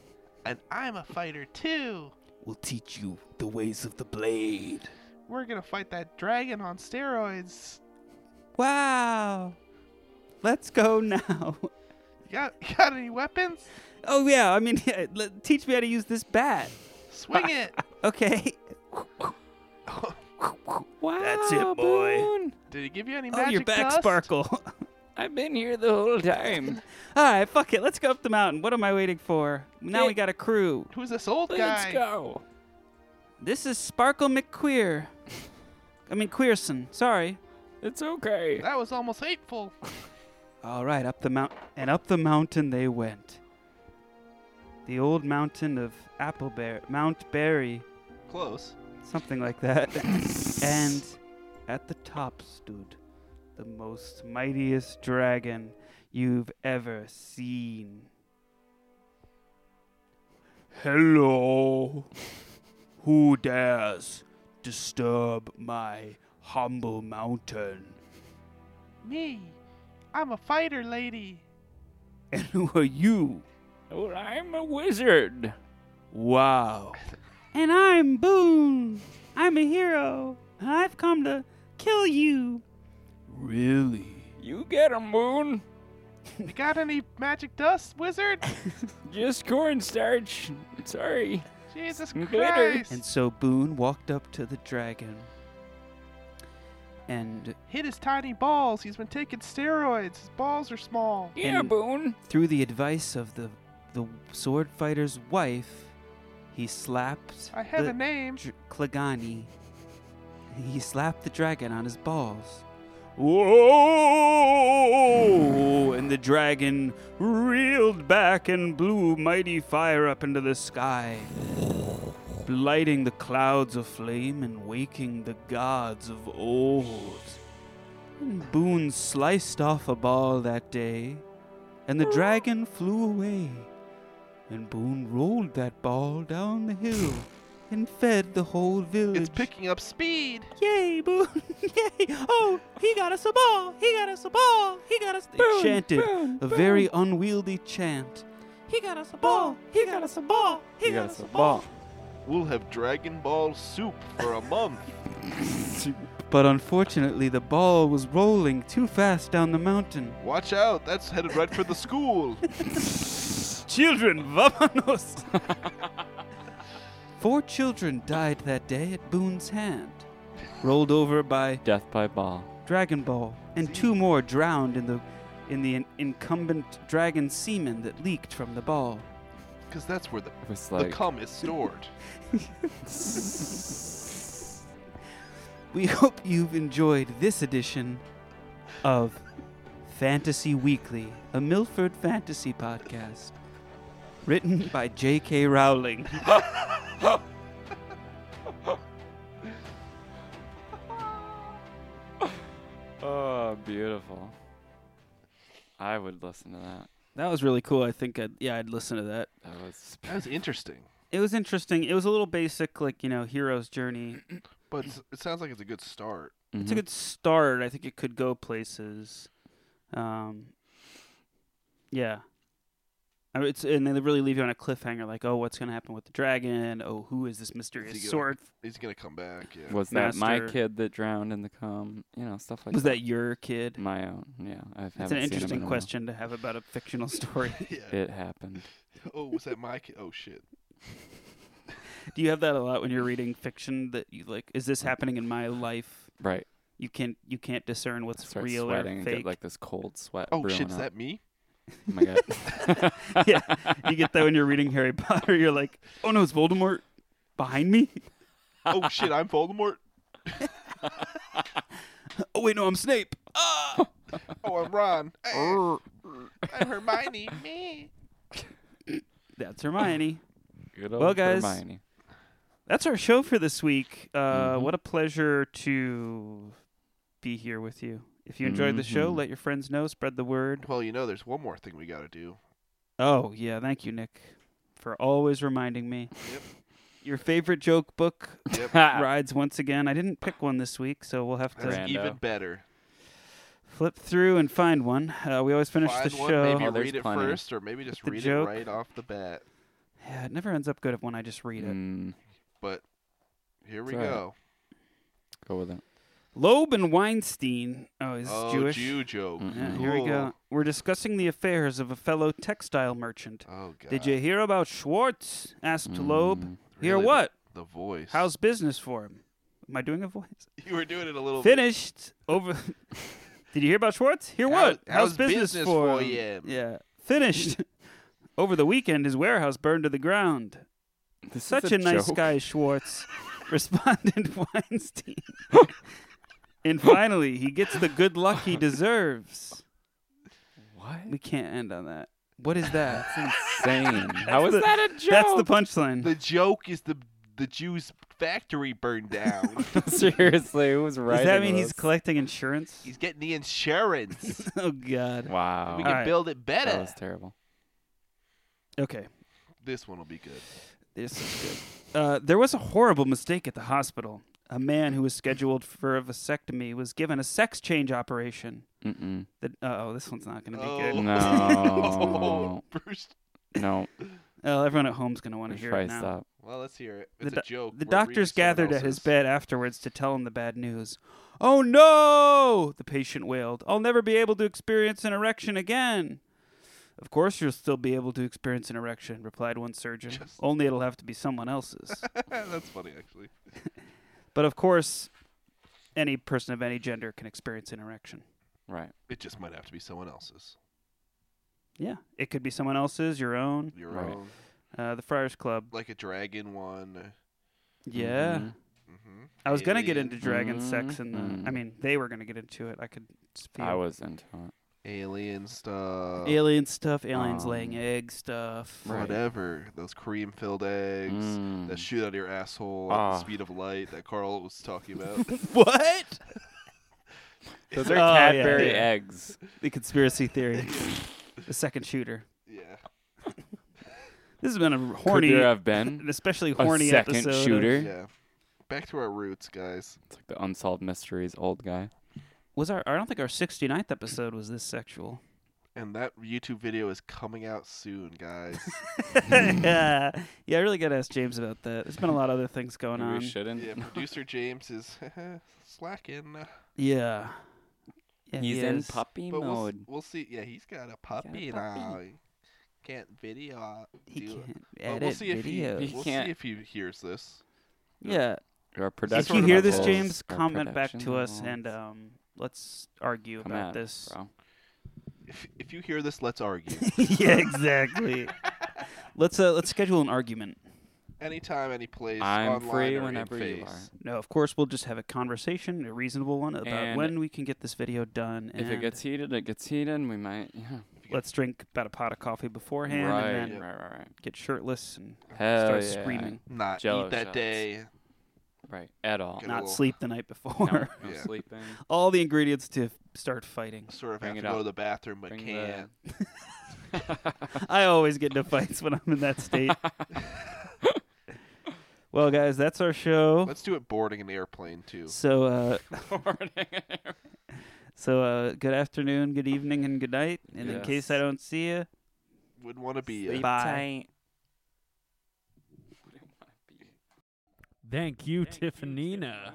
S3: And I'm a fighter too.
S1: will teach you the ways of the blade.
S3: We're gonna fight that dragon on steroids.
S1: Wow. Let's go now. *laughs*
S3: You got, *laughs* you got any weapons?
S1: Oh, yeah. I mean, *laughs* yeah, le- teach me how to use this bat.
S3: Swing it.
S1: *laughs* Okay.
S7: wow,
S1: That's it, boy.
S7: Boone.
S3: Did he give you any
S1: oh, you're back, Sparkle.
S7: *laughs*
S1: *laughs*
S7: I've been here the whole time.
S1: All right, fuck it. Let's go up the mountain. What am I waiting for? Now we
S7: Yeah.
S1: got a crew.
S3: Who's this old
S7: Let's go.
S1: This is Sparkle McQueer. I mean, Queerson. Sorry.
S7: It's okay.
S3: That was almost hateful.
S1: All right, up the mountain. And up the mountain they went. The old mountain of Appleberry. Mount Berry.
S3: Close.
S1: something like *laughs* that. and at the top stood the most mightiest dragon you've ever seen. Hello. Who dares disturb my humble mountain? *laughs*
S3: Me. I'm a fighter lady.
S1: And who are you?
S7: Well, I'm a wizard.
S1: Wow. And I'm Boone. I'm a hero. I've come to kill you. Really?
S7: You get a moon,
S3: You got any magic dust, wizard? *laughs*
S7: just cornstarch. Sorry.
S3: Jesus
S7: Some glitter.
S3: Christ.
S1: And so Boone walked up to the dragon. And
S3: Hit his tiny balls. He's been taking steroids. His balls are small.
S7: Yeah,
S1: And-
S7: Boone.
S1: through the advice of the the sword fighter's wife, He slapped
S3: I have
S1: the
S3: a name.
S1: dr- Clegane. He slapped the dragon on his balls. Whoa! And the dragon reeled back and blew mighty fire up into the sky, lighting the clouds of flame and waking the gods of old. And Boone sliced off a ball that day, and the dragon flew away. And Boone rolled that ball down the hill and fed the whole village.
S3: It's picking up speed.
S1: Yay, Boone! *laughs* Yay! Oh, he got us a ball! He got us a ball! He got us. They chanted a very unwieldy chant. He got us a ball! He got us a ball! He got us a ball!
S3: We'll have Dragon Ball soup for a *laughs* month.
S1: But unfortunately, the ball was rolling too fast down the mountain.
S3: Watch out, that's headed right for the *laughs* school.
S1: Children, vamonos! *laughs* Four children died that day at Boone's hand, rolled over by
S2: Death by ball.
S1: Dragon Ball, and two more drowned in the in the in- incumbent dragon semen that leaked from the ball. *laughs*
S3: Because that's where the,
S2: It was
S3: the
S2: like
S3: cum is stored.
S1: We hope you've enjoyed this edition of Fantasy Weekly, a Milford fantasy podcast, written by J.K. Rowling.
S2: oh, beautiful. I would listen to that.
S1: That was really cool. I think I'd, yeah, I'd listen to that.
S2: That was
S3: That was interesting.
S1: It was interesting. It was a little basic, like you know, hero's journey.
S3: But it's- it sounds like it's a good start.
S1: It's
S2: Mm-hmm.
S1: a good start. I think it could go places. Um, yeah. I mean, it's and they really leave you on a cliffhanger, like, oh, what's gonna happen with the dragon? Oh, who is this mysterious
S3: Is he gonna-
S1: sword?
S3: He's gonna come back. Yeah.
S2: Was that my
S1: Master-
S2: kid that drowned in the cum? You know, stuff like
S1: Was that your kid?
S2: my own? Yeah, I've
S1: That's an interesting
S2: in a while.
S1: question to have about a fictional *laughs* story.
S3: *laughs* yeah.
S2: It happened.
S3: Oh, was that my kid? Oh shit.
S1: *laughs* Do you have that a lot when you're reading fiction? That you like, is this happening in my life?
S2: Right.
S1: You can't you can't discern what's
S2: Start
S1: real or
S2: sweating and
S1: fake.
S2: get like this cold sweat.
S3: Oh
S2: brewing
S3: shit, is
S2: up.
S3: that me?
S2: Oh my god.
S1: *laughs* yeah, you get that when you're reading Harry Potter. You're like, oh no, it's Voldemort behind me. *laughs*
S3: Oh shit, I'm Voldemort.
S1: Oh wait, no, I'm Snape.
S3: Oh, I'm Ron. Ah, I'm Hermione. Me.
S1: That's Hermione.
S2: Good
S1: Well,
S2: old
S1: guys, *laughs*
S2: Hermione.
S1: That's our show for this week. Uh,
S2: Mhm.
S3: Mm-hmm.
S1: What a pleasure to be here with you. If you enjoyed the show,
S3: Mm-hmm.
S2: Mhm.
S1: let your friends know. Spread the word.
S3: Well, you know, there's one more thing we gotta *laughs* do.
S1: Oh yeah, thank you, Nick, for always reminding me.
S3: Yep. Ah.
S1: Your favorite joke book *laughs*
S3: Yep.
S1: rides once again. I didn't pick one this week, so we'll have to
S3: That's
S2: Rando.
S3: even better.
S1: flip through and find one. Uh, we always finish
S3: Find
S1: the
S3: one,
S1: show.
S3: maybe
S2: Oh, there's
S3: read it
S2: plenty.
S3: first, or maybe just
S1: The
S3: read
S1: joke.
S3: it right off the bat.
S1: Yeah, it never ends up good when I just read it.
S2: *laughs* Mm,
S3: But here we
S2: It's all right.
S3: go.
S2: go with it.
S1: Loeb and Weinstein. Oh, is this
S3: oh,
S1: Jewish?
S3: Jew joke.
S1: Yeah, Here we go.
S3: Cool.
S1: We're discussing the affairs of a fellow textile merchant.
S3: Oh god.
S1: Did you hear about Schwartz? asked Loeb.
S2: Mm.
S1: Hear
S3: Really,
S1: what?
S3: The voice.
S1: How's business for him? Am I doing a voice?
S3: *laughs* you were doing it a little bit.
S1: Finished. Over. Did you hear about Schwartz? Hear
S3: How-
S1: what?
S3: how's business for
S1: him?
S3: you?
S1: Yeah. Finished. Over the weekend, his warehouse burned to the ground.
S2: This
S1: Such
S2: is
S1: a, nice *laughs*
S2: joke.
S1: guy,
S2: *laughs*
S1: Schwartz, responded *laughs* Weinstein. and finally, he gets the good luck he deserves.
S2: What?
S1: We can't end on that. What is that?
S2: Insane. How is
S1: the-
S2: that a
S1: *laughs*
S2: joke?
S1: That's the punchline.
S3: The joke is the the Jew's factory
S1: *laughs*
S3: burned down.
S2: Seriously, who's right?
S1: Does that mean he's collecting insurance?
S3: He's getting the insurance.
S1: *laughs* Oh God.
S2: Wow.
S3: We can
S1: Alright.
S3: build it
S2: that
S3: better.
S2: was terrible.
S1: Okay,
S3: This one will be good.
S1: this is good. Uh, there was a horrible mistake at the hospital. A man who was scheduled for a vasectomy was given a sex change operation.
S2: Mm-mm.
S1: The, oh, this one's not going to be
S3: Oh. *laughs*
S1: good.
S2: No.
S3: Bruce.
S2: No.
S1: Oh, everyone at home's going to want to
S2: Should
S1: hear it
S2: probably
S1: now.
S2: stop.
S3: Well, let's hear it.
S1: The
S3: It's
S1: do-
S3: a joke.
S1: The
S3: We're reading
S1: doctors
S3: someone
S1: gathered at his
S3: else's.
S1: bed afterwards to tell him the bad news. Oh no! The patient wailed. I'll never be able to experience an erection again. Of course, you'll still be able to experience an erection, replied one surgeon.
S3: Just-
S1: Only it'll have to be someone else's.
S3: *laughs* *laughs* That's funny, actually.
S1: but of course, any person of any gender can experience an erection.
S2: Right.
S3: It just might have to be someone else's.
S1: Yeah, it could be someone else's, your own.
S3: Your
S2: Right.
S3: own.
S1: Uh, the Friars Club.
S3: Like a dragon one.
S1: Yeah.
S2: Mm-hmm.
S3: hmm
S1: I was going to get into dragon
S2: Mhm.
S1: sex and the, I
S3: Mm-hmm.
S2: Mhm.
S1: mean, they were going to get into it. I could s- feel
S2: I was into it.
S3: alien stuff,
S1: alien stuff, aliens
S2: Um,
S1: laying egg stuff.
S2: right.
S3: whatever. Those cream-filled eggs that
S2: Mm.
S3: shoot out of your asshole at the
S2: Ah.
S3: speed of light that Carl was talking about.
S1: *laughs* What?
S2: Those are
S1: Oh, yeah,
S2: Cadbury
S1: yeah.
S2: eggs.
S1: The conspiracy theory. the second shooter.
S3: yeah.
S1: This has been a
S2: Could
S1: horny,
S2: there have been *laughs*
S1: an especially
S2: a
S1: horny
S2: second
S1: episode. of-
S2: shooter?
S3: Yeah. Back to our roots, guys.
S2: It's like the unsolved mysteries old guy.
S1: was our? I don't think our 69th episode was this sexual.
S3: And that YouTube video is coming out soon, guys.
S1: yeah, yeah. I really got to ask James about that. There's been a lot of other things going
S2: Maybe
S1: on.
S2: we shouldn't. *laughs*
S3: yeah, producer James is *laughs* slacking. uh,
S1: Yeah. yeah.
S2: He's
S1: he
S2: in
S1: is.
S2: puppy
S3: But we'll, s-
S2: mode.
S3: we'll see. Yeah, he's got a
S2: puppy.
S3: puppy, now. He can't video. uh,
S1: He
S3: do it.
S1: can't
S3: But
S1: edit
S3: we'll see if
S1: videos.
S3: he.
S2: He
S3: We'll
S2: can't.
S3: see if he hears this.
S1: yeah.
S2: Our
S1: If
S2: production
S1: you hear this,
S2: levels,
S1: James,
S2: our
S1: comment back
S2: production
S1: to us
S2: levels.
S1: and um, let's argue
S2: Come
S1: about
S2: at
S1: this.
S2: us, bro.
S3: If if you hear this,
S2: *laughs*
S3: let's argue. *laughs*
S1: yeah, exactly. *laughs* let's uh, let's schedule an argument.
S3: Anytime, any place.
S2: I'm
S3: online
S2: free
S3: or in
S2: whenever you
S3: face.
S2: are.
S1: No, of course we'll just have a conversation, a reasonable one, about
S2: And
S1: when we can get this video done.
S2: If it
S1: and
S2: gets heated, it gets heated. and We might, yeah.
S1: let's drink about a pot of coffee beforehand,
S2: right,
S1: and then
S3: yeah.
S2: right, right, right.
S1: get shirtless and
S2: Hell
S1: start
S2: yeah.
S1: screaming,
S3: Not
S2: Jell-O
S3: eat that
S2: shots.
S3: day.
S2: Right, at all.
S3: Get a
S1: not
S3: little-
S1: sleep the night
S2: No,
S1: before.
S2: no
S3: *laughs* Yeah.
S2: sleeping.
S1: *laughs* All the ingredients to f- start
S2: *laughs*
S1: fighting.
S3: Sort of
S2: Bring
S3: have to
S2: it
S3: go to
S2: up.
S3: the bathroom, but
S2: Bring
S3: can't.
S2: the-
S1: I always get into fights when I'm in that state.
S2: *laughs*
S1: well, guys, that's our show.
S3: Let's do it boarding an airplane too.
S1: So, uh,
S2: Morning.
S1: so uh, good afternoon, good evening, and good night. And in case I
S2: Yes.
S1: don't see you,
S3: Would want to be. uh, A,
S1: Sleep Bye. tight.
S7: Thank you, Tiffanina.